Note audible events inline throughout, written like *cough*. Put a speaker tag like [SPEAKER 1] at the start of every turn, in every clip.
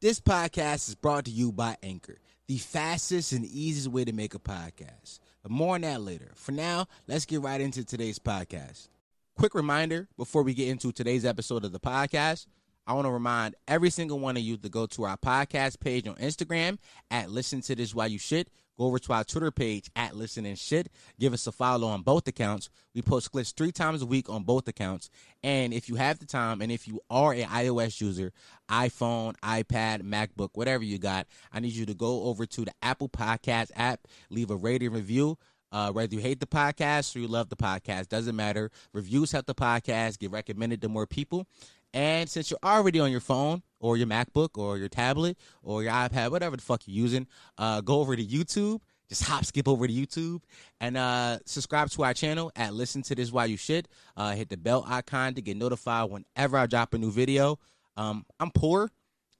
[SPEAKER 1] This podcast is brought to you by Anchor, the fastest and easiest way to make a podcast. But more on that later. For now, let's get right into today's podcast. Quick reminder before we get into today's episode of the podcast, I want to remind every single one of you to go to our podcast page on Instagram at Listen to This While You Shit. Go over to our Twitter page at Listen and Shit. Give us a follow on both accounts. We post clips three times a week on both accounts. And if you have the time, and if you are an iOS user, iPhone, iPad, MacBook, whatever you got, I need you to go over to the Apple Podcast app, leave a rating review. Uh, whether you hate the podcast or you love the podcast, doesn't matter. Reviews help the podcast get recommended to more people. And since you're already on your phone or your MacBook or your tablet or your iPad, whatever the fuck you're using, uh, go over to YouTube. Just *laughs* hop, skip over to YouTube and uh, subscribe to our channel at Listen to This While You Should. Uh, hit the bell icon to get notified whenever I drop a new video. Um, I'm poor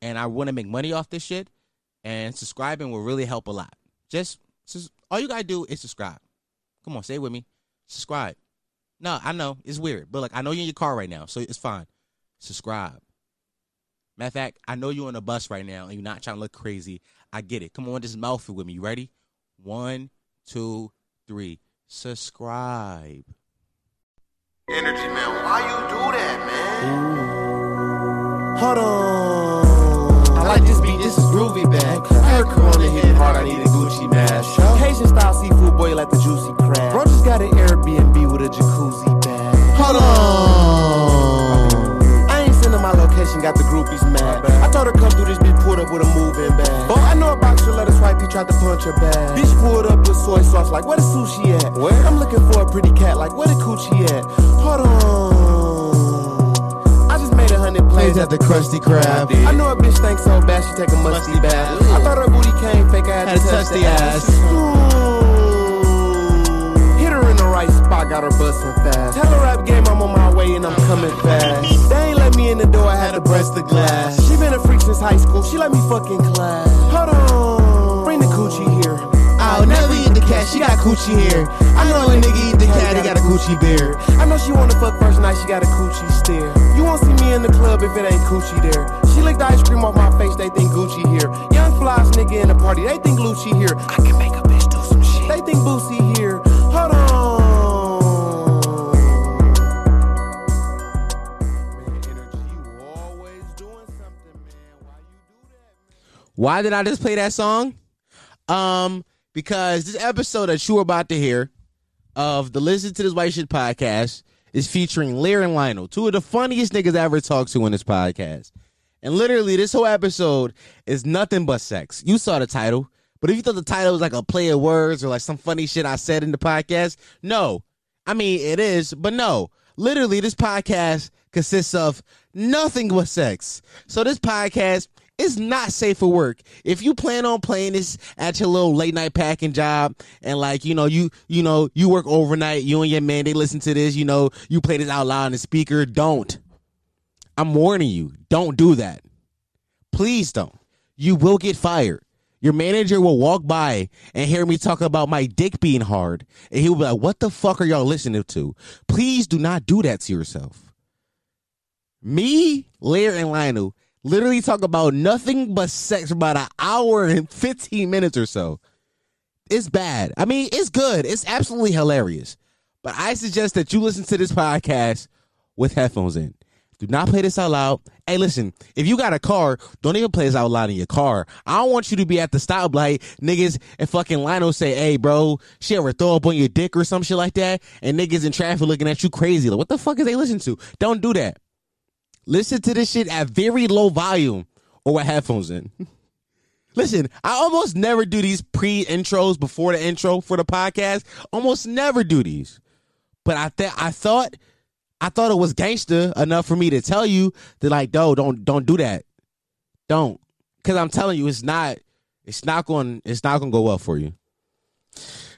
[SPEAKER 1] and I want to make money off this shit, and subscribing will really help a lot. Just, just all you gotta do is subscribe. Come on, say it with me. Subscribe. No, I know it's weird, but like I know you're in your car right now, so it's fine subscribe. Matter of fact, I know you're on a bus right now and you're not trying to look crazy. I get it. Come on, just mouth it with me. You ready? One, two, three. Subscribe.
[SPEAKER 2] Energy man, why you do that, man?
[SPEAKER 3] Hold on.
[SPEAKER 2] I like this beat, this is groovy back. I heard Corona hitting hard, I need a Gucci mask.
[SPEAKER 3] Cajun style seafood boy like the juicy crab. Bro just got an Airbnb with a jacuzzi bag.
[SPEAKER 2] Hold on.
[SPEAKER 3] I ain't sending my location, got the groupies mad. I told her come through this bitch pulled up with a moving bag. Boy, I know a boxer let us wipe, he tried to punch her back. Bitch pulled up with soy sauce, like where the sushi at? Where? I'm looking for a pretty cat, like where the coochie at? Hold on. I just made a hundred plays at the Krusty Krab. I know a bitch thinks so bad, she take a musty bath. I thought her booty came fake, I had, to touch the ass. Ooh. Hit her in the right spot, got her bustin' fast. Tell her rap game I'm on my way and I'm coming fast. They ain't let me in the door, I had to breast the glass. She been a freak since high school, she let me fucking class. Hold on, bring the coochie here.
[SPEAKER 2] I'll never eat the cat, she got coochie hair. I know a nigga eat the cat, he got a coochie beard.
[SPEAKER 3] I know she wanna fuck first night, she got a coochie stare. You won't see me in the club if it ain't coochie there. She licked ice cream off my face, they think Gucci here. Young flies nigga in the party, they think Lucci here. I can make a bitch do some shit. They think Boosie here. Hold on.
[SPEAKER 1] Why did I just play that song? Um, because this episode that you are about to hear of the Listen to This White Shit podcast is featuring Lear and Lionel, two of the funniest niggas I ever talked to on this podcast. And literally, this whole episode is nothing but sex. You saw the title, but if you thought the title was like a play of words or like some funny shit I said in the podcast, no. I mean, it is, but no. Literally, this podcast consists of nothing but sex. So this podcast is not safe for work. If you plan on playing this at your little late night packing job and like, you know, you you know, you work overnight, you and your man, they listen to this, you know, you play this out loud in the speaker, don't. I'm warning you, don't do that. Please don't. You will get fired. Your manager will walk by and hear me talk about my dick being hard, and he will be like, "What the fuck are y'all listening to?" Please do not do that to yourself. Me, Lair, and Lionel literally talk about nothing but sex for about an hour and fifteen minutes or so. It's bad. I mean, it's good. It's absolutely hilarious. But I suggest that you listen to this podcast with headphones in. Do not play this out loud. Hey, listen, if you got a car, don't even play this out loud in your car. I don't want you to be at the stoplight, niggas, and fucking Lionel say, hey, bro, she ever throw up on your dick or some shit like that, and niggas in traffic looking at you crazy. Like, what the fuck is they listening to? Don't do that. Listen to this shit at very low volume or with headphones in. Listen, I almost never do these pre intros before the intro for the podcast. Almost never do these. But I th- I thought I thought it was gangster enough for me to tell you that like, no, don't don't do that. Don't. Cause I'm telling you, it's not it's not going it's not gonna go well for you.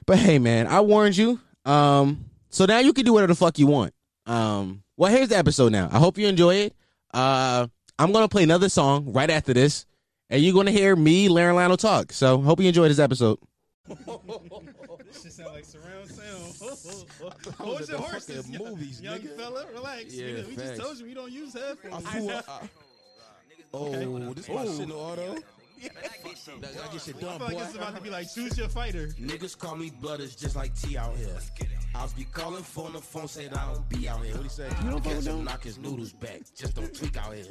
[SPEAKER 1] But hey man, I warned you. Um so now you can do whatever the fuck you want. Um well here's the episode now. I hope you enjoy it. Uh I'm gonna play another song right after this, and you're gonna hear me, Larry Lionel talk. So hope you enjoy
[SPEAKER 4] *laughs*
[SPEAKER 1] this episode.
[SPEAKER 4] Shit sound like surround sound. *laughs* Hold your horses, young, young fella. Relax.
[SPEAKER 5] Yeah,
[SPEAKER 4] nigga. we
[SPEAKER 5] facts. *laughs* Oh,
[SPEAKER 4] just told you we don't use headphones.
[SPEAKER 5] I flew, I, Oh, this my shit in auto.
[SPEAKER 6] But I get shit
[SPEAKER 5] That- that
[SPEAKER 6] done,
[SPEAKER 5] get shit
[SPEAKER 6] boy.
[SPEAKER 5] done.
[SPEAKER 7] I feel like
[SPEAKER 5] boy.
[SPEAKER 7] it's about to be like choose your fighter.
[SPEAKER 5] Niggas call me blooders just like T out here. I'll be calling phone, the phone said I don't be out here. What he say? You don't Catch him, knock his noodles back. Just don't tweak out here.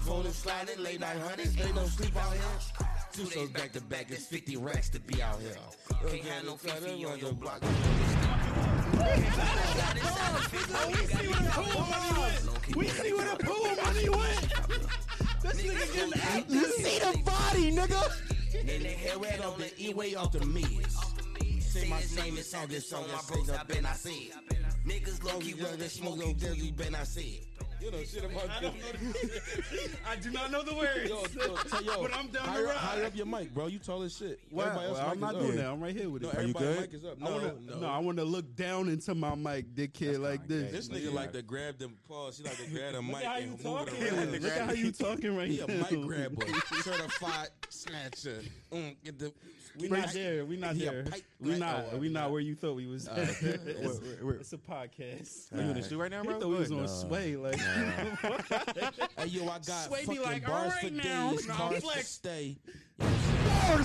[SPEAKER 5] Phone is sliding, late night hundreds, they don't sleep out here. Two shows back to back, it's 50 racks to be out here.
[SPEAKER 6] Can't have no
[SPEAKER 5] Tell them
[SPEAKER 6] 50 on
[SPEAKER 5] on
[SPEAKER 6] your
[SPEAKER 5] the block.
[SPEAKER 6] Got inside the fifty, you got it.
[SPEAKER 7] We see where the pool money
[SPEAKER 5] *laughs*
[SPEAKER 7] went. This nigga getting active.
[SPEAKER 1] You see the body, nigga.
[SPEAKER 5] And they head right off the E-way off the Miz. Say my name is on this song, my bros, I been I see it.
[SPEAKER 6] Niggas low
[SPEAKER 5] Smoky
[SPEAKER 6] key
[SPEAKER 5] with
[SPEAKER 6] with
[SPEAKER 5] the
[SPEAKER 6] that
[SPEAKER 5] smoke,
[SPEAKER 6] smoke.
[SPEAKER 5] no deadly, been I see it. You know shit
[SPEAKER 7] I don't
[SPEAKER 5] about
[SPEAKER 7] know the- I do not know the words.
[SPEAKER 5] Yo, yo, t- *laughs* yo,
[SPEAKER 7] But I'm down the
[SPEAKER 5] higher,
[SPEAKER 7] ride.
[SPEAKER 5] higher up your mic, bro. You tall as shit.
[SPEAKER 7] Wow,
[SPEAKER 5] Everybody else
[SPEAKER 7] well, I'm
[SPEAKER 5] mic
[SPEAKER 7] not
[SPEAKER 5] is
[SPEAKER 7] doing
[SPEAKER 5] up.
[SPEAKER 7] that. I'm right here with
[SPEAKER 5] No,
[SPEAKER 7] it.
[SPEAKER 5] everybody's
[SPEAKER 8] good?
[SPEAKER 5] mic is up.
[SPEAKER 7] I
[SPEAKER 5] No,
[SPEAKER 7] wanna,
[SPEAKER 5] no.
[SPEAKER 7] no. I want to look down into my mic, dickhead, like this.
[SPEAKER 8] gay.
[SPEAKER 5] This nigga like to grab them paws. He like *laughs* to grab them mic and move it around.
[SPEAKER 7] Look at how you talking right
[SPEAKER 5] He
[SPEAKER 7] here.
[SPEAKER 5] a mic *laughs* grabber, certified snatcher. Mm, get the,
[SPEAKER 7] We not there. We not
[SPEAKER 5] He a
[SPEAKER 7] there.
[SPEAKER 5] pipe
[SPEAKER 7] We
[SPEAKER 5] cracker.
[SPEAKER 7] not. We not where you thought we was. at. it's,
[SPEAKER 8] Wait, wait, wait.
[SPEAKER 7] it's a podcast.
[SPEAKER 1] You in the stew right now,
[SPEAKER 7] You
[SPEAKER 1] bro?
[SPEAKER 7] thought we was
[SPEAKER 1] Good.
[SPEAKER 7] on sway. Like *laughs*
[SPEAKER 5] Hey yo, I got
[SPEAKER 7] Sway be
[SPEAKER 5] fucking
[SPEAKER 7] like,
[SPEAKER 5] bars
[SPEAKER 7] "All
[SPEAKER 5] for
[SPEAKER 7] right now."
[SPEAKER 5] days,
[SPEAKER 7] No, I'm
[SPEAKER 5] cars to
[SPEAKER 7] flexed.
[SPEAKER 5] stay.
[SPEAKER 1] Bars,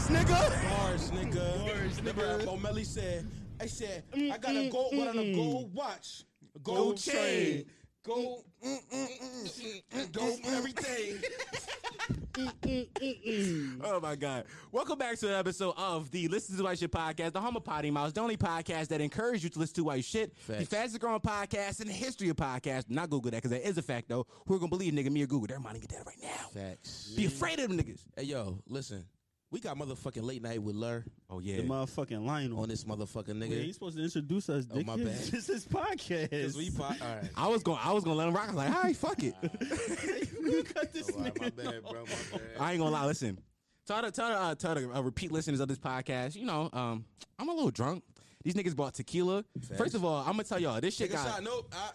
[SPEAKER 1] nigga.
[SPEAKER 5] Bars, nigga. Mm,
[SPEAKER 7] Bars,
[SPEAKER 5] Remember
[SPEAKER 7] nigga.
[SPEAKER 5] Bo Melly said, I said, I got a gold one on a gold watch. Gold chain. Gold, mm, mm, mm, mm, gold everything.
[SPEAKER 1] Oh my god! Welcome back to an episode of the Listen to White Shit podcast, the home of Potty Mouse, the only podcast that encourages you to listen to white shit, the
[SPEAKER 5] Facts.
[SPEAKER 1] fastest growing podcast in the history of podcasts. Not Google that because that is a fact though. Who are gonna believe nigga me or Google? They're mining get that right now.
[SPEAKER 5] Facts.
[SPEAKER 1] Be afraid of them niggas.
[SPEAKER 5] Hey yo, listen. We got motherfucking late night with Lur
[SPEAKER 1] Oh
[SPEAKER 7] the
[SPEAKER 1] yeah.
[SPEAKER 7] motherfucking line
[SPEAKER 5] on
[SPEAKER 7] on it. Oh,
[SPEAKER 5] this motherfucking
[SPEAKER 7] You ain't
[SPEAKER 5] nigga.
[SPEAKER 7] supposed to introduce us, dickhead.
[SPEAKER 5] my bad.
[SPEAKER 7] *laughs* This is podcast.
[SPEAKER 5] Cause we po- all right. *laughs*
[SPEAKER 1] I was going. I was gonna let him rock. I was like, all right, fuck it.
[SPEAKER 7] *laughs* You cut
[SPEAKER 5] Oh,
[SPEAKER 7] this
[SPEAKER 8] All right, my
[SPEAKER 7] nigga.
[SPEAKER 8] bad, bro. My bad.
[SPEAKER 1] I ain't gonna lie. Listen, tell the tell the, uh, tell the uh, repeat listeners of this podcast. You know, um, I'm a little drunk. These niggas bought tequila. First of all, I'm gonna tell y'all this shit
[SPEAKER 5] Take a
[SPEAKER 1] got.
[SPEAKER 5] shot. Nope. I,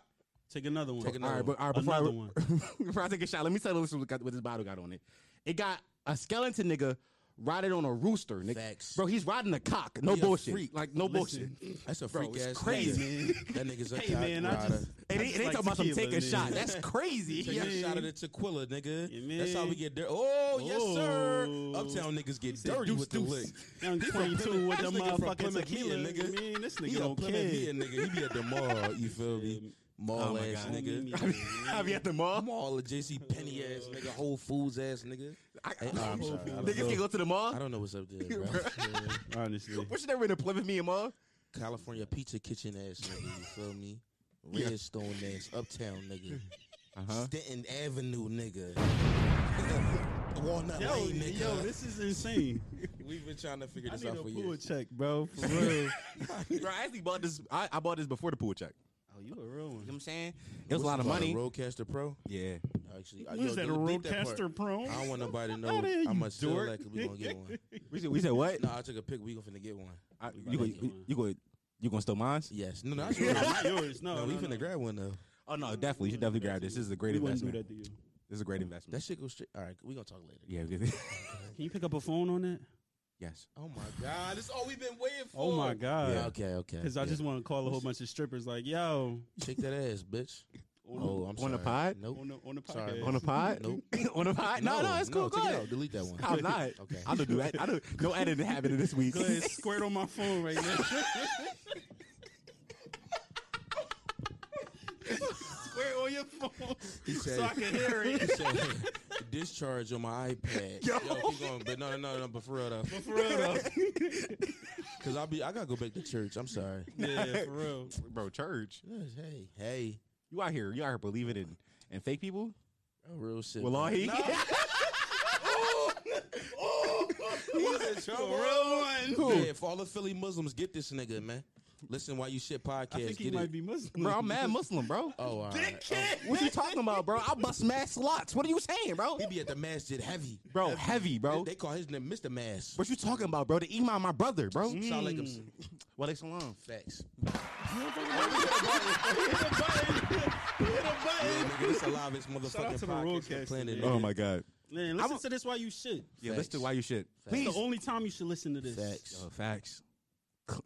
[SPEAKER 7] Take another one.
[SPEAKER 5] Take
[SPEAKER 1] All right, but all right, before, I,
[SPEAKER 7] Another one.
[SPEAKER 1] *laughs* before I take a shot, let me tell you what, got, what this bottle got on it. It got a skeleton nigga riding on a rooster, nigga.
[SPEAKER 5] Facts.
[SPEAKER 1] Bro, he's riding a cock. No
[SPEAKER 5] He a
[SPEAKER 1] bullshit.
[SPEAKER 5] freak.
[SPEAKER 1] Like no
[SPEAKER 7] *laughs* Listen.
[SPEAKER 1] bullshit.
[SPEAKER 5] that's a
[SPEAKER 1] Bro,
[SPEAKER 5] freak
[SPEAKER 1] it's
[SPEAKER 5] ass *laughs*
[SPEAKER 1] crazy,
[SPEAKER 5] nigga. That nigga's a
[SPEAKER 7] Hey man, I just
[SPEAKER 1] And
[SPEAKER 7] I
[SPEAKER 1] they,
[SPEAKER 7] just
[SPEAKER 1] they
[SPEAKER 7] like
[SPEAKER 1] talking about some
[SPEAKER 7] tequila,
[SPEAKER 1] taking a shot.
[SPEAKER 7] nigga.
[SPEAKER 1] That's crazy. *laughs*
[SPEAKER 5] Take a
[SPEAKER 1] Yeah.
[SPEAKER 5] shot of the tequila, nigga.
[SPEAKER 7] Yeah,
[SPEAKER 5] That's how
[SPEAKER 7] man.
[SPEAKER 5] we get dirty. Oh, yes, sir.
[SPEAKER 7] Oh.
[SPEAKER 5] Uptown niggas get
[SPEAKER 7] said
[SPEAKER 5] dirty
[SPEAKER 7] deuce,
[SPEAKER 5] with the
[SPEAKER 7] deuce.
[SPEAKER 5] lick.
[SPEAKER 7] Young
[SPEAKER 5] He from
[SPEAKER 7] 22 with
[SPEAKER 5] Plymouth-
[SPEAKER 7] the
[SPEAKER 5] this nigga from
[SPEAKER 7] motherfucking
[SPEAKER 5] Plymouth here,
[SPEAKER 7] tequila.
[SPEAKER 5] nigga.
[SPEAKER 7] Man, this
[SPEAKER 5] He
[SPEAKER 7] nigga
[SPEAKER 5] a
[SPEAKER 7] don't
[SPEAKER 5] Plymouth here,
[SPEAKER 7] care.
[SPEAKER 5] nigga. He be at the mall. You feel me? Mall
[SPEAKER 7] Oh
[SPEAKER 1] my
[SPEAKER 5] ass
[SPEAKER 1] God.
[SPEAKER 5] nigga. *laughs*
[SPEAKER 1] I be at the mall.
[SPEAKER 5] Mall of JC Penny ass nigga. Whole Foods ass nigga.
[SPEAKER 1] I,
[SPEAKER 5] Hey,
[SPEAKER 1] *laughs*
[SPEAKER 5] oh, I'm sorry. I don't
[SPEAKER 1] niggas
[SPEAKER 5] know.
[SPEAKER 1] can go to the
[SPEAKER 5] I
[SPEAKER 1] mall.
[SPEAKER 5] don't know what's up
[SPEAKER 7] *laughs*
[SPEAKER 5] there, bro. Yeah.
[SPEAKER 7] Honestly,
[SPEAKER 1] What you never been to Plymouth me and mall?
[SPEAKER 5] California Pizza Kitchen ass nigga. You feel me? Redstone ass Uptown nigga. Stanton Avenue nigga. *laughs* Walnut
[SPEAKER 7] yo,
[SPEAKER 5] Lane nigga.
[SPEAKER 7] yo, this is
[SPEAKER 5] *laughs*
[SPEAKER 7] insane.
[SPEAKER 5] We've been trying to figure
[SPEAKER 7] I
[SPEAKER 5] this
[SPEAKER 7] need a
[SPEAKER 5] out for Oh,
[SPEAKER 7] pool
[SPEAKER 5] years.
[SPEAKER 7] check, bro. For
[SPEAKER 5] *laughs*
[SPEAKER 7] real.
[SPEAKER 1] *laughs* Bro, I actually bought this. I, I bought this before the pool check.
[SPEAKER 7] oh, you a real
[SPEAKER 1] You know what
[SPEAKER 7] one.
[SPEAKER 1] I'm saying? It was a lot of money.
[SPEAKER 5] Roadcaster Pro.
[SPEAKER 1] Yeah.
[SPEAKER 5] Actually,
[SPEAKER 7] What is that a Roadcaster Pro? *laughs*
[SPEAKER 5] I don't want nobody to know
[SPEAKER 7] Outta here,
[SPEAKER 5] how
[SPEAKER 7] you
[SPEAKER 5] much still
[SPEAKER 7] dork.
[SPEAKER 5] like we gonna get
[SPEAKER 7] *laughs*
[SPEAKER 5] one.
[SPEAKER 1] We said, we said what?
[SPEAKER 5] No, I took a pic. We gonna finna get one.
[SPEAKER 1] I- you, go, you, you go. You gonna steal mine?
[SPEAKER 5] Yes. No, no, I should- *laughs*
[SPEAKER 7] Not yours. *laughs* No,
[SPEAKER 5] no,
[SPEAKER 7] no,
[SPEAKER 5] we
[SPEAKER 7] no,
[SPEAKER 5] finna grab one though.
[SPEAKER 1] Oh no, definitely. You should definitely grab this. This is a great
[SPEAKER 7] We wouldn't do
[SPEAKER 1] investment.
[SPEAKER 7] that to you.
[SPEAKER 1] This is a great investment.
[SPEAKER 5] That shit goes straight. All right, we gonna talk later.
[SPEAKER 1] yeah. we could- *laughs*
[SPEAKER 7] Can you pick up a phone on that?
[SPEAKER 1] yes.
[SPEAKER 5] Oh my god, this all we've been waiting for.
[SPEAKER 7] Oh my god.
[SPEAKER 5] Yeah, okay, okay.
[SPEAKER 7] Because I
[SPEAKER 5] yeah. *laughs*
[SPEAKER 7] just want to call a whole bunch of strippers. Like, yo,
[SPEAKER 5] check that ass, bitch.
[SPEAKER 7] on,
[SPEAKER 5] Oh, I'm
[SPEAKER 1] On
[SPEAKER 5] sorry.
[SPEAKER 1] the pod?
[SPEAKER 5] Nope.
[SPEAKER 7] on the on the podcast. *laughs*
[SPEAKER 5] Sorry,
[SPEAKER 1] On a pod?
[SPEAKER 5] Nope.
[SPEAKER 1] *laughs* On a pod? No, no, it's cool.
[SPEAKER 5] No,
[SPEAKER 1] go
[SPEAKER 5] take it
[SPEAKER 1] ahead.
[SPEAKER 5] out. Delete that one.
[SPEAKER 1] I'm not.
[SPEAKER 5] Okay. *laughs*
[SPEAKER 1] I don't do that. I don't. No editing happening this week.
[SPEAKER 7] Go ahead, squirt on my phone right
[SPEAKER 5] *laughs*
[SPEAKER 7] now. *laughs* squirt on your phone
[SPEAKER 5] said-
[SPEAKER 7] so I can hear it. *laughs*
[SPEAKER 5] discharge on my iPad.
[SPEAKER 1] Yo.
[SPEAKER 5] Yo, keep going. But no, no, no, no. But for real
[SPEAKER 7] *laughs*
[SPEAKER 5] though,
[SPEAKER 7] For real, though.
[SPEAKER 5] because I'll be. I gotta go back to church. I'm sorry.
[SPEAKER 7] Yeah, for real.
[SPEAKER 1] *laughs* bro. Church.
[SPEAKER 5] Yes, Hey, hey.
[SPEAKER 1] You out here? You out here believing in and fake people?
[SPEAKER 5] Oh, Real shit.
[SPEAKER 1] Well, all he.
[SPEAKER 5] He's in trouble. Man, if all the Philly Muslims get this nigga, man. Listen, why you shit podcast?
[SPEAKER 7] I think he
[SPEAKER 5] get
[SPEAKER 7] might
[SPEAKER 5] it.
[SPEAKER 7] be Muslim.
[SPEAKER 1] Bro, I'm
[SPEAKER 7] *laughs*
[SPEAKER 1] mad Muslim, bro.
[SPEAKER 5] Oh, all right.
[SPEAKER 1] What you talking about, bro? I bust mad slots. What are you saying, bro?
[SPEAKER 5] He be at the masjid heavy,
[SPEAKER 1] Bro, heavy, bro.
[SPEAKER 5] They, they call his name Mr. Mass.
[SPEAKER 1] What you talking about, bro? The imam, my brother, bro.
[SPEAKER 5] Sound like
[SPEAKER 7] Mm.
[SPEAKER 5] him.
[SPEAKER 1] Well, it's alone.
[SPEAKER 5] Facts. Yeah, nigga, this the livest motherfucking
[SPEAKER 7] Shout out to the
[SPEAKER 5] podcast on
[SPEAKER 7] roadcaster,
[SPEAKER 5] planet.
[SPEAKER 7] man.
[SPEAKER 5] nigga.
[SPEAKER 7] Oh
[SPEAKER 1] god.
[SPEAKER 7] Man, listen to this while you shit.
[SPEAKER 1] Yeah, listen to
[SPEAKER 5] Facts.
[SPEAKER 1] why you shit.
[SPEAKER 7] It's
[SPEAKER 1] Please.
[SPEAKER 7] the only time you should listen to this.
[SPEAKER 5] Facts.
[SPEAKER 1] facts. *laughs*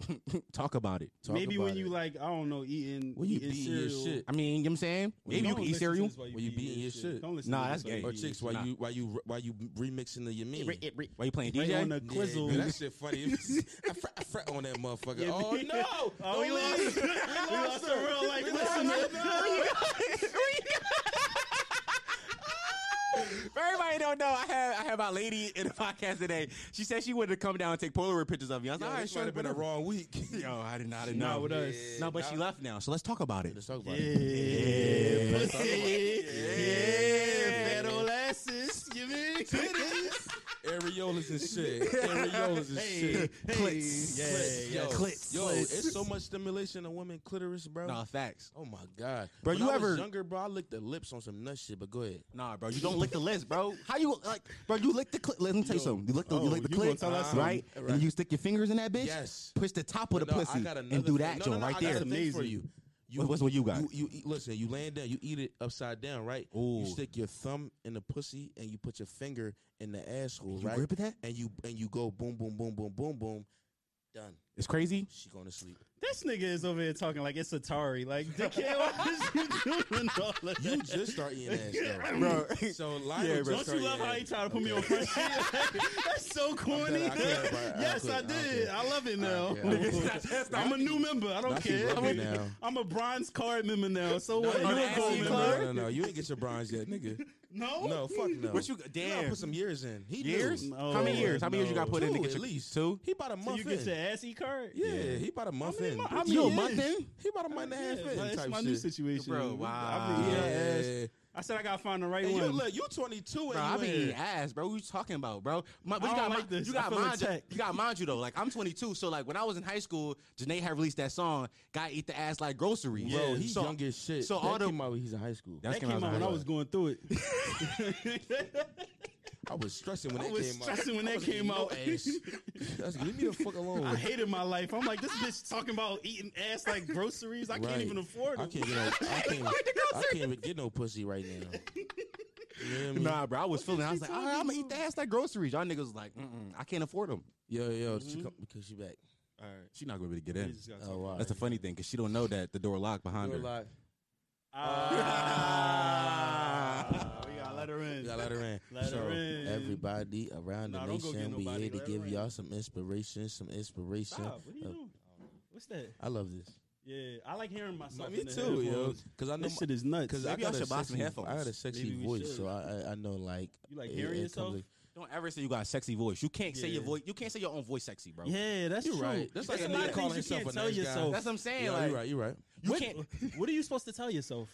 [SPEAKER 1] Talk about it.
[SPEAKER 9] Talk
[SPEAKER 7] Maybe
[SPEAKER 9] about
[SPEAKER 7] when
[SPEAKER 9] it.
[SPEAKER 7] you like, I don't know, eating,
[SPEAKER 5] When you
[SPEAKER 7] eating
[SPEAKER 5] beating your
[SPEAKER 7] cereal.
[SPEAKER 5] shit.
[SPEAKER 1] I mean, you know what I'm saying? Maybe you
[SPEAKER 7] Don't
[SPEAKER 1] can eat
[SPEAKER 7] listen to
[SPEAKER 1] cereal.
[SPEAKER 7] this while
[SPEAKER 5] When you beating your shit.
[SPEAKER 7] Don't listen
[SPEAKER 1] Nah,
[SPEAKER 7] to
[SPEAKER 1] that's
[SPEAKER 7] this while
[SPEAKER 1] gay.
[SPEAKER 7] you
[SPEAKER 5] or
[SPEAKER 7] eat
[SPEAKER 5] chicks while
[SPEAKER 1] Nah.
[SPEAKER 5] you while you while you remixing the Yameen.
[SPEAKER 1] Why you playing
[SPEAKER 7] Right
[SPEAKER 1] DJ?
[SPEAKER 7] on the
[SPEAKER 5] Yeah,
[SPEAKER 7] quizzle.
[SPEAKER 5] man, that shit funny.
[SPEAKER 7] *laughs*
[SPEAKER 5] *laughs* I, fr- I fret on that motherfucker. oh
[SPEAKER 7] man.
[SPEAKER 5] no!
[SPEAKER 7] *laughs* Oh, we lost. We lost the real *laughs* like listener.
[SPEAKER 1] For everybody who don't know, I have I have my lady in the *laughs* podcast today. She said she wanted to come down and take Polaroid pictures of you. I was
[SPEAKER 5] Yo,
[SPEAKER 1] like, all right,
[SPEAKER 5] this might
[SPEAKER 1] sure.
[SPEAKER 5] have been a
[SPEAKER 1] whatever."
[SPEAKER 7] *laughs*
[SPEAKER 5] wrong week.
[SPEAKER 1] Yo, I did not know.
[SPEAKER 7] Not with us.
[SPEAKER 1] No, but she left now, so let's talk about it.
[SPEAKER 5] Let's talk about it.
[SPEAKER 7] Yeah,
[SPEAKER 5] Let's talk about
[SPEAKER 1] *laughs*
[SPEAKER 7] yeah, metal asses, you mean?
[SPEAKER 5] Areolas and shit. Areolas and shit.
[SPEAKER 1] Clits.
[SPEAKER 5] Clits,
[SPEAKER 7] yeah,
[SPEAKER 5] yo.
[SPEAKER 1] Clits.
[SPEAKER 5] Yo,
[SPEAKER 1] Clits.
[SPEAKER 5] it's so much stimulation on women clitoris, bro.
[SPEAKER 1] Nah, facts.
[SPEAKER 5] Oh my god,
[SPEAKER 1] Bro,
[SPEAKER 5] When
[SPEAKER 1] you
[SPEAKER 5] I was
[SPEAKER 1] ever-
[SPEAKER 5] younger, bro? I licked the lips on some nut shit, but go ahead.
[SPEAKER 1] Nah, bro, you don't lick the list, bro. How you like, bro? You lick the clit. Let me tell you something. You lick the, you
[SPEAKER 7] Oh,
[SPEAKER 1] lick the
[SPEAKER 7] you gonna
[SPEAKER 1] clit,
[SPEAKER 7] tell us
[SPEAKER 1] right?
[SPEAKER 7] something.
[SPEAKER 1] And you stick your fingers in that bitch.
[SPEAKER 5] Yes.
[SPEAKER 1] Push the top of the
[SPEAKER 5] No, I
[SPEAKER 1] pussy
[SPEAKER 5] got
[SPEAKER 1] and
[SPEAKER 5] another
[SPEAKER 1] do
[SPEAKER 5] thing.
[SPEAKER 1] that
[SPEAKER 5] No,
[SPEAKER 1] joint
[SPEAKER 5] no, no, I
[SPEAKER 1] right
[SPEAKER 5] got
[SPEAKER 1] there.
[SPEAKER 5] a thing for you.
[SPEAKER 1] What- what's what you got?
[SPEAKER 5] You, eat, listen, you laying down, you eat it upside down, right?
[SPEAKER 1] Ooh.
[SPEAKER 5] You stick your thumb in the pussy and you put your finger in the asshole,
[SPEAKER 1] You
[SPEAKER 5] right?
[SPEAKER 1] grip it that?
[SPEAKER 5] And you and you go boom, boom, boom, boom, boom, boom. Done.
[SPEAKER 1] It's
[SPEAKER 5] *laughs*
[SPEAKER 1] crazy.
[SPEAKER 5] She going
[SPEAKER 1] *laughs*
[SPEAKER 5] to sleep.
[SPEAKER 7] This nigga is over here talking like it's Atari. Like, *laughs* dickhead, why is you doing all of that?
[SPEAKER 5] You just start eating ass, though.
[SPEAKER 1] Bro.
[SPEAKER 5] So Lionel
[SPEAKER 1] Yeah, bro.
[SPEAKER 5] just
[SPEAKER 7] Don't you
[SPEAKER 5] started
[SPEAKER 7] love how he
[SPEAKER 5] eating ass.
[SPEAKER 7] tried to put me on front seat? *laughs*
[SPEAKER 5] *laughs*
[SPEAKER 7] That's so corny.
[SPEAKER 5] I clarified.
[SPEAKER 7] *laughs*
[SPEAKER 5] I
[SPEAKER 7] yes, I,
[SPEAKER 5] quit. I
[SPEAKER 7] did.
[SPEAKER 5] quit.
[SPEAKER 7] I, love it now.
[SPEAKER 5] I
[SPEAKER 7] *laughs*
[SPEAKER 5] quit. I
[SPEAKER 7] I'm a new member. I don't
[SPEAKER 5] Not you
[SPEAKER 7] care.
[SPEAKER 5] love
[SPEAKER 7] I'm
[SPEAKER 5] it
[SPEAKER 7] a,
[SPEAKER 5] now.
[SPEAKER 7] I'm a bronze card member now. So what?
[SPEAKER 1] no,
[SPEAKER 7] you
[SPEAKER 1] no,
[SPEAKER 7] a
[SPEAKER 1] no,
[SPEAKER 7] gold
[SPEAKER 1] no,
[SPEAKER 7] member?
[SPEAKER 5] No, no, no. You ain't get your bronze yet, nigga.
[SPEAKER 7] No.
[SPEAKER 5] No, fuck no.
[SPEAKER 1] What you-
[SPEAKER 5] gotta
[SPEAKER 1] damn.
[SPEAKER 5] put some years in. He knew.
[SPEAKER 1] Years?
[SPEAKER 7] No,
[SPEAKER 1] How many years? How many years you
[SPEAKER 7] no.
[SPEAKER 1] got put in
[SPEAKER 5] Two,
[SPEAKER 1] to get
[SPEAKER 5] at
[SPEAKER 1] your
[SPEAKER 5] least.
[SPEAKER 1] two?
[SPEAKER 5] He about a
[SPEAKER 7] So
[SPEAKER 5] month
[SPEAKER 7] you get
[SPEAKER 5] in.
[SPEAKER 7] your assy card?
[SPEAKER 5] yeah, he about a month
[SPEAKER 7] many
[SPEAKER 5] in.
[SPEAKER 7] mo- how many
[SPEAKER 1] You a
[SPEAKER 7] years?
[SPEAKER 1] month in?
[SPEAKER 5] He about a month and a half
[SPEAKER 7] Yeah,
[SPEAKER 5] in.
[SPEAKER 7] but it's
[SPEAKER 5] type
[SPEAKER 7] my
[SPEAKER 5] shit.
[SPEAKER 7] new situation.
[SPEAKER 1] Bro, wow.
[SPEAKER 7] I, really-
[SPEAKER 5] Yeah.
[SPEAKER 7] I said I gotta find the right
[SPEAKER 5] And you
[SPEAKER 7] one.
[SPEAKER 5] look, you 22 and
[SPEAKER 1] Bro,
[SPEAKER 5] you
[SPEAKER 1] I be
[SPEAKER 5] in.
[SPEAKER 1] eating ass, bro. What you talking about, bro? My, but
[SPEAKER 7] I
[SPEAKER 1] you
[SPEAKER 7] don't
[SPEAKER 1] got
[SPEAKER 7] like this.
[SPEAKER 1] You
[SPEAKER 7] I
[SPEAKER 1] got
[SPEAKER 7] feel
[SPEAKER 1] mind you.
[SPEAKER 7] attacked.
[SPEAKER 1] You got mind you though. Like I'm 22, so like when I was in high school, Janae had released that song. Gotta eat the ass like grocery.
[SPEAKER 5] Bro,
[SPEAKER 1] Yeah.
[SPEAKER 5] he's
[SPEAKER 1] so,
[SPEAKER 5] young as shit.
[SPEAKER 1] So
[SPEAKER 5] that
[SPEAKER 1] all the
[SPEAKER 5] came out when he's in high school.
[SPEAKER 1] That's
[SPEAKER 7] that came out when I was going through it.
[SPEAKER 5] I was stressing when
[SPEAKER 7] I
[SPEAKER 5] that
[SPEAKER 7] was
[SPEAKER 5] came
[SPEAKER 7] stressing
[SPEAKER 5] out.
[SPEAKER 7] when
[SPEAKER 5] I
[SPEAKER 7] that
[SPEAKER 5] wasn't
[SPEAKER 7] came
[SPEAKER 5] eating no
[SPEAKER 7] out.
[SPEAKER 5] ass. That's, leave me the fuck alone.
[SPEAKER 7] I hated my life. I'm like, this bitch talking about eating ass like groceries. I
[SPEAKER 5] Right.
[SPEAKER 7] can't even afford
[SPEAKER 5] I
[SPEAKER 7] it.
[SPEAKER 5] can't get no. I can't, I can't even get no pussy right now. You know what I mean?
[SPEAKER 1] Nah, bro, I was feeling. I was like, all right, I'm gonna eat the ass like groceries. Y'all niggas was like, Mm-mm, I can't afford them.
[SPEAKER 5] Yo, yo, she come, because she back.
[SPEAKER 7] All right.
[SPEAKER 1] She not gonna be able to get in.
[SPEAKER 7] just gotta
[SPEAKER 5] Oh, wow.
[SPEAKER 1] That's the funny thing, cause she don't know that the door locked behind
[SPEAKER 5] You're
[SPEAKER 1] her.
[SPEAKER 5] alive.
[SPEAKER 7] Ah, we gotta let her in.
[SPEAKER 5] We gotta let her in.
[SPEAKER 7] Let her
[SPEAKER 5] so
[SPEAKER 7] in.
[SPEAKER 5] everybody around
[SPEAKER 7] Nah,
[SPEAKER 5] the
[SPEAKER 7] don't go get
[SPEAKER 5] nation, we
[SPEAKER 7] nobody.
[SPEAKER 5] here to
[SPEAKER 7] Let her
[SPEAKER 5] give
[SPEAKER 7] in.
[SPEAKER 5] y'all some inspiration, some inspiration.
[SPEAKER 7] Stop. What are you
[SPEAKER 5] Uh,
[SPEAKER 7] doing? What's that?
[SPEAKER 5] I love this.
[SPEAKER 7] Yeah, I like hearing myself.
[SPEAKER 5] Me
[SPEAKER 7] in the
[SPEAKER 5] too, yo.
[SPEAKER 7] headphones.
[SPEAKER 5] Because I know
[SPEAKER 7] This shit is nuts.
[SPEAKER 5] Because I
[SPEAKER 1] Maybe y'all
[SPEAKER 5] got a
[SPEAKER 1] should buy some
[SPEAKER 5] sexy,
[SPEAKER 1] headphones.
[SPEAKER 5] I got a sexy
[SPEAKER 7] Maybe we
[SPEAKER 5] voice,
[SPEAKER 7] should.
[SPEAKER 5] so I, I I know like
[SPEAKER 7] You like
[SPEAKER 5] it-
[SPEAKER 7] hearing
[SPEAKER 5] it
[SPEAKER 7] yourself?
[SPEAKER 5] comes-
[SPEAKER 1] Don't ever say you got a sexy voice. You can't say your
[SPEAKER 7] Yeah.
[SPEAKER 1] voice. You can't say your own voice sexy, bro.
[SPEAKER 7] Yeah, that's
[SPEAKER 5] You're
[SPEAKER 7] true.
[SPEAKER 5] right. That's like
[SPEAKER 7] There's
[SPEAKER 5] a
[SPEAKER 7] a lot
[SPEAKER 5] nigga
[SPEAKER 7] of
[SPEAKER 5] calling
[SPEAKER 7] things you
[SPEAKER 5] himself
[SPEAKER 7] can't
[SPEAKER 5] a
[SPEAKER 7] tell
[SPEAKER 5] nice guy.
[SPEAKER 7] yourself.
[SPEAKER 1] That's what I'm saying.
[SPEAKER 5] Yeah,
[SPEAKER 1] like,
[SPEAKER 5] you're right. You're right.
[SPEAKER 1] You
[SPEAKER 7] what,
[SPEAKER 1] can't.
[SPEAKER 7] what are you supposed to tell yourself?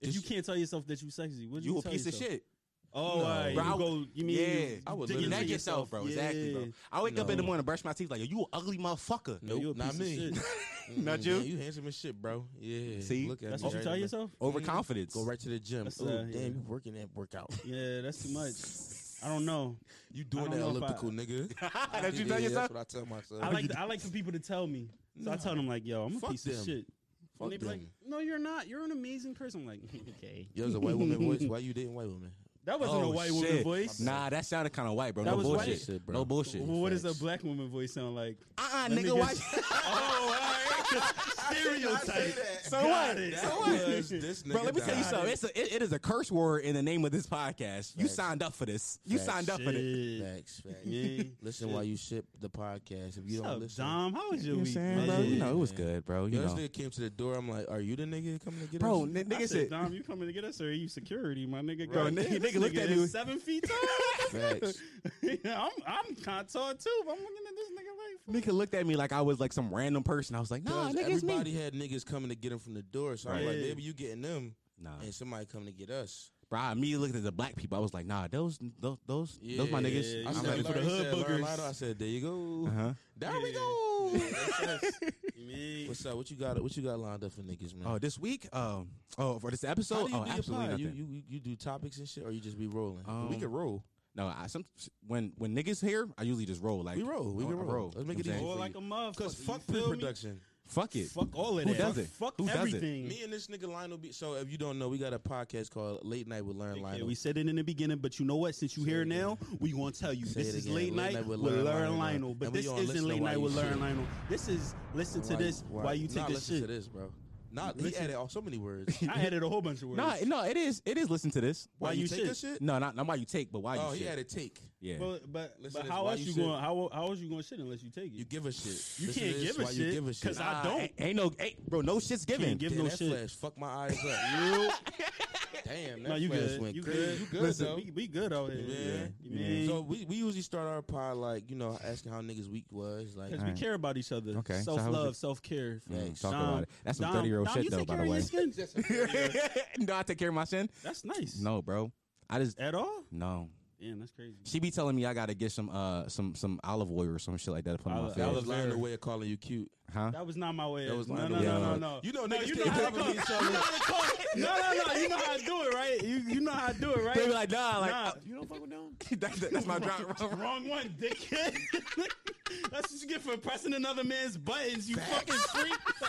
[SPEAKER 7] If
[SPEAKER 5] Just-
[SPEAKER 7] you can't tell yourself that you sexy, what do you,
[SPEAKER 1] You a
[SPEAKER 7] tell
[SPEAKER 1] piece of
[SPEAKER 7] yourself?
[SPEAKER 1] shit.
[SPEAKER 7] Oh, all right.
[SPEAKER 1] Bro, I
[SPEAKER 7] you
[SPEAKER 1] w-
[SPEAKER 7] go. You mean
[SPEAKER 1] yeah,
[SPEAKER 7] you,
[SPEAKER 5] I would
[SPEAKER 7] dig
[SPEAKER 1] You
[SPEAKER 5] literally-
[SPEAKER 7] into
[SPEAKER 1] nag yourself, bro. Exactly, bro. I wake up in the morning, brush my teeth, like, yo, you an ugly motherfucker.
[SPEAKER 5] Nope,
[SPEAKER 7] you a
[SPEAKER 5] not
[SPEAKER 7] piece of
[SPEAKER 5] me.
[SPEAKER 7] shit.
[SPEAKER 5] Mm-mm,
[SPEAKER 1] Not you?
[SPEAKER 5] man, you handsome as shit, bro. Yeah.
[SPEAKER 1] See?
[SPEAKER 5] look at
[SPEAKER 7] That's
[SPEAKER 5] me
[SPEAKER 7] what you
[SPEAKER 5] right
[SPEAKER 7] tell
[SPEAKER 5] in the-
[SPEAKER 7] yourself.
[SPEAKER 1] Overconfidence.
[SPEAKER 5] Go right to the gym.
[SPEAKER 7] That's,
[SPEAKER 5] Oh
[SPEAKER 7] uh, yeah.
[SPEAKER 5] damn, you working that workout?
[SPEAKER 7] Yeah, that's too much. I don't know.
[SPEAKER 5] You
[SPEAKER 7] I
[SPEAKER 5] doing
[SPEAKER 7] don't
[SPEAKER 5] that
[SPEAKER 7] know if I-
[SPEAKER 5] elliptical, *laughs* nigga?
[SPEAKER 1] That's what you tell
[SPEAKER 5] Yeah,
[SPEAKER 1] yourself?
[SPEAKER 5] That's what I tell myself.
[SPEAKER 7] I like I like for people to tell me. So I tell them like, "Yo, I'm a
[SPEAKER 5] Fuck
[SPEAKER 7] piece
[SPEAKER 5] them.
[SPEAKER 7] of shit."
[SPEAKER 5] Fuck
[SPEAKER 7] and they be like,
[SPEAKER 5] them.
[SPEAKER 7] "No, you're not. You're an amazing person." I'm like, *laughs* okay,
[SPEAKER 5] Yo, it's a white
[SPEAKER 7] *laughs*
[SPEAKER 5] woman voice. Why you dating white women?
[SPEAKER 7] that wasn't
[SPEAKER 1] Oh,
[SPEAKER 7] a white
[SPEAKER 1] shit.
[SPEAKER 7] woman voice.
[SPEAKER 1] Nah, that sounded kind of white, bro.
[SPEAKER 7] That
[SPEAKER 1] no
[SPEAKER 7] was white.
[SPEAKER 1] bullshit.
[SPEAKER 5] Shit, bro.
[SPEAKER 1] No bullshit.
[SPEAKER 7] Well, what does a
[SPEAKER 5] Facts. Oh,
[SPEAKER 7] black woman voice sound
[SPEAKER 5] *laughs*
[SPEAKER 7] like?
[SPEAKER 1] Uh-uh,
[SPEAKER 7] Let me
[SPEAKER 1] nigga, why?
[SPEAKER 7] guess. Stereotype.
[SPEAKER 1] so what?
[SPEAKER 7] it.
[SPEAKER 1] So
[SPEAKER 7] That
[SPEAKER 1] what?
[SPEAKER 7] was-
[SPEAKER 5] this
[SPEAKER 1] *laughs*
[SPEAKER 5] nigga
[SPEAKER 1] Bro, let me
[SPEAKER 5] *laughs*
[SPEAKER 1] tell you
[SPEAKER 5] died.
[SPEAKER 1] something. It's a, it, it is a curse word in the name of this podcast. You
[SPEAKER 5] Facts.
[SPEAKER 1] signed up for this. You
[SPEAKER 5] Facts.
[SPEAKER 1] signed up for this.
[SPEAKER 7] Shit.
[SPEAKER 5] Facts, facts.
[SPEAKER 7] Yeah.
[SPEAKER 5] Listen while you ship the podcast. If
[SPEAKER 7] What's
[SPEAKER 5] you don't
[SPEAKER 7] up,
[SPEAKER 5] listen,
[SPEAKER 7] Dom? How was your week? man?
[SPEAKER 5] bro? You know, it was
[SPEAKER 1] good, bro.
[SPEAKER 5] Yo, this nigga came to the door. I'm like, are you the nigga coming to get
[SPEAKER 1] Bro,
[SPEAKER 5] us?
[SPEAKER 1] n-
[SPEAKER 7] I
[SPEAKER 1] nigga
[SPEAKER 7] said,
[SPEAKER 1] said,
[SPEAKER 7] Dom, you coming to get us or are you security, my nigga?
[SPEAKER 1] Bro,
[SPEAKER 7] God
[SPEAKER 1] nigga-
[SPEAKER 7] damn, this
[SPEAKER 1] nigga looked at
[SPEAKER 7] is
[SPEAKER 1] me.
[SPEAKER 7] seven feet tall.
[SPEAKER 5] *laughs* Facts.
[SPEAKER 7] *laughs* I'm I'm contour too. But I'm looking at this nigga like, fuck.
[SPEAKER 1] nigga looked at me like I was like some random person. I was like, nah,
[SPEAKER 5] Because
[SPEAKER 1] nigga, it's
[SPEAKER 5] everybody
[SPEAKER 1] me.
[SPEAKER 5] had niggas coming to get him from the door. So I'm
[SPEAKER 7] Right.
[SPEAKER 5] like,
[SPEAKER 7] Yeah.
[SPEAKER 5] maybe you getting them
[SPEAKER 1] Nah.
[SPEAKER 5] and somebody coming to get us.
[SPEAKER 1] Bro, I immediately looked at the black people. I was like, nah, those, those, those, those my
[SPEAKER 5] Yeah.
[SPEAKER 1] niggas.
[SPEAKER 5] I
[SPEAKER 1] I'm
[SPEAKER 5] said,
[SPEAKER 1] ready
[SPEAKER 7] for the
[SPEAKER 5] Larry
[SPEAKER 7] hood
[SPEAKER 5] said, Larry
[SPEAKER 7] boogers.
[SPEAKER 5] Lotto. I said, there you go.
[SPEAKER 1] Uh-huh.
[SPEAKER 5] There we
[SPEAKER 7] Yeah.
[SPEAKER 5] *laughs* go.
[SPEAKER 1] *laughs*
[SPEAKER 7] You mean?
[SPEAKER 5] What's up? What you got? What you got lined up for niggas, man?
[SPEAKER 1] Oh, this week? Um, oh, for this
[SPEAKER 5] Mm. How
[SPEAKER 1] episode?
[SPEAKER 5] do you
[SPEAKER 1] Oh,
[SPEAKER 5] do your
[SPEAKER 1] absolutely
[SPEAKER 5] pod?
[SPEAKER 1] nothing.
[SPEAKER 5] You, you you- you do topics and shit, or you just be rolling? we
[SPEAKER 1] Um,
[SPEAKER 5] can roll.
[SPEAKER 1] no, I some when when niggas here, I usually just roll. Like
[SPEAKER 5] We roll. We
[SPEAKER 1] I-
[SPEAKER 5] can
[SPEAKER 1] I
[SPEAKER 5] roll. Let's
[SPEAKER 1] You
[SPEAKER 5] make it
[SPEAKER 1] know what I'm
[SPEAKER 5] easy.
[SPEAKER 1] saying?
[SPEAKER 7] Or like a motherfucker.
[SPEAKER 5] Because fuck
[SPEAKER 7] you feel me?
[SPEAKER 5] pre-production.
[SPEAKER 7] Fuck it.
[SPEAKER 4] Fuck all of
[SPEAKER 7] Who
[SPEAKER 4] that.
[SPEAKER 7] does
[SPEAKER 4] Fuck-
[SPEAKER 7] it?
[SPEAKER 4] Fuck
[SPEAKER 7] Who does it?
[SPEAKER 4] everything.
[SPEAKER 5] Me and this nigga Lionel. Be, so if you don't know, we got a podcast called Late Night with Learn
[SPEAKER 7] Yeah,
[SPEAKER 5] Lionel.
[SPEAKER 7] we said it in the beginning, but you know what? Since you here now, we gonna tell you
[SPEAKER 5] Say
[SPEAKER 7] this
[SPEAKER 5] it
[SPEAKER 7] is
[SPEAKER 5] again.
[SPEAKER 7] late, night, with Lauren Lionel. But
[SPEAKER 5] And we
[SPEAKER 7] this
[SPEAKER 5] on
[SPEAKER 7] isn't
[SPEAKER 5] Listen to
[SPEAKER 7] late
[SPEAKER 5] Why
[SPEAKER 7] night
[SPEAKER 5] You
[SPEAKER 7] with Lauren
[SPEAKER 5] Shit.
[SPEAKER 7] Lionel. This is listen to
[SPEAKER 5] Why-
[SPEAKER 7] this
[SPEAKER 5] why-
[SPEAKER 7] while you take
[SPEAKER 5] Nah,
[SPEAKER 7] this
[SPEAKER 5] listen to
[SPEAKER 7] shit.
[SPEAKER 5] this, bro. Not he
[SPEAKER 7] Listen-
[SPEAKER 5] added all so
[SPEAKER 7] *laughs*
[SPEAKER 5] many words.
[SPEAKER 7] I added a whole bunch of words.
[SPEAKER 1] Nah, no, it is. It is. Listen to this.
[SPEAKER 7] why, you
[SPEAKER 5] take
[SPEAKER 7] shit?
[SPEAKER 5] this shit?
[SPEAKER 1] No, not not why you take, but why
[SPEAKER 5] Oh,
[SPEAKER 1] you
[SPEAKER 5] he
[SPEAKER 1] shit.
[SPEAKER 5] had a take.
[SPEAKER 1] yeah.
[SPEAKER 7] But but,
[SPEAKER 5] Listen to
[SPEAKER 7] but
[SPEAKER 5] this,
[SPEAKER 7] how
[SPEAKER 5] why
[SPEAKER 7] else
[SPEAKER 5] you
[SPEAKER 7] you
[SPEAKER 5] shit?
[SPEAKER 7] going? How how else you going to shit unless you take it?
[SPEAKER 5] You give a shit.
[SPEAKER 7] You
[SPEAKER 5] Listen
[SPEAKER 7] can't
[SPEAKER 5] to this,
[SPEAKER 7] give a
[SPEAKER 5] why
[SPEAKER 7] shit,
[SPEAKER 5] You give a shit.
[SPEAKER 7] 'cause I don't.
[SPEAKER 1] ain't, ain't no, ain't, bro. No shit's given. *laughs*
[SPEAKER 7] Can't give
[SPEAKER 5] Damn,
[SPEAKER 7] no
[SPEAKER 5] that
[SPEAKER 7] shit.
[SPEAKER 5] flash fucked my
[SPEAKER 7] *laughs*
[SPEAKER 5] eyes up. Damn, that
[SPEAKER 7] no, you
[SPEAKER 5] flash
[SPEAKER 7] good.
[SPEAKER 5] went
[SPEAKER 7] You
[SPEAKER 5] good.
[SPEAKER 7] good.
[SPEAKER 5] You good
[SPEAKER 7] Listen,
[SPEAKER 5] though.
[SPEAKER 7] we, we good out here.
[SPEAKER 5] Yeah.
[SPEAKER 7] You mean?
[SPEAKER 5] So we, we usually start our pod like you know asking how niggas week was like
[SPEAKER 7] Because we care about each other.
[SPEAKER 1] Okay, so
[SPEAKER 7] Self
[SPEAKER 1] how's
[SPEAKER 7] love,
[SPEAKER 1] it-
[SPEAKER 7] self care.
[SPEAKER 1] Mm, talk about it. That's some 30-year-old shit, though, by the way.
[SPEAKER 5] *laughs*
[SPEAKER 7] *laughs*
[SPEAKER 1] no, I take care of my sin.
[SPEAKER 7] That's nice.
[SPEAKER 1] No, bro. I just
[SPEAKER 7] At all?
[SPEAKER 1] no.
[SPEAKER 7] Damn, that's crazy.
[SPEAKER 1] She be telling me I gotta get some uh some some olive oil or some shit like that to put on my
[SPEAKER 7] Olive-
[SPEAKER 1] face.
[SPEAKER 5] that
[SPEAKER 7] olive-
[SPEAKER 5] was Lionel way of calling you cute.
[SPEAKER 1] huh?
[SPEAKER 7] That was not my way.
[SPEAKER 5] That was
[SPEAKER 7] no,
[SPEAKER 5] not
[SPEAKER 7] no,
[SPEAKER 5] the
[SPEAKER 7] no,
[SPEAKER 1] way.
[SPEAKER 7] no, no.
[SPEAKER 5] You know
[SPEAKER 7] no,
[SPEAKER 5] niggas
[SPEAKER 7] you know
[SPEAKER 5] can't
[SPEAKER 7] how
[SPEAKER 5] cover
[SPEAKER 7] it
[SPEAKER 5] each
[SPEAKER 7] goes.
[SPEAKER 5] other.
[SPEAKER 7] You know how it goes. No, no, no. You know how I do it, right? You, you know how I do it, right?
[SPEAKER 1] They be like, nah, like uh,
[SPEAKER 7] nah,
[SPEAKER 2] You don't fuck with them?
[SPEAKER 1] *laughs* that, that- that's my drop.
[SPEAKER 7] *laughs* wrong one, dickhead. *laughs* That's what you get for pressing another man's buttons. You fucking freak. *laughs*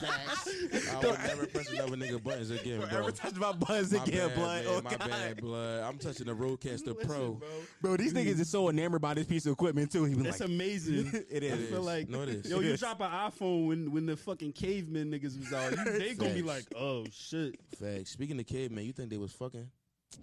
[SPEAKER 5] I will never press another nigga buttons again, bro.
[SPEAKER 1] Ever touched my buzz
[SPEAKER 5] My
[SPEAKER 1] again,
[SPEAKER 5] bad,
[SPEAKER 1] blood?
[SPEAKER 5] man,
[SPEAKER 1] Oh,
[SPEAKER 5] my
[SPEAKER 1] God.
[SPEAKER 5] bad, blood. I'm touching the Roadcaster Pro.
[SPEAKER 1] Bro, these niggas is so enamored by this piece of equipment too. He was
[SPEAKER 7] It's
[SPEAKER 1] like,
[SPEAKER 7] amazing.
[SPEAKER 1] *laughs* It
[SPEAKER 7] I
[SPEAKER 1] is.
[SPEAKER 7] feel like
[SPEAKER 5] No, it is.
[SPEAKER 7] yo,
[SPEAKER 1] *laughs*
[SPEAKER 5] It
[SPEAKER 7] you
[SPEAKER 1] is.
[SPEAKER 7] drop an iPhone when when the fucking cavemen niggas was out. You, they gonna be like,
[SPEAKER 5] Facts.
[SPEAKER 7] oh shit.
[SPEAKER 5] Facts. Speaking of caveman, you think they was fucking?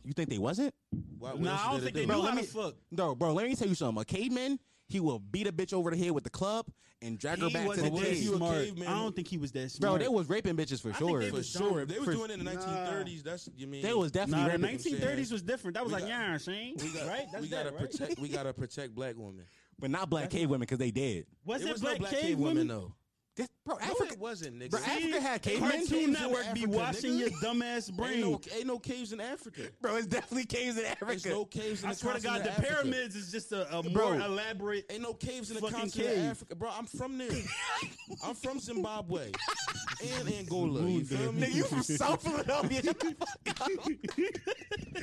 [SPEAKER 1] you think they wasn't?
[SPEAKER 5] Why, what
[SPEAKER 7] Nah,
[SPEAKER 5] else
[SPEAKER 7] I don't
[SPEAKER 5] did
[SPEAKER 7] think
[SPEAKER 5] do?
[SPEAKER 7] they
[SPEAKER 1] Bro,
[SPEAKER 7] knew
[SPEAKER 1] let
[SPEAKER 7] how to
[SPEAKER 1] me-
[SPEAKER 7] fuck.
[SPEAKER 1] No, bro. Let me tell you something. A caveman, he will beat a bitch over the head with the club and drag her
[SPEAKER 7] He
[SPEAKER 1] back to the
[SPEAKER 7] wasn't
[SPEAKER 5] what
[SPEAKER 7] that
[SPEAKER 5] if you
[SPEAKER 1] cave.
[SPEAKER 5] a
[SPEAKER 7] smart.
[SPEAKER 5] caveman?
[SPEAKER 7] I don't think he was that
[SPEAKER 1] Bro,
[SPEAKER 7] smart.
[SPEAKER 1] they was raping bitches for
[SPEAKER 7] think
[SPEAKER 1] sure.
[SPEAKER 7] they
[SPEAKER 5] For
[SPEAKER 7] was
[SPEAKER 5] sure,
[SPEAKER 7] dumb.
[SPEAKER 5] they was
[SPEAKER 1] For-
[SPEAKER 5] doing it in the 1930s. That's you mean
[SPEAKER 1] They was definitely
[SPEAKER 7] Nah, the
[SPEAKER 1] raping.
[SPEAKER 5] nineteen-
[SPEAKER 7] 1930s was different. That was
[SPEAKER 5] We
[SPEAKER 7] like,
[SPEAKER 5] got-
[SPEAKER 7] yeah, Shane.
[SPEAKER 5] We got,
[SPEAKER 7] right? That's
[SPEAKER 5] we gotta
[SPEAKER 7] that, right?
[SPEAKER 5] protect. We gotta protect black women.
[SPEAKER 1] but not black cave women because they dead.
[SPEAKER 7] Was
[SPEAKER 5] It
[SPEAKER 7] it
[SPEAKER 5] was
[SPEAKER 7] black,
[SPEAKER 5] no black
[SPEAKER 7] cave,
[SPEAKER 5] cave,
[SPEAKER 7] women?
[SPEAKER 5] women though.
[SPEAKER 1] That's, bro,
[SPEAKER 5] No,
[SPEAKER 1] Africa.
[SPEAKER 5] it wasn't, nigga.
[SPEAKER 1] Bro, Africa had cavemen.
[SPEAKER 7] Cartoon Network be
[SPEAKER 5] Africa,
[SPEAKER 7] washing
[SPEAKER 5] nigga.
[SPEAKER 7] your dumbass brain.
[SPEAKER 5] Ain't no, ain't no caves in Africa.
[SPEAKER 1] Bro, it's definitely caves in Africa.
[SPEAKER 5] There's no caves in
[SPEAKER 7] I
[SPEAKER 5] the
[SPEAKER 7] swear to God,
[SPEAKER 5] continent
[SPEAKER 7] the
[SPEAKER 5] of Africa.
[SPEAKER 7] pyramids is just a, a
[SPEAKER 1] Bro.
[SPEAKER 7] more elaborate.
[SPEAKER 5] Ain't no caves in the
[SPEAKER 7] Fucking
[SPEAKER 5] continent
[SPEAKER 7] cave.
[SPEAKER 5] of Africa, bro. I'm from there. I'm from Zimbabwe and Angola. You feel me?
[SPEAKER 1] Nigga, you from South Philadelphia? *laughs* Shut the fuck up.
[SPEAKER 7] *laughs*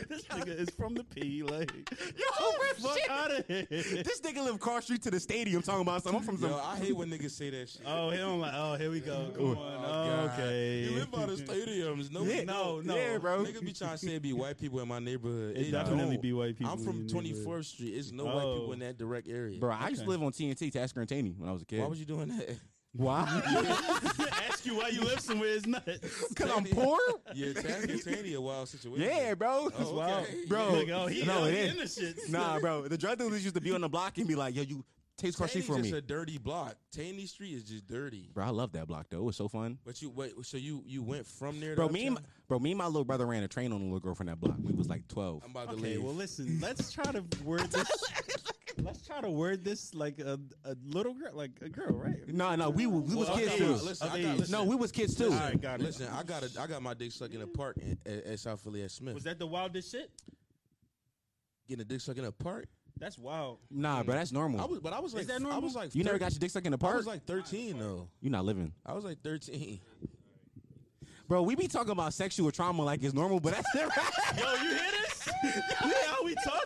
[SPEAKER 7] this nigga is from the P. Like,
[SPEAKER 1] Yo, real
[SPEAKER 7] fuck
[SPEAKER 1] shit.
[SPEAKER 7] out of here.
[SPEAKER 1] This nigga live cross street to the stadium talking about something. I'm from
[SPEAKER 5] Yo,
[SPEAKER 1] some.
[SPEAKER 5] I hate when niggas say that shit.
[SPEAKER 7] Oh, him like, oh, here we go. Come on.
[SPEAKER 5] Oh, God.
[SPEAKER 7] okay.
[SPEAKER 5] You live
[SPEAKER 7] *laughs*
[SPEAKER 5] by the stadiums. No,
[SPEAKER 1] Oh, Yeah,
[SPEAKER 7] no, no.
[SPEAKER 1] Yeah, bro.
[SPEAKER 5] Niggas be trying to say it be white people in my neighborhood.
[SPEAKER 7] It
[SPEAKER 5] It
[SPEAKER 7] definitely
[SPEAKER 5] don't.
[SPEAKER 7] be white people
[SPEAKER 5] I'm
[SPEAKER 7] in your
[SPEAKER 5] from
[SPEAKER 7] neighborhood.
[SPEAKER 5] 24th Street. It's no white people
[SPEAKER 7] Oh.
[SPEAKER 5] in that direct area.
[SPEAKER 1] Bro, I used to
[SPEAKER 7] Okay.
[SPEAKER 1] live on TNT, Tasker and Taney, when I was a kid.
[SPEAKER 5] Why was you doing
[SPEAKER 1] *laughs*
[SPEAKER 5] that? *laughs*
[SPEAKER 1] Why?
[SPEAKER 7] Ask you why you live somewhere is nuts.
[SPEAKER 1] Because I'm
[SPEAKER 5] *laughs*
[SPEAKER 1] poor?
[SPEAKER 5] Yeah, Tasmania, a wild situation.
[SPEAKER 1] Yeah, bro.
[SPEAKER 5] Oh, okay.
[SPEAKER 1] Bro.
[SPEAKER 7] Like, oh, he,
[SPEAKER 1] no,
[SPEAKER 7] oh,
[SPEAKER 1] it
[SPEAKER 7] he
[SPEAKER 1] is.
[SPEAKER 7] in the shit.
[SPEAKER 1] Nah, bro. The drug dealers used to be on the block and be like, yo, you taste cross
[SPEAKER 5] Taney's
[SPEAKER 1] street for
[SPEAKER 5] just
[SPEAKER 1] me.
[SPEAKER 5] a dirty block. Taney Street is just dirty.
[SPEAKER 1] bro, I love that block, though. It was so fun.
[SPEAKER 5] But you wait, so you you went from there,
[SPEAKER 1] Bro,
[SPEAKER 5] to
[SPEAKER 1] me and, my,
[SPEAKER 5] uptown?
[SPEAKER 1] bro, me and my little brother ran a train on a little girl from that block. We was like 12.
[SPEAKER 5] I'm about to
[SPEAKER 7] Okay,
[SPEAKER 5] leave.
[SPEAKER 7] well, listen. Let's try to word
[SPEAKER 1] *laughs*
[SPEAKER 7] this. let's try to word this like a, a little girl, like a girl, right?
[SPEAKER 1] No, no, we, we was
[SPEAKER 5] Well,
[SPEAKER 1] kids,
[SPEAKER 5] I
[SPEAKER 1] too.
[SPEAKER 5] got my- listen,
[SPEAKER 7] Of
[SPEAKER 5] I got,
[SPEAKER 7] age.
[SPEAKER 5] listen,
[SPEAKER 1] no, we was kids, too.
[SPEAKER 7] All right, got it.
[SPEAKER 5] listen. I got a, I got my dick sucked in a park in- at, at South Philly at Smith.
[SPEAKER 7] Was that the wildest shit?
[SPEAKER 5] Getting a dick sucked in a park?
[SPEAKER 7] That's wild.
[SPEAKER 1] Nah, bro, that's normal.
[SPEAKER 5] I was, but I was like,
[SPEAKER 7] that
[SPEAKER 5] I
[SPEAKER 7] normal?
[SPEAKER 5] was like,
[SPEAKER 1] you never
[SPEAKER 5] 13
[SPEAKER 1] got your dick stuck in the
[SPEAKER 5] I
[SPEAKER 1] park?
[SPEAKER 5] was like 13 though.
[SPEAKER 1] you not living.
[SPEAKER 5] I was like
[SPEAKER 7] *laughs*
[SPEAKER 5] 13.
[SPEAKER 1] Bro, we be talking about sexual trauma like it's normal, but that's *laughs* never
[SPEAKER 7] Yo, you hear
[SPEAKER 1] *laughs*
[SPEAKER 7] this? yeah, we talking?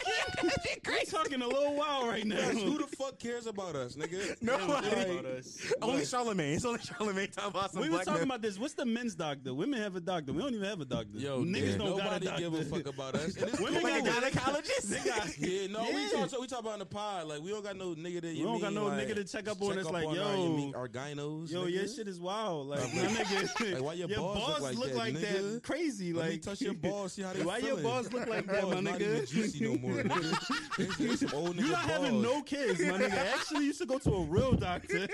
[SPEAKER 7] we talking a little while right now.
[SPEAKER 5] Who the fuck cares about us, *laughs* nigga?
[SPEAKER 1] Nobody.
[SPEAKER 7] About
[SPEAKER 5] *laughs*
[SPEAKER 7] us.
[SPEAKER 1] Only Charlemagne. It's only Charlemagne talking about some
[SPEAKER 7] We were
[SPEAKER 1] black
[SPEAKER 7] talking
[SPEAKER 1] man.
[SPEAKER 7] about this. What's the men's doctor? Women have a doctor. We don't even have a doctor.
[SPEAKER 5] Yo,
[SPEAKER 7] niggas
[SPEAKER 5] nigga,
[SPEAKER 7] don't got a
[SPEAKER 5] nobody
[SPEAKER 7] doctor.
[SPEAKER 5] give a fuck about us. And it's
[SPEAKER 7] Women
[SPEAKER 5] cool.
[SPEAKER 1] like a
[SPEAKER 7] got-
[SPEAKER 1] gynecologist.
[SPEAKER 7] They got-
[SPEAKER 5] *laughs* yeah, no, we
[SPEAKER 7] Yeah.
[SPEAKER 5] talk so we talk about on the pod. Like we don't got no nigga that you
[SPEAKER 7] We don't got
[SPEAKER 5] mean,
[SPEAKER 7] no
[SPEAKER 5] like,
[SPEAKER 7] nigga to check up on us, like,
[SPEAKER 5] on our-
[SPEAKER 7] yo.
[SPEAKER 5] you mean our
[SPEAKER 7] *laughs*
[SPEAKER 5] gynos.
[SPEAKER 7] Yo,
[SPEAKER 5] nigga.
[SPEAKER 7] your shit is wild. Like, my
[SPEAKER 5] Like,
[SPEAKER 7] nigga,
[SPEAKER 5] *laughs* like, why your balls look like that, nigga?
[SPEAKER 7] Crazy.
[SPEAKER 5] Let
[SPEAKER 7] like,
[SPEAKER 5] me
[SPEAKER 7] *laughs*
[SPEAKER 5] touch your balls, see how they
[SPEAKER 7] Why your
[SPEAKER 5] feeling.
[SPEAKER 7] balls look like that,
[SPEAKER 5] Balls
[SPEAKER 7] my
[SPEAKER 5] not even
[SPEAKER 7] nigga?
[SPEAKER 5] juicy no
[SPEAKER 7] *laughs*
[SPEAKER 5] more. Nigga. It's- it's some old
[SPEAKER 7] You're
[SPEAKER 5] nigga
[SPEAKER 7] not having
[SPEAKER 5] balls.
[SPEAKER 7] no kids, my
[SPEAKER 5] *laughs*
[SPEAKER 7] nigga. Actually, you should go to a real doctor.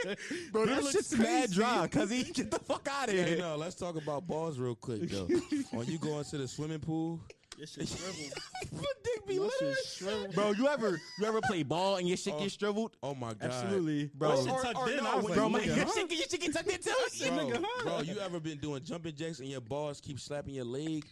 [SPEAKER 1] Bro,
[SPEAKER 7] That
[SPEAKER 1] that
[SPEAKER 7] looks
[SPEAKER 1] shit's mad
[SPEAKER 7] crazy.
[SPEAKER 1] dry, cause he get the fuck out of *laughs*
[SPEAKER 5] Hey,
[SPEAKER 1] here.
[SPEAKER 5] no, let's talk about balls real
[SPEAKER 7] *laughs*
[SPEAKER 5] quick though. when you go into the swimming pool,
[SPEAKER 7] Your shit
[SPEAKER 5] *laughs*
[SPEAKER 7] shriveled.
[SPEAKER 1] dick be
[SPEAKER 7] Your shit shriveled.
[SPEAKER 1] Bro, you ever you ever play ball and your shit
[SPEAKER 5] Oh.
[SPEAKER 1] get shriveled?
[SPEAKER 5] oh my god,
[SPEAKER 7] Absolutely.
[SPEAKER 1] Bro.
[SPEAKER 7] My shit
[SPEAKER 1] Or-
[SPEAKER 7] tucked
[SPEAKER 5] or
[SPEAKER 7] in.
[SPEAKER 5] no,
[SPEAKER 7] I was
[SPEAKER 5] when
[SPEAKER 7] like,
[SPEAKER 1] Bro, my,
[SPEAKER 7] nigga,
[SPEAKER 1] your,
[SPEAKER 5] *laughs*
[SPEAKER 7] huh?
[SPEAKER 1] shit, your shit get tucked in *laughs* too.
[SPEAKER 5] Bro,
[SPEAKER 7] nigga, huh?
[SPEAKER 5] bro, you ever been doing jumping jacks and your balls keep slapping your leg?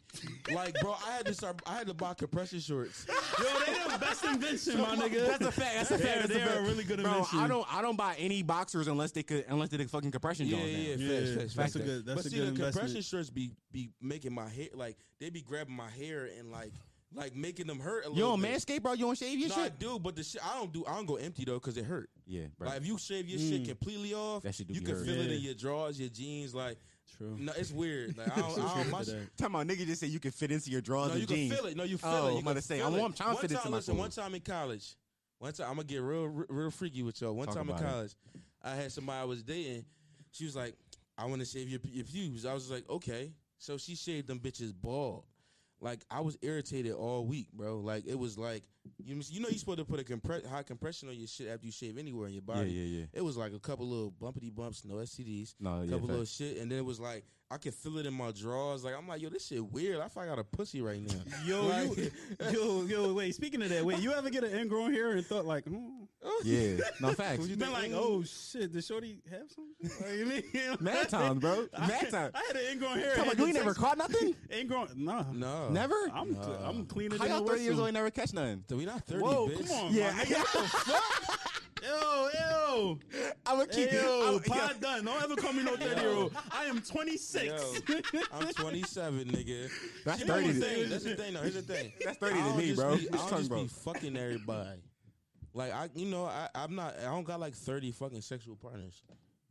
[SPEAKER 5] Like, bro, I had to start. I had to buy compression shorts.
[SPEAKER 7] Yo, they the best invention, my nigga.
[SPEAKER 1] That's
[SPEAKER 7] *laughs*
[SPEAKER 1] a fact. That's a
[SPEAKER 7] They are-
[SPEAKER 1] fact. That's
[SPEAKER 7] they
[SPEAKER 1] a fact.
[SPEAKER 7] are really good
[SPEAKER 1] Bro,
[SPEAKER 7] invention.
[SPEAKER 1] I don't I don't buy any boxers unless they could unless they did fucking compression
[SPEAKER 5] Yeah,
[SPEAKER 1] joints. now.
[SPEAKER 5] yeah, yeah,
[SPEAKER 7] Yeah,
[SPEAKER 5] facts, facts,
[SPEAKER 7] that's
[SPEAKER 5] facts,
[SPEAKER 7] a
[SPEAKER 5] facts.
[SPEAKER 7] good- that's
[SPEAKER 5] but
[SPEAKER 7] a
[SPEAKER 5] see,
[SPEAKER 7] good
[SPEAKER 5] the compression
[SPEAKER 7] investment.
[SPEAKER 5] shirts be be making my hair like they be grabbing my hair and like like making them hurt. A
[SPEAKER 1] You
[SPEAKER 5] little
[SPEAKER 1] on
[SPEAKER 5] bit.
[SPEAKER 1] Manscaped, bro? You don't shave your
[SPEAKER 5] No, I
[SPEAKER 1] shit?
[SPEAKER 5] do, but the shit I don't do. I don't go empty though because it hurt.
[SPEAKER 1] Yeah, bro.
[SPEAKER 5] Like if you shave your shit completely off,
[SPEAKER 1] That shit do
[SPEAKER 5] you
[SPEAKER 1] be
[SPEAKER 5] can
[SPEAKER 1] hurt.
[SPEAKER 5] feel it
[SPEAKER 7] Yeah.
[SPEAKER 5] in your drawers, your jeans. Like
[SPEAKER 7] *laughs* True.
[SPEAKER 5] no, it's weird. Like
[SPEAKER 7] *laughs*
[SPEAKER 5] I don't, I don't my, shit-
[SPEAKER 1] Talking about nigga just say you can fit into your drawers
[SPEAKER 5] no,
[SPEAKER 1] and
[SPEAKER 5] you
[SPEAKER 1] jeans.
[SPEAKER 5] can feel it. No, you feel
[SPEAKER 1] Oh,
[SPEAKER 5] it. You
[SPEAKER 1] I'm
[SPEAKER 5] can
[SPEAKER 1] gonna say, I
[SPEAKER 5] feel
[SPEAKER 1] want-
[SPEAKER 5] it.
[SPEAKER 1] I'm trying to
[SPEAKER 5] one
[SPEAKER 1] fit
[SPEAKER 5] time,
[SPEAKER 1] into my
[SPEAKER 5] listen,
[SPEAKER 1] phone.
[SPEAKER 5] one time in college, one time I'm gonna get real, real, real freaky with y'all. One
[SPEAKER 1] Talk
[SPEAKER 5] time in
[SPEAKER 1] about it.
[SPEAKER 5] college, I had somebody I was dating. She was like, "I want to shave your, your pubes." I was like, "Okay." So she shaved them bitches bald. Like I was irritated all week, bro. Like it was like you, you know you supposed to put a compre- high compression on your shit after you shave anywhere in your
[SPEAKER 1] Yeah,
[SPEAKER 5] body.
[SPEAKER 1] yeah, yeah.
[SPEAKER 5] It was like a couple little bumpity bumps, no STDs,
[SPEAKER 1] No, Oh, yeah.
[SPEAKER 5] couple little
[SPEAKER 1] facts.
[SPEAKER 5] shit, and then it was like I could feel it in my drawers. Like I'm like, yo, this shit weird. I feel like I got a pussy right now.
[SPEAKER 1] *laughs*
[SPEAKER 7] Yo,
[SPEAKER 5] Like-
[SPEAKER 7] you, *laughs* yo, yo, wait. Speaking of that, wait, you ever get an ingrown hair and thought like, hmm?
[SPEAKER 1] Yeah. No facts.
[SPEAKER 7] you been like, oh shit, did Shorty have something? Like, *laughs* you mean-
[SPEAKER 1] Mad times, bro. Mad time.
[SPEAKER 7] *laughs* I had an ingrown hair.
[SPEAKER 1] Talking about you
[SPEAKER 7] Had to
[SPEAKER 1] ain't never
[SPEAKER 7] text-
[SPEAKER 1] caught nothing?
[SPEAKER 7] Ingrown, nah,
[SPEAKER 5] No,
[SPEAKER 1] Never?
[SPEAKER 7] I'm, I'm cleaner
[SPEAKER 1] How
[SPEAKER 7] than
[SPEAKER 1] y'all
[SPEAKER 7] the
[SPEAKER 1] 30 years
[SPEAKER 7] whistle.
[SPEAKER 1] old and never catch nothing?
[SPEAKER 5] We not thirty.
[SPEAKER 7] Whoa,
[SPEAKER 5] bitch.
[SPEAKER 7] come on,
[SPEAKER 1] Yeah.
[SPEAKER 7] yeah, yo, yo,
[SPEAKER 1] I'm going to keep
[SPEAKER 7] yo,
[SPEAKER 1] *laughs* I'ma-
[SPEAKER 7] pod done. Don't ever call me no thirty year old. I am twenty six.
[SPEAKER 5] Yo, *laughs* I'm 27, nigga.
[SPEAKER 1] That's
[SPEAKER 5] You know
[SPEAKER 1] 30
[SPEAKER 5] the
[SPEAKER 1] to-
[SPEAKER 5] thing, That's the thing. though. here's the thing.
[SPEAKER 1] That's 30 to
[SPEAKER 5] I'll
[SPEAKER 1] me,
[SPEAKER 5] just
[SPEAKER 1] bro.
[SPEAKER 5] Be,
[SPEAKER 1] What you
[SPEAKER 5] I'll
[SPEAKER 1] talking
[SPEAKER 5] just be
[SPEAKER 1] about?
[SPEAKER 5] fucking everybody. Like I, you know, I, I'm not. I don't got like 30 fucking sexual partners.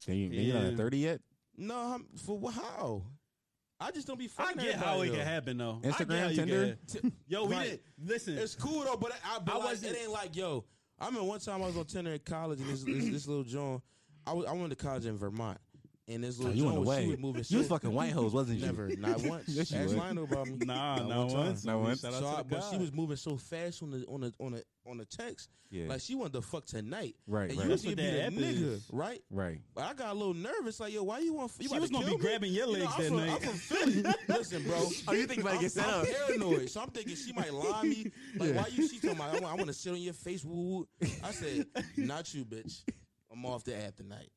[SPEAKER 1] Then you- then you not at
[SPEAKER 7] Yeah.
[SPEAKER 1] 30 yet?
[SPEAKER 5] No, I'm, for wh- how? I just don't be
[SPEAKER 7] *laughs* I
[SPEAKER 5] fucking.
[SPEAKER 7] get
[SPEAKER 5] everybody,
[SPEAKER 7] how it
[SPEAKER 5] though.
[SPEAKER 7] can happen though. I get
[SPEAKER 1] Instagram,
[SPEAKER 7] how you
[SPEAKER 1] Tinder?
[SPEAKER 7] can- Yo, we
[SPEAKER 5] Right.
[SPEAKER 7] didn't listen. *laughs*
[SPEAKER 5] It's cool though, but I, but
[SPEAKER 7] I
[SPEAKER 5] like,
[SPEAKER 7] wasn't-
[SPEAKER 5] It ain't like yo. I remember one time I was on Tinder in college, and this this, this little John. I was I went to college in Vermont, and this
[SPEAKER 1] Oh,
[SPEAKER 5] little
[SPEAKER 1] you
[SPEAKER 5] John
[SPEAKER 1] went
[SPEAKER 5] was-
[SPEAKER 1] away.
[SPEAKER 5] she was moving.
[SPEAKER 1] You was
[SPEAKER 5] shit.
[SPEAKER 1] fucking white hoes, wasn't you?
[SPEAKER 5] Never,
[SPEAKER 1] *laughs*
[SPEAKER 5] not once.
[SPEAKER 1] Yes, you
[SPEAKER 5] Ask
[SPEAKER 1] was.
[SPEAKER 5] Lionel about me.
[SPEAKER 7] nah,
[SPEAKER 5] Not
[SPEAKER 7] not
[SPEAKER 5] one time.
[SPEAKER 7] once.
[SPEAKER 1] Not once.
[SPEAKER 7] Shout out
[SPEAKER 5] So
[SPEAKER 7] to
[SPEAKER 5] I,
[SPEAKER 7] the
[SPEAKER 5] but she
[SPEAKER 7] God.
[SPEAKER 5] was moving so fast on the on the on the on the text.
[SPEAKER 1] Yeah.
[SPEAKER 5] Like she wanted to fuck tonight.
[SPEAKER 1] Right,
[SPEAKER 5] And
[SPEAKER 1] right.
[SPEAKER 5] you
[SPEAKER 1] That's
[SPEAKER 5] see
[SPEAKER 7] what
[SPEAKER 5] be
[SPEAKER 7] that
[SPEAKER 5] the
[SPEAKER 7] app
[SPEAKER 5] nigga,
[SPEAKER 7] is.
[SPEAKER 5] right?
[SPEAKER 1] Right.
[SPEAKER 5] But I got a little nervous. Like, yo, why you want? You
[SPEAKER 7] She
[SPEAKER 5] about
[SPEAKER 7] was
[SPEAKER 5] to
[SPEAKER 7] gonna be
[SPEAKER 5] kill me?
[SPEAKER 7] grabbing your
[SPEAKER 5] You know,
[SPEAKER 7] legs
[SPEAKER 5] I'm
[SPEAKER 7] that
[SPEAKER 5] from,
[SPEAKER 7] night.
[SPEAKER 5] I'm from
[SPEAKER 7] *laughs*
[SPEAKER 5] Philly. Listen, bro.
[SPEAKER 1] Oh, you think
[SPEAKER 5] I'm,
[SPEAKER 1] like it's set
[SPEAKER 5] I'm
[SPEAKER 1] up?
[SPEAKER 5] *laughs* paranoid, so I'm thinking she might lie me. Like, why you? She talking about I want, I want to sit on your face. Woo, woo. I said, not you, bitch. I'm off the app tonight.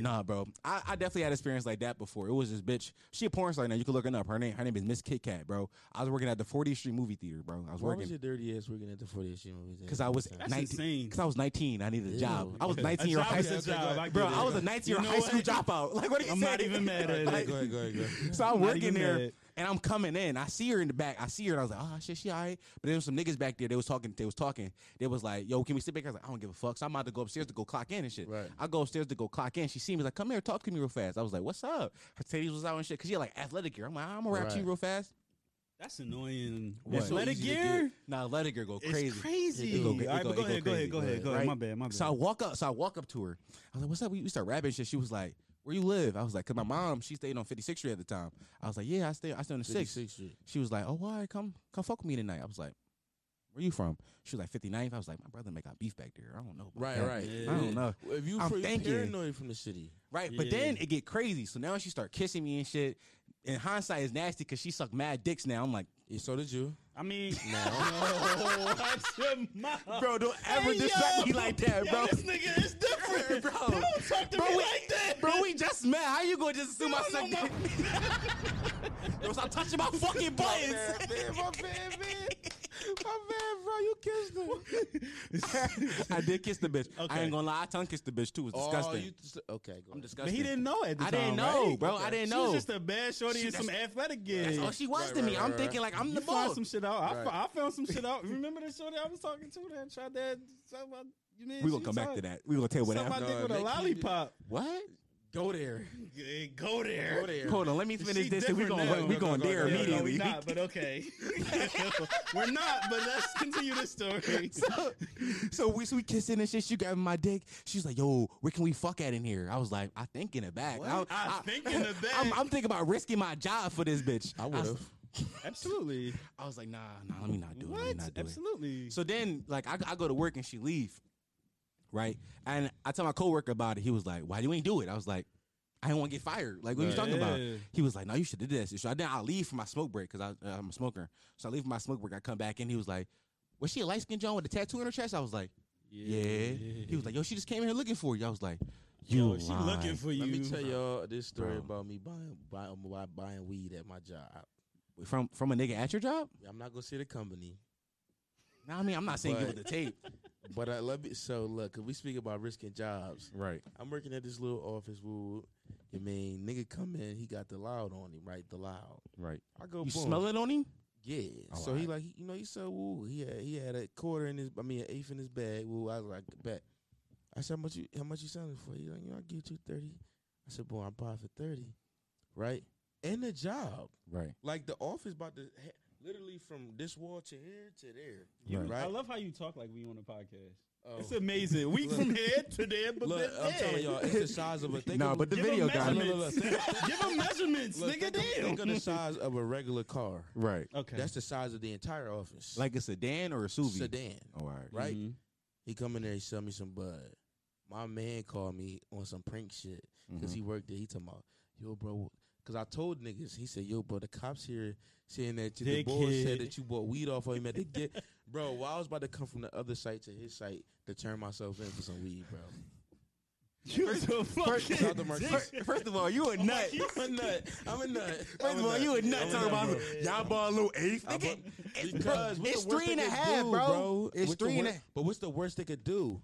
[SPEAKER 1] *laughs* Nah, bro. I, I definitely had experience like that before. It was this bitch. She a porn star now. You can look her up. Her name her name is Miss Kit Kat, bro. I was working at the 40th Street movie theater, bro. I was
[SPEAKER 5] Why was
[SPEAKER 1] working
[SPEAKER 5] your dirty ass working at the 40th Street movie?
[SPEAKER 1] because I was
[SPEAKER 7] That's
[SPEAKER 1] 19.
[SPEAKER 7] insane.
[SPEAKER 1] Because I was 19. I needed a
[SPEAKER 5] Ew.
[SPEAKER 1] job. I was
[SPEAKER 5] Okay.
[SPEAKER 1] 19 year old
[SPEAKER 7] job
[SPEAKER 1] high
[SPEAKER 7] is *laughs* a
[SPEAKER 1] school.
[SPEAKER 7] job. I get
[SPEAKER 1] Bro,
[SPEAKER 7] it.
[SPEAKER 1] I was a 19 year old
[SPEAKER 7] You
[SPEAKER 1] high
[SPEAKER 7] know
[SPEAKER 1] school
[SPEAKER 7] what?
[SPEAKER 1] dropout. *laughs* Like, what are you
[SPEAKER 7] I'm
[SPEAKER 1] saying?
[SPEAKER 7] not even mad
[SPEAKER 1] *laughs*
[SPEAKER 7] at it.
[SPEAKER 1] Like,
[SPEAKER 5] Go ahead, go ahead, go
[SPEAKER 1] *laughs*
[SPEAKER 5] ahead.
[SPEAKER 1] So I'm
[SPEAKER 7] Not
[SPEAKER 1] working
[SPEAKER 7] even
[SPEAKER 1] there
[SPEAKER 7] that.
[SPEAKER 1] and I'm coming in. I see her in the back. I see her and I was like, oh shit, she all right. But there was some niggas back there. They was talking. They was talking. They was like, yo, can we sit back? I was like, I don't give a fuck. So I'm about to go upstairs to go clock in and shit.
[SPEAKER 5] Right.
[SPEAKER 1] I go upstairs to go clock in. She see me like, come here, talk to me real fast. I was like, what's up? Her titties was out and shit. Cause she had, like athletic gear. I'm like, I'm gonna rap to you
[SPEAKER 5] Right.
[SPEAKER 1] real fast.
[SPEAKER 7] That's annoying.
[SPEAKER 1] What?
[SPEAKER 7] Let it
[SPEAKER 5] Easy to
[SPEAKER 7] gear.
[SPEAKER 1] Nah, athletic gear go crazy.
[SPEAKER 7] It's crazy.
[SPEAKER 1] It go-
[SPEAKER 7] All
[SPEAKER 1] it
[SPEAKER 7] right,
[SPEAKER 1] go-
[SPEAKER 7] but go
[SPEAKER 1] it go
[SPEAKER 7] ahead, go
[SPEAKER 1] crazy,
[SPEAKER 7] ahead, go ahead, go ahead.
[SPEAKER 1] right?
[SPEAKER 7] My bad, my bad.
[SPEAKER 1] So I walk up. So I walk up to her. I was like, "What's up?" We, we start rapping shit. She was like, "Where you live?" I was like, "Cause my mom, she stayed on 56th Street at the time." I was like, "Yeah, I stay. I stay on the 6th.
[SPEAKER 5] 56th Street.
[SPEAKER 1] She was like, "Oh, all right, come, come fuck with me tonight." I was like, "Where you from?" She was like, "59th." I was like, "My brother make out beef back there. I don't know." about
[SPEAKER 5] Right,
[SPEAKER 1] that."
[SPEAKER 5] right.
[SPEAKER 1] I don't know.
[SPEAKER 5] If you
[SPEAKER 1] I'm
[SPEAKER 5] for, you
[SPEAKER 1] thinking.
[SPEAKER 5] paranoid from the city,
[SPEAKER 1] Right, but
[SPEAKER 7] Yeah.
[SPEAKER 1] then it get crazy. So now she start kissing me and shit. And hindsight is nasty because she sucked mad dicks. Now I'm like,
[SPEAKER 5] yeah, so did you.
[SPEAKER 7] I mean, *laughs* no. *laughs* Watch your mouth.
[SPEAKER 1] bro, don't ever
[SPEAKER 7] Hey, yo.
[SPEAKER 1] disrespect me like that,
[SPEAKER 7] Yo,
[SPEAKER 1] bro.
[SPEAKER 7] this nigga is different,
[SPEAKER 1] Bro.
[SPEAKER 7] *laughs* bro. Don't talk to
[SPEAKER 1] Bro,
[SPEAKER 7] me
[SPEAKER 1] we-
[SPEAKER 7] like that,
[SPEAKER 1] Bro, we just met. How you gonna just assume I
[SPEAKER 7] don't
[SPEAKER 1] suck
[SPEAKER 7] know
[SPEAKER 1] dick? *laughs* Yo, stop touching my fucking buttons. I did kiss the bitch. I ain't gonna lie, I tongue kissed the bitch too. It was
[SPEAKER 5] Oh,
[SPEAKER 1] disgusting.
[SPEAKER 5] you just, okay, go
[SPEAKER 1] I'm
[SPEAKER 5] ahead.
[SPEAKER 1] disgusting.
[SPEAKER 7] *laughs* But he didn't know at the
[SPEAKER 1] I
[SPEAKER 7] time.
[SPEAKER 1] didn't know,
[SPEAKER 7] right?
[SPEAKER 1] bro. I didn't
[SPEAKER 7] She
[SPEAKER 1] know.
[SPEAKER 7] was just a bad shorty
[SPEAKER 1] She-
[SPEAKER 7] in some athletic gear.
[SPEAKER 1] That's all Oh, she was
[SPEAKER 5] Right,
[SPEAKER 1] to
[SPEAKER 5] right,
[SPEAKER 1] me.
[SPEAKER 5] right,
[SPEAKER 1] I'm
[SPEAKER 5] right.
[SPEAKER 1] thinking like I'm
[SPEAKER 7] You
[SPEAKER 1] the
[SPEAKER 7] found
[SPEAKER 1] boss.
[SPEAKER 7] some shit out. I,
[SPEAKER 5] Right.
[SPEAKER 7] fo- I found some shit out. Remember the shorty I was talking to that tried that? You mean,
[SPEAKER 1] We gonna
[SPEAKER 7] she
[SPEAKER 1] come back to
[SPEAKER 7] tried-
[SPEAKER 1] that. We gonna tell what
[SPEAKER 7] Suck my
[SPEAKER 1] happened.
[SPEAKER 7] dick
[SPEAKER 5] No,
[SPEAKER 7] with a
[SPEAKER 5] Nick, you did-
[SPEAKER 7] lollipop.
[SPEAKER 1] What?
[SPEAKER 5] Go there.
[SPEAKER 7] Yeah, Go there.
[SPEAKER 5] Go there.
[SPEAKER 1] Hold on, let me finish
[SPEAKER 7] She
[SPEAKER 1] this. and We
[SPEAKER 7] different
[SPEAKER 1] going
[SPEAKER 7] now.
[SPEAKER 1] we
[SPEAKER 5] Go,
[SPEAKER 1] going
[SPEAKER 5] go,
[SPEAKER 1] there
[SPEAKER 5] go, go, go.
[SPEAKER 7] No,
[SPEAKER 1] immediately.
[SPEAKER 7] we're not, but *laughs* okay. we're not, but let's continue this story.
[SPEAKER 1] *laughs*
[SPEAKER 7] *laughs*
[SPEAKER 1] so we so we kissing and shit. She grabbing my dick. She's like, "Yo, where can we fuck at in here?" I was like, "I think in the back." I,
[SPEAKER 7] I think in the back.
[SPEAKER 1] *laughs* I'm, I'm thinking about risking my job for this bitch.
[SPEAKER 5] I would have.
[SPEAKER 1] was-
[SPEAKER 7] Absolutely.
[SPEAKER 1] I was like, "Nah, nah, let me not do it. Let me
[SPEAKER 7] What?
[SPEAKER 1] not do it."
[SPEAKER 7] Absolutely.
[SPEAKER 1] So then, like, I, I go to work and she leave, right? And I tell my coworker about it. He was like, "Why you ain't do it?" I was like, "I didn't want to get fired." Like, what you talking about?
[SPEAKER 7] Yeah.
[SPEAKER 1] He was like, "No, you should do this." So I then I leave for my smoke break because I, uh, I'm a smoker. So I leave for my smoke break. I come back in. He was like, "Was she a light skinned John with a tattoo in her chest?" I was like, "Yeah." He was like, "Yo, she just came here looking for you." I was like, "You
[SPEAKER 7] Yo, she
[SPEAKER 1] lying."
[SPEAKER 7] looking for you.
[SPEAKER 5] Let me tell y'all this story
[SPEAKER 1] Bro.
[SPEAKER 5] about me buying, buying why buying weed at my job.
[SPEAKER 1] from from a nigga at your job?"
[SPEAKER 5] I'm not gonna say the company,
[SPEAKER 1] No, I mean I'm not saying give
[SPEAKER 5] But-
[SPEAKER 1] it the tape.
[SPEAKER 5] but I love it. So look, if we speak about risking jobs,
[SPEAKER 1] Right.
[SPEAKER 5] I'm working at this little office. Woo, you mean nigga come in? He got the loud on him, right? The loud.
[SPEAKER 1] Right.
[SPEAKER 5] I go.
[SPEAKER 1] You
[SPEAKER 5] boom.
[SPEAKER 1] smell it on him?
[SPEAKER 5] Yeah.
[SPEAKER 7] Oh,
[SPEAKER 5] so he
[SPEAKER 7] alright.
[SPEAKER 5] like he- you know he said woo he had he had a quarter in his I mean an eighth in his bag. Woo I was like bet. I said how much you how much you selling it for? He like you know I give you thirty. I said boy I'm buying for thirty, right? And the job
[SPEAKER 10] Right.
[SPEAKER 5] like the office about to ha- literally from this wall to here to there.
[SPEAKER 10] Right.
[SPEAKER 7] I
[SPEAKER 5] Right.
[SPEAKER 7] love how you talk like we on a podcast.
[SPEAKER 5] Oh.
[SPEAKER 7] It's amazing. *laughs* We
[SPEAKER 5] Look.
[SPEAKER 7] from head to there, but
[SPEAKER 5] Look,
[SPEAKER 7] that's
[SPEAKER 5] I'm
[SPEAKER 7] it.
[SPEAKER 5] telling y'all, it's the size of a think
[SPEAKER 1] No,
[SPEAKER 5] of-
[SPEAKER 1] but the
[SPEAKER 7] Give 'em
[SPEAKER 1] video got
[SPEAKER 5] look,
[SPEAKER 1] it.
[SPEAKER 5] look, look,
[SPEAKER 7] measurements. Give them measurements,
[SPEAKER 5] look,
[SPEAKER 7] nigga.
[SPEAKER 5] think of-
[SPEAKER 7] Damn.
[SPEAKER 5] Think of the size of a regular car.
[SPEAKER 1] Right.
[SPEAKER 7] okay.
[SPEAKER 5] That's the size of the entire office.
[SPEAKER 10] Like a sedan or a SUV?
[SPEAKER 5] sedan.
[SPEAKER 10] Oh, all right.
[SPEAKER 5] right?
[SPEAKER 7] Mhm.
[SPEAKER 5] He come in there, he sell me some bud. My man called me on some prank shit because he worked there. He talking about, yo, bro. Because I told niggas, he said, yo, bro, the cops here saying that you, the boy
[SPEAKER 7] Dickhead.
[SPEAKER 5] said that you bought weed off of him at the get. *laughs* bro, while I was about to come from the other site to his site to turn myself in for some weed, bro.
[SPEAKER 7] You was a fucking
[SPEAKER 5] Shout out to Marquise.
[SPEAKER 7] dick.
[SPEAKER 1] First of all, you a nut.
[SPEAKER 5] *laughs* I'm a nut. I'm a nut.
[SPEAKER 1] First of all, you a nut talking about y'all bought a little eighth.
[SPEAKER 5] I
[SPEAKER 1] Nigga,
[SPEAKER 5] bu-
[SPEAKER 1] it's-
[SPEAKER 5] because what's
[SPEAKER 1] it's
[SPEAKER 5] the worst
[SPEAKER 1] three and
[SPEAKER 5] they
[SPEAKER 1] a
[SPEAKER 5] could
[SPEAKER 1] half,
[SPEAKER 5] do,
[SPEAKER 1] bro. It's
[SPEAKER 5] What's the
[SPEAKER 1] three and
[SPEAKER 5] worst-
[SPEAKER 1] a-
[SPEAKER 5] But what's the worst they could do?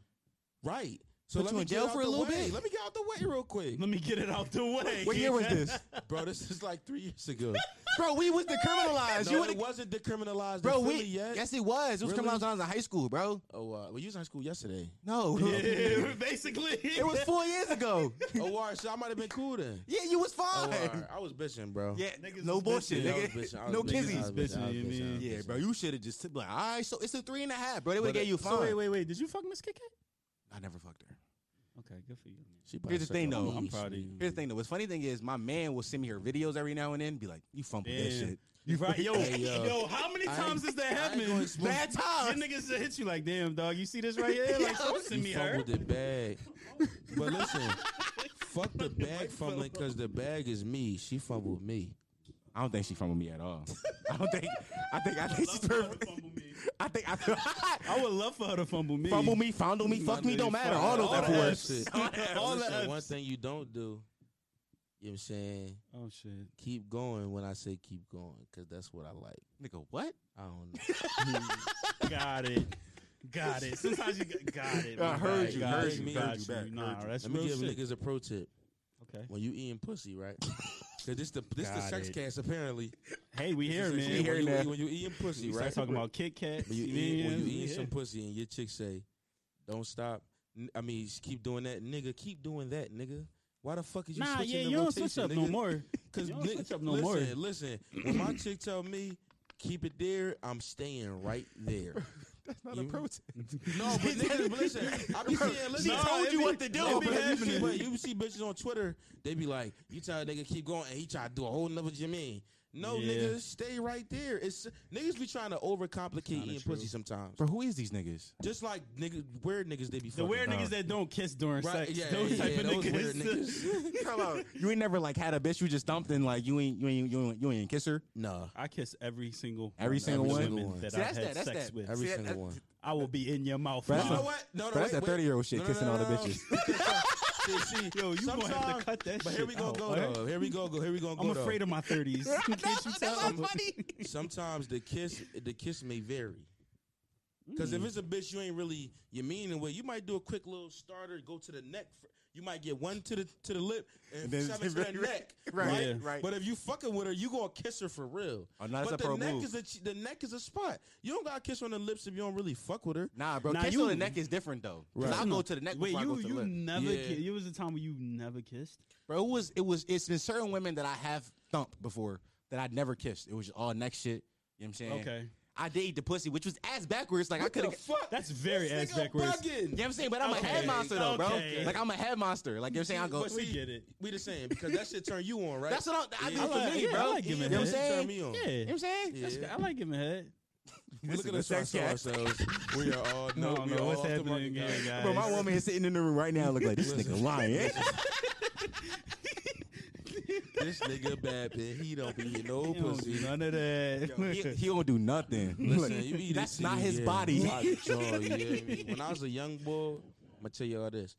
[SPEAKER 5] Right. So
[SPEAKER 1] Put
[SPEAKER 5] let
[SPEAKER 1] you
[SPEAKER 5] me
[SPEAKER 1] in
[SPEAKER 5] get
[SPEAKER 1] jail
[SPEAKER 5] out
[SPEAKER 1] for a
[SPEAKER 5] the
[SPEAKER 1] little
[SPEAKER 5] way.
[SPEAKER 1] bit?
[SPEAKER 5] Let me get out the way real
[SPEAKER 1] *laughs*
[SPEAKER 5] quick,
[SPEAKER 7] Let me get it out the way.
[SPEAKER 1] what year was *laughs* this?
[SPEAKER 5] bro. This is like three
[SPEAKER 1] *laughs*
[SPEAKER 5] years ago.
[SPEAKER 1] Bro, we
[SPEAKER 5] *laughs*
[SPEAKER 1] was decriminalized.
[SPEAKER 5] no,
[SPEAKER 1] you
[SPEAKER 5] it
[SPEAKER 1] would
[SPEAKER 5] wasn't decriminalized,
[SPEAKER 1] Bro,
[SPEAKER 5] in
[SPEAKER 1] we
[SPEAKER 5] Philly yet.
[SPEAKER 1] yes, it was. It was
[SPEAKER 5] Really?
[SPEAKER 1] criminalized when I was in high school, bro.
[SPEAKER 5] Oh, uh, we used high
[SPEAKER 1] *laughs*
[SPEAKER 5] school yesterday.
[SPEAKER 1] No,
[SPEAKER 7] Yeah, basically.
[SPEAKER 1] *laughs* it was four years ago.
[SPEAKER 5] oh, all right, so I might have been cool
[SPEAKER 1] *laughs*
[SPEAKER 5] then.
[SPEAKER 1] Yeah, you was
[SPEAKER 5] Oh, all
[SPEAKER 1] fine.
[SPEAKER 5] right, I was bitching, bro.
[SPEAKER 1] Yeah,
[SPEAKER 7] Niggas
[SPEAKER 1] no
[SPEAKER 7] is
[SPEAKER 1] bullshit,
[SPEAKER 5] Yeah, I was
[SPEAKER 1] nigga.
[SPEAKER 5] bitching, I was
[SPEAKER 1] no
[SPEAKER 5] bitching, I was
[SPEAKER 1] kizzies.
[SPEAKER 5] bitching, I was
[SPEAKER 7] Bitching, you
[SPEAKER 5] bitching, I was
[SPEAKER 1] Yeah,
[SPEAKER 5] bitching.
[SPEAKER 1] bro, you should have just been like, all right, so it's a three and a half, bro. They would
[SPEAKER 5] But,
[SPEAKER 1] get
[SPEAKER 5] uh,
[SPEAKER 1] *laughs* you fine.
[SPEAKER 7] So wait, wait, wait. Did you fuck Miss Kit Kat?
[SPEAKER 1] I never fucked her.
[SPEAKER 7] Okay, good for you.
[SPEAKER 5] She
[SPEAKER 1] Here's the
[SPEAKER 5] bisexual.
[SPEAKER 1] thing, though.
[SPEAKER 7] I'm proud of you.
[SPEAKER 1] Here's the thing, though. What's funny thing is, my man will send me her videos every now and then, be like, you fumbled that
[SPEAKER 7] Yeah.
[SPEAKER 1] shit.
[SPEAKER 7] You right? Yo,
[SPEAKER 5] Hey,
[SPEAKER 7] yo,
[SPEAKER 5] yo.
[SPEAKER 7] how many
[SPEAKER 5] I
[SPEAKER 7] times
[SPEAKER 5] ain't-
[SPEAKER 7] does that
[SPEAKER 5] I ain't
[SPEAKER 7] happen?
[SPEAKER 5] gonna explain-
[SPEAKER 1] Bad
[SPEAKER 7] Your
[SPEAKER 1] times.
[SPEAKER 7] niggas will hit you like, damn, dog. You see this right here? Like, don't
[SPEAKER 5] You
[SPEAKER 7] send me her.
[SPEAKER 5] fumbled the bag. But
[SPEAKER 7] *laughs*
[SPEAKER 5] listen, fuck the bag fumbling because the bag is me. She fumbled me.
[SPEAKER 10] I don't think she fumbled me at
[SPEAKER 5] *laughs*
[SPEAKER 10] all. I don't think. I think. I think she's perfect. I think. I
[SPEAKER 1] *laughs*
[SPEAKER 7] I would love for her to fumble me.
[SPEAKER 1] Fumble me, fondle me, fuck me, don't matter. All those
[SPEAKER 7] All
[SPEAKER 1] F
[SPEAKER 7] the
[SPEAKER 1] words.
[SPEAKER 7] Fs.
[SPEAKER 5] All
[SPEAKER 7] *laughs* All the
[SPEAKER 5] listen,
[SPEAKER 7] Fs.
[SPEAKER 5] one thing you don't do, you know what I'm saying?
[SPEAKER 7] Oh shit.
[SPEAKER 5] Keep going when I say keep going because that's what I like.
[SPEAKER 1] Nigga, what?
[SPEAKER 5] I don't know.
[SPEAKER 7] Got it. Got it. Sometimes you g- got it.
[SPEAKER 1] I
[SPEAKER 7] my
[SPEAKER 1] heard
[SPEAKER 7] guy.
[SPEAKER 1] you,
[SPEAKER 7] Got
[SPEAKER 1] heard
[SPEAKER 7] it,
[SPEAKER 1] you,
[SPEAKER 7] got
[SPEAKER 1] heard you, back,
[SPEAKER 7] Nah,
[SPEAKER 1] heard
[SPEAKER 7] that's
[SPEAKER 5] Let me
[SPEAKER 7] real
[SPEAKER 5] give
[SPEAKER 7] shit.
[SPEAKER 5] niggas a pro tip.
[SPEAKER 7] Okay.
[SPEAKER 5] When you eating pussy, right? Because this the this the
[SPEAKER 7] Got
[SPEAKER 5] sex
[SPEAKER 7] it.
[SPEAKER 5] cast apparently.
[SPEAKER 7] Hey, we here,
[SPEAKER 5] This is-
[SPEAKER 7] man.
[SPEAKER 5] when
[SPEAKER 1] here
[SPEAKER 5] you-
[SPEAKER 1] now.
[SPEAKER 5] When you eating
[SPEAKER 7] We
[SPEAKER 5] pussy, right?
[SPEAKER 7] start talking about Kit Kat.
[SPEAKER 5] When you eat, when you
[SPEAKER 7] Yeah.
[SPEAKER 5] eat some pussy and your chick say, "Don't stop," N- I mean, just keep doing that, nigga. Keep doing that, nigga. Why the fuck is you
[SPEAKER 7] Nah,
[SPEAKER 5] switching
[SPEAKER 7] yeah,
[SPEAKER 5] the
[SPEAKER 7] you don't
[SPEAKER 5] rotation,
[SPEAKER 7] switch up
[SPEAKER 5] nigga?
[SPEAKER 7] no more.
[SPEAKER 5] Cause
[SPEAKER 7] You don't
[SPEAKER 5] ni-
[SPEAKER 7] switch up no
[SPEAKER 5] listen,
[SPEAKER 7] more.
[SPEAKER 5] Listen, when my chick tell me keep it there, I'm staying right there.
[SPEAKER 7] *laughs*
[SPEAKER 5] That's not a protein. No, but nigga, but listen, I be seeing. Listen,
[SPEAKER 1] She told
[SPEAKER 5] it
[SPEAKER 1] you
[SPEAKER 5] be-
[SPEAKER 1] what to do.
[SPEAKER 5] it be
[SPEAKER 1] But
[SPEAKER 5] happening.
[SPEAKER 1] happening.
[SPEAKER 5] But you see bitches on Twitter, they be like, you tell a nigga keep going, and he try to do a whole nother Jermaine. No,
[SPEAKER 7] Yeah.
[SPEAKER 5] nigga, stay right there. It's niggas be trying to overcomplicate eating pussy sometimes.
[SPEAKER 1] Bro, who is these niggas?
[SPEAKER 5] Just like niggas, weird niggas, they be
[SPEAKER 7] The
[SPEAKER 5] fucking.
[SPEAKER 7] weird niggas that don't kiss during
[SPEAKER 5] Right,
[SPEAKER 7] sex.
[SPEAKER 5] yeah,
[SPEAKER 7] those
[SPEAKER 5] yeah,
[SPEAKER 7] type
[SPEAKER 5] yeah,
[SPEAKER 7] of
[SPEAKER 5] those weird
[SPEAKER 7] niggas.
[SPEAKER 10] you ain't never like had a bitch you just thumped and like you ain't you ain't you ain't, you ain't kiss her.
[SPEAKER 5] *laughs* Nah,
[SPEAKER 7] I kiss every single
[SPEAKER 10] Every single
[SPEAKER 7] of the
[SPEAKER 10] one?
[SPEAKER 7] women
[SPEAKER 5] Single one.
[SPEAKER 7] that
[SPEAKER 1] See,
[SPEAKER 7] I've
[SPEAKER 1] that's
[SPEAKER 7] had
[SPEAKER 1] that, that's
[SPEAKER 7] sex
[SPEAKER 1] that.
[SPEAKER 7] with.
[SPEAKER 5] every
[SPEAKER 1] See, that-
[SPEAKER 5] single
[SPEAKER 1] that's-
[SPEAKER 5] one.
[SPEAKER 7] I will be in your mouth.
[SPEAKER 10] That's
[SPEAKER 5] You know
[SPEAKER 10] a-
[SPEAKER 7] mama.
[SPEAKER 5] what? No, no,
[SPEAKER 10] But that's
[SPEAKER 5] wait,
[SPEAKER 10] that
[SPEAKER 5] wait.
[SPEAKER 10] 30-year-old shit,
[SPEAKER 5] No, no, no,
[SPEAKER 10] kissing
[SPEAKER 5] no,
[SPEAKER 10] all the
[SPEAKER 5] no. *laughs* See, see,
[SPEAKER 7] Yo, you gonna have to
[SPEAKER 5] sometimes-
[SPEAKER 7] cut that
[SPEAKER 5] But
[SPEAKER 7] shit
[SPEAKER 5] here we gonna
[SPEAKER 7] out,
[SPEAKER 5] go
[SPEAKER 7] alright?
[SPEAKER 5] though. Here we go go. Here we gonna go.
[SPEAKER 7] I'm afraid
[SPEAKER 5] though.
[SPEAKER 7] of my
[SPEAKER 5] *laughs*
[SPEAKER 7] thirties.
[SPEAKER 1] *laughs*
[SPEAKER 5] Sometimes the kiss the kiss may vary. Cause if it's a bitch you ain't really you mean and well, you might do a quick little starter, go to the neck. fir- You might get one to the to the lip and,
[SPEAKER 10] then-
[SPEAKER 5] seven to the neck.
[SPEAKER 1] Right,
[SPEAKER 5] right,
[SPEAKER 1] yeah. right.
[SPEAKER 5] But if you fucking with her, you gonna kiss her for real.
[SPEAKER 10] Oh, no, that's
[SPEAKER 5] but
[SPEAKER 10] a
[SPEAKER 5] the
[SPEAKER 10] pro
[SPEAKER 5] neck
[SPEAKER 10] move.
[SPEAKER 5] is a ch- the neck is a spot. You don't gotta kiss her on the lips if you don't really fuck with her.
[SPEAKER 1] Nah, bro,
[SPEAKER 7] Nah,
[SPEAKER 1] kiss
[SPEAKER 7] you-
[SPEAKER 1] on the neck is different though. 'Cause I'll go to the neck
[SPEAKER 7] Wait,
[SPEAKER 1] before I
[SPEAKER 7] you
[SPEAKER 1] go to the
[SPEAKER 7] you
[SPEAKER 1] lip.
[SPEAKER 7] never?
[SPEAKER 5] Yeah.
[SPEAKER 7] ki- It was a time where you never kissed.
[SPEAKER 1] Bro, it was it was it's been certain women that I have thumped before that I'd never kissed. It was just all neck shit. You know what I'm saying?
[SPEAKER 7] Okay.
[SPEAKER 1] I did eat the pussy, which was ass backwards. Like I could
[SPEAKER 5] The
[SPEAKER 1] have
[SPEAKER 5] fuck?
[SPEAKER 7] That's very
[SPEAKER 5] This
[SPEAKER 7] ass
[SPEAKER 5] nigga
[SPEAKER 7] backwards.
[SPEAKER 5] bugging.
[SPEAKER 1] You know what I'm saying? But I'm a
[SPEAKER 7] Okay.
[SPEAKER 1] head monster though, bro.
[SPEAKER 7] Okay.
[SPEAKER 1] Like I'm a head monster. Like you know what I'm saying? I go
[SPEAKER 5] But
[SPEAKER 7] We
[SPEAKER 5] see,
[SPEAKER 7] get it.
[SPEAKER 5] We the same because that shit turn you on, right?
[SPEAKER 1] That's what I, I do
[SPEAKER 5] Yeah.
[SPEAKER 1] for
[SPEAKER 7] I like-
[SPEAKER 1] me,
[SPEAKER 7] yeah,
[SPEAKER 1] bro.
[SPEAKER 7] I like giving
[SPEAKER 1] you know what I'm
[SPEAKER 7] head.
[SPEAKER 5] Turn
[SPEAKER 1] saying?
[SPEAKER 5] me
[SPEAKER 1] You
[SPEAKER 5] on.
[SPEAKER 7] Yeah,
[SPEAKER 1] know what I'm saying?
[SPEAKER 5] Yeah.
[SPEAKER 7] That's good. I like giving head.
[SPEAKER 5] Look at us
[SPEAKER 1] sex
[SPEAKER 5] trying to sell ourselves. We are all no, we are all off the market, guys.
[SPEAKER 10] Bro, my woman is sitting in the room right now. Look like this nigga
[SPEAKER 1] *laughs*
[SPEAKER 10] lying.
[SPEAKER 5] This nigga bad bitch. He don't be eating no
[SPEAKER 7] He don't do
[SPEAKER 5] pussy.
[SPEAKER 7] none of that.
[SPEAKER 10] he,
[SPEAKER 1] *laughs*
[SPEAKER 7] *laughs*
[SPEAKER 10] he don't do nothing.
[SPEAKER 5] *laughs* Listen, you eat
[SPEAKER 1] That's
[SPEAKER 5] this
[SPEAKER 1] not
[SPEAKER 5] shit,
[SPEAKER 1] his
[SPEAKER 5] yeah.
[SPEAKER 1] body.
[SPEAKER 5] Lock
[SPEAKER 1] *laughs*
[SPEAKER 5] jaw, you hear me? When I was a young boy, I'm gonna tell you all this.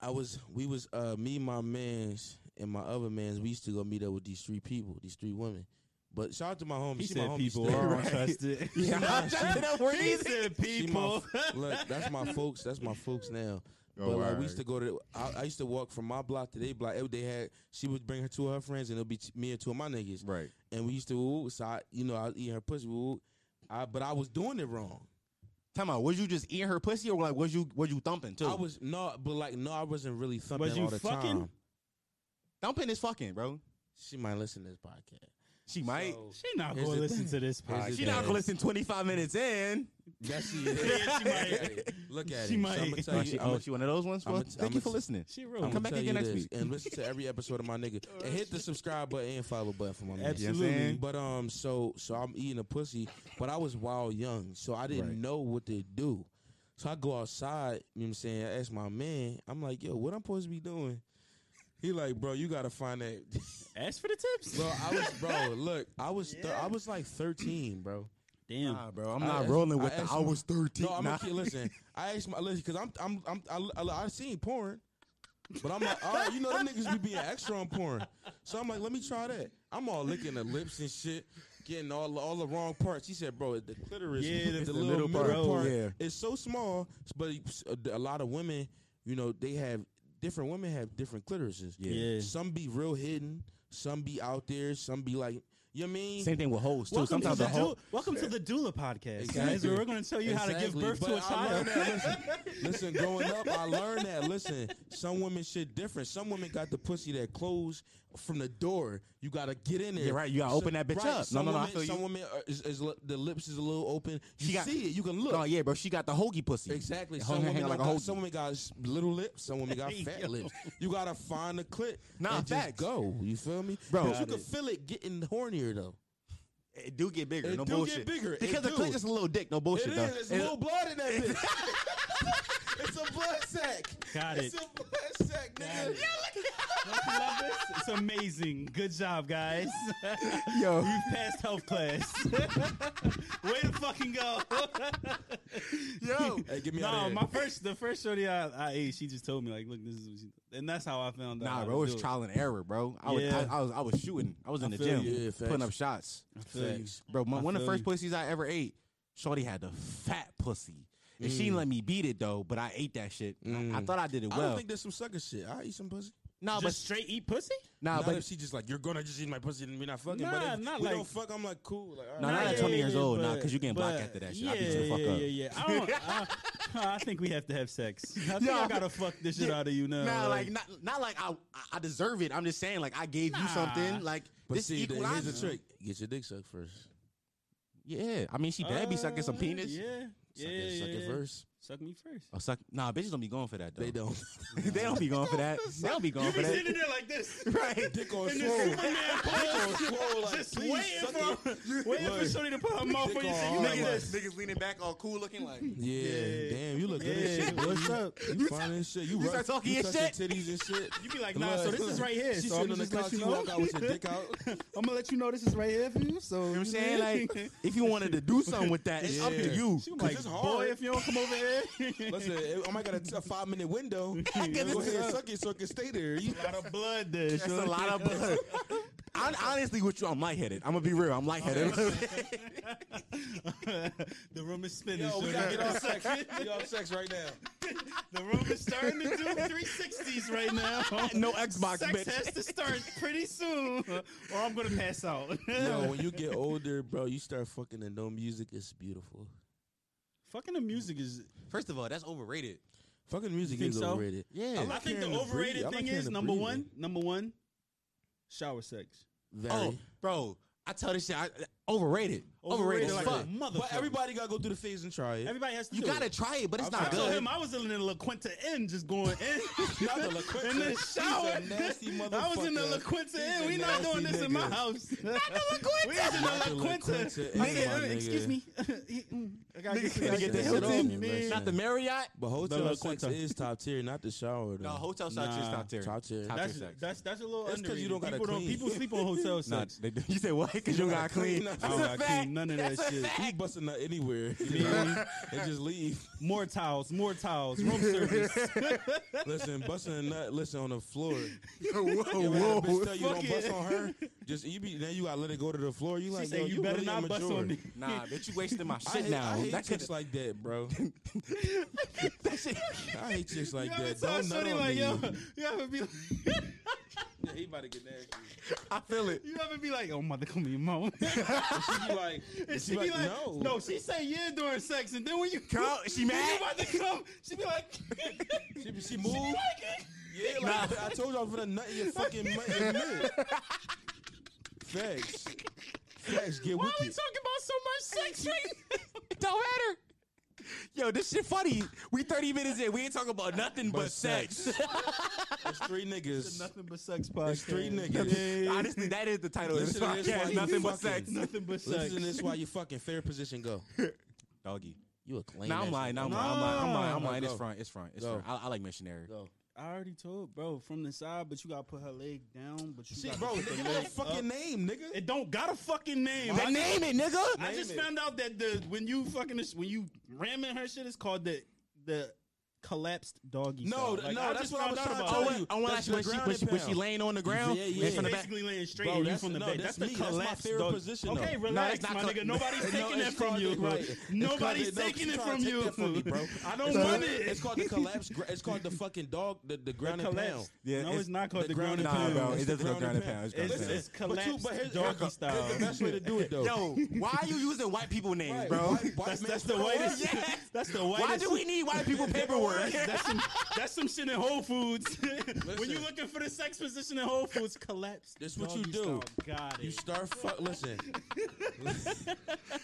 [SPEAKER 5] I was, we was, uh, me, my man's, and my other man's. We used to go meet up with these three people, these three women. But shout out to my homie.
[SPEAKER 7] he
[SPEAKER 5] she my
[SPEAKER 7] said
[SPEAKER 5] homie
[SPEAKER 7] people
[SPEAKER 5] still. *laughs*
[SPEAKER 7] are *laughs* untrusted.
[SPEAKER 1] Yeah, I'm trying to know where
[SPEAKER 7] He
[SPEAKER 1] he's at.
[SPEAKER 7] said
[SPEAKER 5] She my-
[SPEAKER 7] people.
[SPEAKER 5] look, that's my folks. That's my folks now.
[SPEAKER 7] Oh,
[SPEAKER 5] But like we used to go to, I, I used to walk from my block to their block. Every- They had she would bring her two of her friends, and it'll be t- me and two of my niggas.
[SPEAKER 10] right.
[SPEAKER 5] And we used to, ooh, so I, you know, I was eating her pussy, ooh, I, but I was doing it wrong.
[SPEAKER 1] Time out. Was you just eating her pussy, or like was you was you thumping too?
[SPEAKER 5] I was no, but like no, I wasn't really thumping
[SPEAKER 7] Was you
[SPEAKER 5] all the
[SPEAKER 7] fucking?
[SPEAKER 5] time.
[SPEAKER 1] thumping is fucking, bro.
[SPEAKER 5] She might listen to this podcast.
[SPEAKER 1] She might.
[SPEAKER 5] So,
[SPEAKER 7] She not
[SPEAKER 5] *laughs* Here's
[SPEAKER 7] gonna
[SPEAKER 5] the
[SPEAKER 7] listen
[SPEAKER 5] thing.
[SPEAKER 7] to this
[SPEAKER 5] Here's the
[SPEAKER 7] podcast.
[SPEAKER 1] she not
[SPEAKER 5] Yeah.
[SPEAKER 1] gonna listen twenty five minutes in.
[SPEAKER 7] *laughs*
[SPEAKER 5] yes, she is.
[SPEAKER 7] Yeah, she might.
[SPEAKER 5] Look at
[SPEAKER 7] She
[SPEAKER 5] it.
[SPEAKER 7] might.
[SPEAKER 5] So I'm gonna tell
[SPEAKER 1] Oh,
[SPEAKER 5] you.
[SPEAKER 1] she,
[SPEAKER 5] I'ma-
[SPEAKER 1] oh, she one of those ones.
[SPEAKER 5] I'ma-
[SPEAKER 1] Well, thank
[SPEAKER 5] I'ma-
[SPEAKER 1] you for listening.
[SPEAKER 7] She
[SPEAKER 5] I'ma
[SPEAKER 7] real.
[SPEAKER 1] Come back
[SPEAKER 5] tell
[SPEAKER 1] again
[SPEAKER 5] you
[SPEAKER 1] next
[SPEAKER 5] this,
[SPEAKER 1] week. Oh,
[SPEAKER 5] and listen to every episode of
[SPEAKER 1] *laughs*
[SPEAKER 5] my nigga and hit the subscribe button and follow button for my man.
[SPEAKER 7] Absolutely.
[SPEAKER 5] Absolutely. But um, so so I'm eating a pussy, but I was wild young, so I didn't
[SPEAKER 10] Right.
[SPEAKER 5] know what to do. So I go outside. You know what I'm saying? I ask my man. I'm like, yo, what I'm supposed to be doing? He like, bro, you gotta find that. *laughs*
[SPEAKER 7] Ask for the tips.
[SPEAKER 5] bro, I was, bro, look, I was, thir- I was like 13, bro.
[SPEAKER 7] Damn.
[SPEAKER 1] bro. I'm
[SPEAKER 5] I
[SPEAKER 1] not
[SPEAKER 5] asked-
[SPEAKER 1] rolling with
[SPEAKER 5] I
[SPEAKER 1] the
[SPEAKER 5] asked
[SPEAKER 1] I was thirteen.
[SPEAKER 5] No, I'm
[SPEAKER 1] nah.
[SPEAKER 5] a kid. Listen, I asked my listen because I'm I'm I'm I, I, I seen porn, but I'm like, all right, you know them niggas be being extra on porn, so I'm like, let me try that. I'm all licking the lips and shit, getting all all the wrong parts. He said, bro, the clitoris,
[SPEAKER 7] Yeah,
[SPEAKER 5] the,
[SPEAKER 7] that's the
[SPEAKER 5] little,
[SPEAKER 7] little
[SPEAKER 5] middle
[SPEAKER 7] part.
[SPEAKER 5] part,
[SPEAKER 1] Yeah.
[SPEAKER 5] is so small. But a lot of women, you know, they have different women have different clitorises.
[SPEAKER 7] Yeah.
[SPEAKER 5] some be real hidden, some be out there, some be like, you know what I mean?
[SPEAKER 1] Same thing with hoes too.
[SPEAKER 7] Welcome, to
[SPEAKER 1] Sometimes
[SPEAKER 7] the
[SPEAKER 1] the hoe.
[SPEAKER 7] du- welcome to the doula podcast, guys.
[SPEAKER 5] Exactly.
[SPEAKER 7] Where we're going to tell you how to give
[SPEAKER 5] Exactly,
[SPEAKER 7] birth
[SPEAKER 5] but
[SPEAKER 7] to a
[SPEAKER 5] I learned
[SPEAKER 7] child.
[SPEAKER 5] that,
[SPEAKER 1] *laughs*
[SPEAKER 5] Listen, listen, growing up, I learned that. Listen, some women shit different. Some women got the pussy that closed from the door. You gotta get in there.
[SPEAKER 1] Yeah, right, you gotta open that bitch up. No,
[SPEAKER 5] some
[SPEAKER 1] no, no, I
[SPEAKER 5] Women,
[SPEAKER 1] feel you.
[SPEAKER 5] Some women are, is, is li- the lips is a little open. You
[SPEAKER 1] She got-
[SPEAKER 5] see it. You can look.
[SPEAKER 1] No, yeah, bro. She got the hoagie pussy.
[SPEAKER 5] Exactly.
[SPEAKER 1] Her
[SPEAKER 5] Some
[SPEAKER 1] hand
[SPEAKER 5] women,
[SPEAKER 1] hang
[SPEAKER 5] don't
[SPEAKER 1] like a
[SPEAKER 5] got,
[SPEAKER 1] hoagie.
[SPEAKER 5] some women got s- little lips. Some
[SPEAKER 1] *laughs*
[SPEAKER 5] women got fat lips. You gotta find the clit.
[SPEAKER 1] Nah,
[SPEAKER 5] and
[SPEAKER 1] facts.
[SPEAKER 5] just go. You feel me,
[SPEAKER 1] Bro.
[SPEAKER 5] But you
[SPEAKER 1] Got
[SPEAKER 5] can feel it getting hornier though.
[SPEAKER 1] It do get bigger.
[SPEAKER 5] It
[SPEAKER 1] no
[SPEAKER 5] do get
[SPEAKER 1] bullshit.
[SPEAKER 5] bigger, it
[SPEAKER 1] Because the
[SPEAKER 5] do.
[SPEAKER 1] clit just a little dick. No bullshit.
[SPEAKER 5] It is.
[SPEAKER 1] though.
[SPEAKER 5] It's a little blood in that bitch. *laughs* it's a blood sack.
[SPEAKER 7] Got
[SPEAKER 5] It's
[SPEAKER 7] it.
[SPEAKER 5] a blood sack,
[SPEAKER 7] Got
[SPEAKER 5] nigga.
[SPEAKER 7] it. Don't you love this? It's amazing. Good job, guys.
[SPEAKER 1] Yo.
[SPEAKER 7] *laughs* We've passed health class. *laughs* Way to fucking go.
[SPEAKER 1] Yo.
[SPEAKER 5] Hey, get me out of
[SPEAKER 7] no,
[SPEAKER 5] here.
[SPEAKER 7] my first, the first shorty I, I ate, she just told me, like, look, this is what she, and that's how I found out. how
[SPEAKER 1] Nah,
[SPEAKER 7] to
[SPEAKER 1] bro, it
[SPEAKER 7] do
[SPEAKER 1] was trial and error, bro. I was,
[SPEAKER 7] Yeah.
[SPEAKER 1] I, I was, I was shooting. I was in the
[SPEAKER 5] feel
[SPEAKER 1] gym,
[SPEAKER 5] you. Yeah,
[SPEAKER 1] putting
[SPEAKER 5] facts.
[SPEAKER 1] up shots,
[SPEAKER 7] feel you.
[SPEAKER 1] bro. My,
[SPEAKER 7] I
[SPEAKER 1] one of the
[SPEAKER 7] feel
[SPEAKER 1] first
[SPEAKER 7] you.
[SPEAKER 1] pussies I ever ate, Shorty had the fat pussy, and she didn't let me beat it though. But I ate that shit. I- I,
[SPEAKER 5] Mm.
[SPEAKER 1] thought I did it
[SPEAKER 5] I don't
[SPEAKER 1] well.
[SPEAKER 5] think there's some sucker shit. I eat some pussy.
[SPEAKER 1] nah,
[SPEAKER 7] Just straight eat pussy?
[SPEAKER 1] but nah,
[SPEAKER 5] not if
[SPEAKER 1] but
[SPEAKER 5] she just like you're gonna just eat my pussy and we not fucking.
[SPEAKER 7] Nah,
[SPEAKER 5] but if
[SPEAKER 7] not
[SPEAKER 5] we
[SPEAKER 7] like-
[SPEAKER 5] don't fuck, I'm like cool. Like, all
[SPEAKER 1] Nah,
[SPEAKER 5] right.
[SPEAKER 1] not at
[SPEAKER 7] yeah,
[SPEAKER 1] 20
[SPEAKER 7] yeah,
[SPEAKER 1] years
[SPEAKER 7] yeah,
[SPEAKER 1] old, nah,
[SPEAKER 7] but-
[SPEAKER 1] 'cause you getting blocked
[SPEAKER 7] but-
[SPEAKER 1] after that shit. I
[SPEAKER 7] Yeah,
[SPEAKER 1] beat you the fuck
[SPEAKER 7] yeah,
[SPEAKER 1] up.
[SPEAKER 7] yeah, yeah. I, don't,
[SPEAKER 1] *laughs*
[SPEAKER 7] I, I think we have to have sex. I think
[SPEAKER 1] Yeah.
[SPEAKER 7] I gotta fuck this shit out of you now.
[SPEAKER 1] nah, like not, not like I, I- I deserve it. I'm just saying, like I gave you
[SPEAKER 7] Nah.
[SPEAKER 1] something. Like
[SPEAKER 5] But
[SPEAKER 1] this
[SPEAKER 5] see,
[SPEAKER 1] equal
[SPEAKER 5] then here's the
[SPEAKER 1] option.
[SPEAKER 5] trick: get your dick sucked first.
[SPEAKER 1] Yeah, I mean, she bad be sucking some
[SPEAKER 7] Uh,
[SPEAKER 1] penis.
[SPEAKER 7] Yeah, yeah,
[SPEAKER 5] Suck it,
[SPEAKER 7] yeah,
[SPEAKER 5] suck it
[SPEAKER 7] yeah.
[SPEAKER 5] first.
[SPEAKER 7] Suck me first.
[SPEAKER 1] Oh, suck. Nah, bitches don't be going for that. Though.
[SPEAKER 5] They don't.
[SPEAKER 1] *laughs* they don't be going for that. They don't be going for that.
[SPEAKER 7] there like this.
[SPEAKER 1] Right.
[SPEAKER 5] dick on
[SPEAKER 7] In the
[SPEAKER 5] swole. Dick
[SPEAKER 7] Superman
[SPEAKER 5] on swole. Like,
[SPEAKER 7] Just
[SPEAKER 5] please
[SPEAKER 7] waiting
[SPEAKER 5] suck it.
[SPEAKER 7] for, waiting for
[SPEAKER 5] Look.
[SPEAKER 7] Shorty to put her mouth on
[SPEAKER 5] Dick
[SPEAKER 7] your thing.
[SPEAKER 5] on
[SPEAKER 7] You like
[SPEAKER 5] hard.
[SPEAKER 7] this.
[SPEAKER 1] Niggas leaning back, all cool looking, like.
[SPEAKER 5] Yeah.
[SPEAKER 7] Yeah.
[SPEAKER 5] damn, you look good as
[SPEAKER 7] Yeah.
[SPEAKER 5] shit. What's up? You fine as shit. You,
[SPEAKER 1] You
[SPEAKER 5] rough.
[SPEAKER 1] start talking
[SPEAKER 5] you
[SPEAKER 1] your
[SPEAKER 5] touch
[SPEAKER 1] shit.
[SPEAKER 5] your titties and shit. *laughs*
[SPEAKER 7] You be like, nah, so
[SPEAKER 5] Look,
[SPEAKER 7] this is right here.
[SPEAKER 5] She
[SPEAKER 7] so
[SPEAKER 5] sitting
[SPEAKER 7] I'ma
[SPEAKER 5] on the
[SPEAKER 7] just let
[SPEAKER 5] couch.
[SPEAKER 7] you
[SPEAKER 5] You
[SPEAKER 7] know.
[SPEAKER 5] walk out with your dick out.
[SPEAKER 7] *laughs* I'm gonna let you know this is right here for you. So you know
[SPEAKER 1] You know what I'm saying? Like, if you wanted to do something with that, it's up to
[SPEAKER 5] Yeah.
[SPEAKER 1] you.
[SPEAKER 7] she
[SPEAKER 1] 'Cause
[SPEAKER 7] like,
[SPEAKER 5] it's
[SPEAKER 7] *laughs*
[SPEAKER 5] hard.
[SPEAKER 7] boy, if you don't come over here, *laughs*
[SPEAKER 5] Listen, oh I might got a, t- a five minute window. Go ahead and suck it so it can stay there. You,
[SPEAKER 7] a lot of blood there.
[SPEAKER 1] That's a lot of blood. Hon- honestly, with you, I'm lightheaded. I'm gonna be real. I'm *laughs* lightheaded.
[SPEAKER 7] *laughs* the room is spinning.
[SPEAKER 5] yo,
[SPEAKER 7] Shorty.
[SPEAKER 5] we gotta get off sex.
[SPEAKER 7] *laughs*
[SPEAKER 5] Get off sex right now.
[SPEAKER 7] The room is starting to do 360s right now. *laughs*
[SPEAKER 1] no Xbox,
[SPEAKER 7] Sex
[SPEAKER 1] bitch.
[SPEAKER 7] has to start pretty soon, or I'm gonna pass out.
[SPEAKER 5] Yo, when you get older, bro, you start fucking and no music is beautiful.
[SPEAKER 7] *laughs* Fucking the music is.
[SPEAKER 1] First of all, that's overrated.
[SPEAKER 5] Fucking music
[SPEAKER 7] think
[SPEAKER 5] is
[SPEAKER 7] so?
[SPEAKER 5] overrated.
[SPEAKER 1] Yeah.
[SPEAKER 5] I
[SPEAKER 7] I
[SPEAKER 5] like
[SPEAKER 7] think the
[SPEAKER 5] hearing the breathe-
[SPEAKER 7] overrated
[SPEAKER 5] I like
[SPEAKER 7] thing
[SPEAKER 5] hearing
[SPEAKER 7] is
[SPEAKER 5] the
[SPEAKER 7] number
[SPEAKER 5] breathing.
[SPEAKER 7] one. Number one, shower sex.
[SPEAKER 5] Very.
[SPEAKER 1] Oh, bro, I tell this shit. I, overrated. Overrated, as
[SPEAKER 7] like
[SPEAKER 1] fuck.
[SPEAKER 7] a motherfucker.
[SPEAKER 5] But everybody gotta go through the phase and try it.
[SPEAKER 7] Everybody has to.
[SPEAKER 1] You
[SPEAKER 7] do
[SPEAKER 1] gotta
[SPEAKER 7] It.
[SPEAKER 1] try it, but it's
[SPEAKER 5] I'm
[SPEAKER 1] not
[SPEAKER 7] I told
[SPEAKER 1] good.
[SPEAKER 7] him I was in the La Quinta Inn, just
[SPEAKER 5] *laughs*
[SPEAKER 7] going in.
[SPEAKER 5] Not the La Quinta.
[SPEAKER 7] In the
[SPEAKER 5] He's a
[SPEAKER 7] shower,
[SPEAKER 5] nasty
[SPEAKER 7] I was in the
[SPEAKER 5] motherfucker.
[SPEAKER 7] La Quinta
[SPEAKER 5] He's
[SPEAKER 7] Inn.
[SPEAKER 5] a
[SPEAKER 7] We not
[SPEAKER 5] nasty
[SPEAKER 7] doing this in my
[SPEAKER 5] nigga.
[SPEAKER 7] house. Not the La Quinta. *laughs* We was in the La Quinta.
[SPEAKER 5] Not the La Quinta Inn,
[SPEAKER 7] Nigga, uh,
[SPEAKER 5] my nigga.
[SPEAKER 7] excuse me. *laughs* mm, I gotta
[SPEAKER 1] Nigga,
[SPEAKER 7] some-
[SPEAKER 1] can I get the
[SPEAKER 7] shit off
[SPEAKER 1] Hilton?
[SPEAKER 7] me,
[SPEAKER 5] Man.
[SPEAKER 1] Not the Marriott.
[SPEAKER 5] But hotel
[SPEAKER 7] The La
[SPEAKER 5] sex
[SPEAKER 7] Quinta.
[SPEAKER 5] is top tier, not the shower. Though.
[SPEAKER 1] No, hotel sex
[SPEAKER 7] Nah.
[SPEAKER 1] is top tier.
[SPEAKER 5] Top tier.
[SPEAKER 1] Top tier
[SPEAKER 7] That's,
[SPEAKER 1] sex.
[SPEAKER 7] that's that's a little
[SPEAKER 5] That's 'cause you don't
[SPEAKER 7] underrated.
[SPEAKER 5] gotta
[SPEAKER 7] people people
[SPEAKER 5] clean.
[SPEAKER 7] sleep on
[SPEAKER 5] *laughs*
[SPEAKER 7] hotel sex. Oh,
[SPEAKER 1] Nah, they do- You said what? Because you don't gotta clean.
[SPEAKER 5] clean.
[SPEAKER 1] That's
[SPEAKER 5] I
[SPEAKER 7] I
[SPEAKER 5] don't
[SPEAKER 1] a
[SPEAKER 7] don't gotta
[SPEAKER 1] fact.
[SPEAKER 7] clean none of that shit.
[SPEAKER 5] He busting out anywhere.
[SPEAKER 7] Yeah.
[SPEAKER 5] and just leave.
[SPEAKER 7] More towels, more towels, room service.
[SPEAKER 5] Listen, busting a nut. Listen on the floor.
[SPEAKER 1] whoa,
[SPEAKER 5] You ever had a bitch
[SPEAKER 1] whoa.
[SPEAKER 5] tell you
[SPEAKER 7] Fuck
[SPEAKER 5] don't bust
[SPEAKER 7] it.
[SPEAKER 5] on her. Just you be then you gotta let it go to the floor. You
[SPEAKER 7] She
[SPEAKER 5] like
[SPEAKER 7] said,
[SPEAKER 5] yo,
[SPEAKER 7] "You better
[SPEAKER 5] really
[SPEAKER 7] not
[SPEAKER 5] a
[SPEAKER 7] bust on
[SPEAKER 5] majority."
[SPEAKER 7] me."
[SPEAKER 1] Nah, bitch, you wasting my
[SPEAKER 5] I
[SPEAKER 1] shit
[SPEAKER 5] hate,
[SPEAKER 1] now.
[SPEAKER 5] I hate
[SPEAKER 1] That could
[SPEAKER 5] chicks like that, bro.
[SPEAKER 1] that shit.
[SPEAKER 5] I hate chicks like
[SPEAKER 11] you ever
[SPEAKER 5] that.
[SPEAKER 11] tell
[SPEAKER 5] Don't nut
[SPEAKER 11] Shorty
[SPEAKER 5] on
[SPEAKER 11] like,
[SPEAKER 5] me.
[SPEAKER 11] yo,
[SPEAKER 7] *laughs*
[SPEAKER 11] you ever
[SPEAKER 5] *laughs*
[SPEAKER 11] be like, yeah, he about to get nasty.
[SPEAKER 5] I feel it.
[SPEAKER 11] You ever be like, oh, mother, come here,
[SPEAKER 5] *laughs*
[SPEAKER 11] mom.
[SPEAKER 5] She be
[SPEAKER 7] *laughs*
[SPEAKER 5] like,
[SPEAKER 11] And
[SPEAKER 5] she like, no.
[SPEAKER 11] no, she say yeah during sex, and then when you
[SPEAKER 7] *laughs*
[SPEAKER 5] Come- she
[SPEAKER 11] when
[SPEAKER 5] mad?
[SPEAKER 11] you about to come, she be
[SPEAKER 5] *laughs*
[SPEAKER 11] like,
[SPEAKER 5] She, be- she moved. yeah, like I told you I'm finna nut in your fucking mu- your mid. Facts. Facts get
[SPEAKER 11] why are we
[SPEAKER 5] wicked.
[SPEAKER 11] talking about so much sex
[SPEAKER 5] *laughs*
[SPEAKER 11] right now?
[SPEAKER 1] Don't matter. Yo, this shit funny. We 30 minutes in. We ain't talking about nothing but, sex. *laughs*
[SPEAKER 5] It's three niggas.
[SPEAKER 7] Nothing but sex
[SPEAKER 5] It's
[SPEAKER 7] podcast.
[SPEAKER 5] three niggas.
[SPEAKER 1] Honestly, that is the title of this
[SPEAKER 5] Listen to this while
[SPEAKER 1] podcast.
[SPEAKER 5] you
[SPEAKER 1] Nothing but
[SPEAKER 5] fucking-
[SPEAKER 1] sex.
[SPEAKER 7] Nothing but sex.
[SPEAKER 5] Listen to this while you fucking fair position go.
[SPEAKER 1] Doggy.
[SPEAKER 12] You a claim.
[SPEAKER 1] Now I'm lying. Now I'm lying. I'm lying. I'm lying. I'm
[SPEAKER 5] No,
[SPEAKER 1] lying. It's
[SPEAKER 5] go.
[SPEAKER 1] front. It's front. It's
[SPEAKER 5] Go.
[SPEAKER 1] front. I, I like missionary.
[SPEAKER 5] Go.
[SPEAKER 7] I already told, bro, from the side, but you gotta put her leg down. But you,
[SPEAKER 5] She,
[SPEAKER 7] gotta
[SPEAKER 5] bro,
[SPEAKER 7] put
[SPEAKER 5] give
[SPEAKER 7] the
[SPEAKER 5] me a
[SPEAKER 7] leg
[SPEAKER 5] fucking name, nigga.
[SPEAKER 7] It don't got a fucking name. I,
[SPEAKER 12] name it, nigga.
[SPEAKER 7] I just
[SPEAKER 5] name it.
[SPEAKER 7] found out that the when you fucking this- when you ramming her shit, it's called the the collapsed doggy.
[SPEAKER 5] No,
[SPEAKER 7] style. Like,
[SPEAKER 5] no,
[SPEAKER 7] I
[SPEAKER 5] that's
[SPEAKER 7] just
[SPEAKER 5] what I
[SPEAKER 7] found
[SPEAKER 5] was
[SPEAKER 7] out
[SPEAKER 5] trying to
[SPEAKER 7] about
[SPEAKER 5] tell
[SPEAKER 7] that.
[SPEAKER 5] you.
[SPEAKER 1] I want to
[SPEAKER 5] That's
[SPEAKER 1] ask you,
[SPEAKER 5] the
[SPEAKER 1] when she,
[SPEAKER 5] ground
[SPEAKER 1] when, she,
[SPEAKER 5] and
[SPEAKER 1] when she
[SPEAKER 5] pound.
[SPEAKER 1] laying on the ground,
[SPEAKER 5] Yeah,
[SPEAKER 1] and
[SPEAKER 5] yeah.
[SPEAKER 1] from the back.
[SPEAKER 7] basically laying straight
[SPEAKER 5] Bro,
[SPEAKER 7] and you
[SPEAKER 5] that's-
[SPEAKER 7] from the
[SPEAKER 5] no,
[SPEAKER 7] back.
[SPEAKER 5] that's
[SPEAKER 7] That's,
[SPEAKER 5] me.
[SPEAKER 7] the
[SPEAKER 5] That's my
[SPEAKER 7] collapsed
[SPEAKER 5] favorite
[SPEAKER 7] dog.
[SPEAKER 5] position,
[SPEAKER 7] Okay,
[SPEAKER 5] though.
[SPEAKER 7] relax,
[SPEAKER 1] No, it's
[SPEAKER 7] my
[SPEAKER 1] not
[SPEAKER 7] nigga.
[SPEAKER 1] col-
[SPEAKER 7] Nobody's taking
[SPEAKER 5] it's
[SPEAKER 7] that from
[SPEAKER 5] called
[SPEAKER 7] you.
[SPEAKER 5] the- right. It's
[SPEAKER 7] Nobody's
[SPEAKER 5] called the- no,
[SPEAKER 7] taking
[SPEAKER 5] she
[SPEAKER 7] it
[SPEAKER 5] trying
[SPEAKER 7] from
[SPEAKER 5] to take
[SPEAKER 7] you.
[SPEAKER 5] that from me, bro.
[SPEAKER 7] I don't
[SPEAKER 5] It's called-
[SPEAKER 7] want it.
[SPEAKER 5] It's called the collapse. gra- It's called the fucking dog. The, the ground and pound.
[SPEAKER 1] Yeah,
[SPEAKER 7] no, it's not called the, ground and
[SPEAKER 1] nah,
[SPEAKER 7] pound.
[SPEAKER 1] bro. It
[SPEAKER 5] It's the
[SPEAKER 1] doesn't go ground
[SPEAKER 5] ground
[SPEAKER 1] and
[SPEAKER 5] and
[SPEAKER 1] pound. It's ground
[SPEAKER 7] It's,
[SPEAKER 1] and
[SPEAKER 7] it's
[SPEAKER 1] pound.
[SPEAKER 7] collapsed
[SPEAKER 5] but here's-
[SPEAKER 7] doggy
[SPEAKER 5] here's the-
[SPEAKER 7] style.
[SPEAKER 5] here's the best way to do it, though.
[SPEAKER 1] Yo, why are you using white people names,
[SPEAKER 5] Right,
[SPEAKER 1] bro?
[SPEAKER 5] white- white
[SPEAKER 7] that's,
[SPEAKER 5] man
[SPEAKER 7] that's the
[SPEAKER 5] power.
[SPEAKER 7] whitest.
[SPEAKER 1] Yeah.
[SPEAKER 7] That's the whitest.
[SPEAKER 1] Why do we need white people *laughs* paperwork?
[SPEAKER 7] That's some, that's some shit in Whole Foods. when you
[SPEAKER 5] Listen.
[SPEAKER 7] looking for the sex position in Whole Foods, collapsed.
[SPEAKER 5] This what
[SPEAKER 7] doggy
[SPEAKER 5] you do.
[SPEAKER 7] Style. Got
[SPEAKER 5] You
[SPEAKER 7] it.
[SPEAKER 5] start fuck. Listen,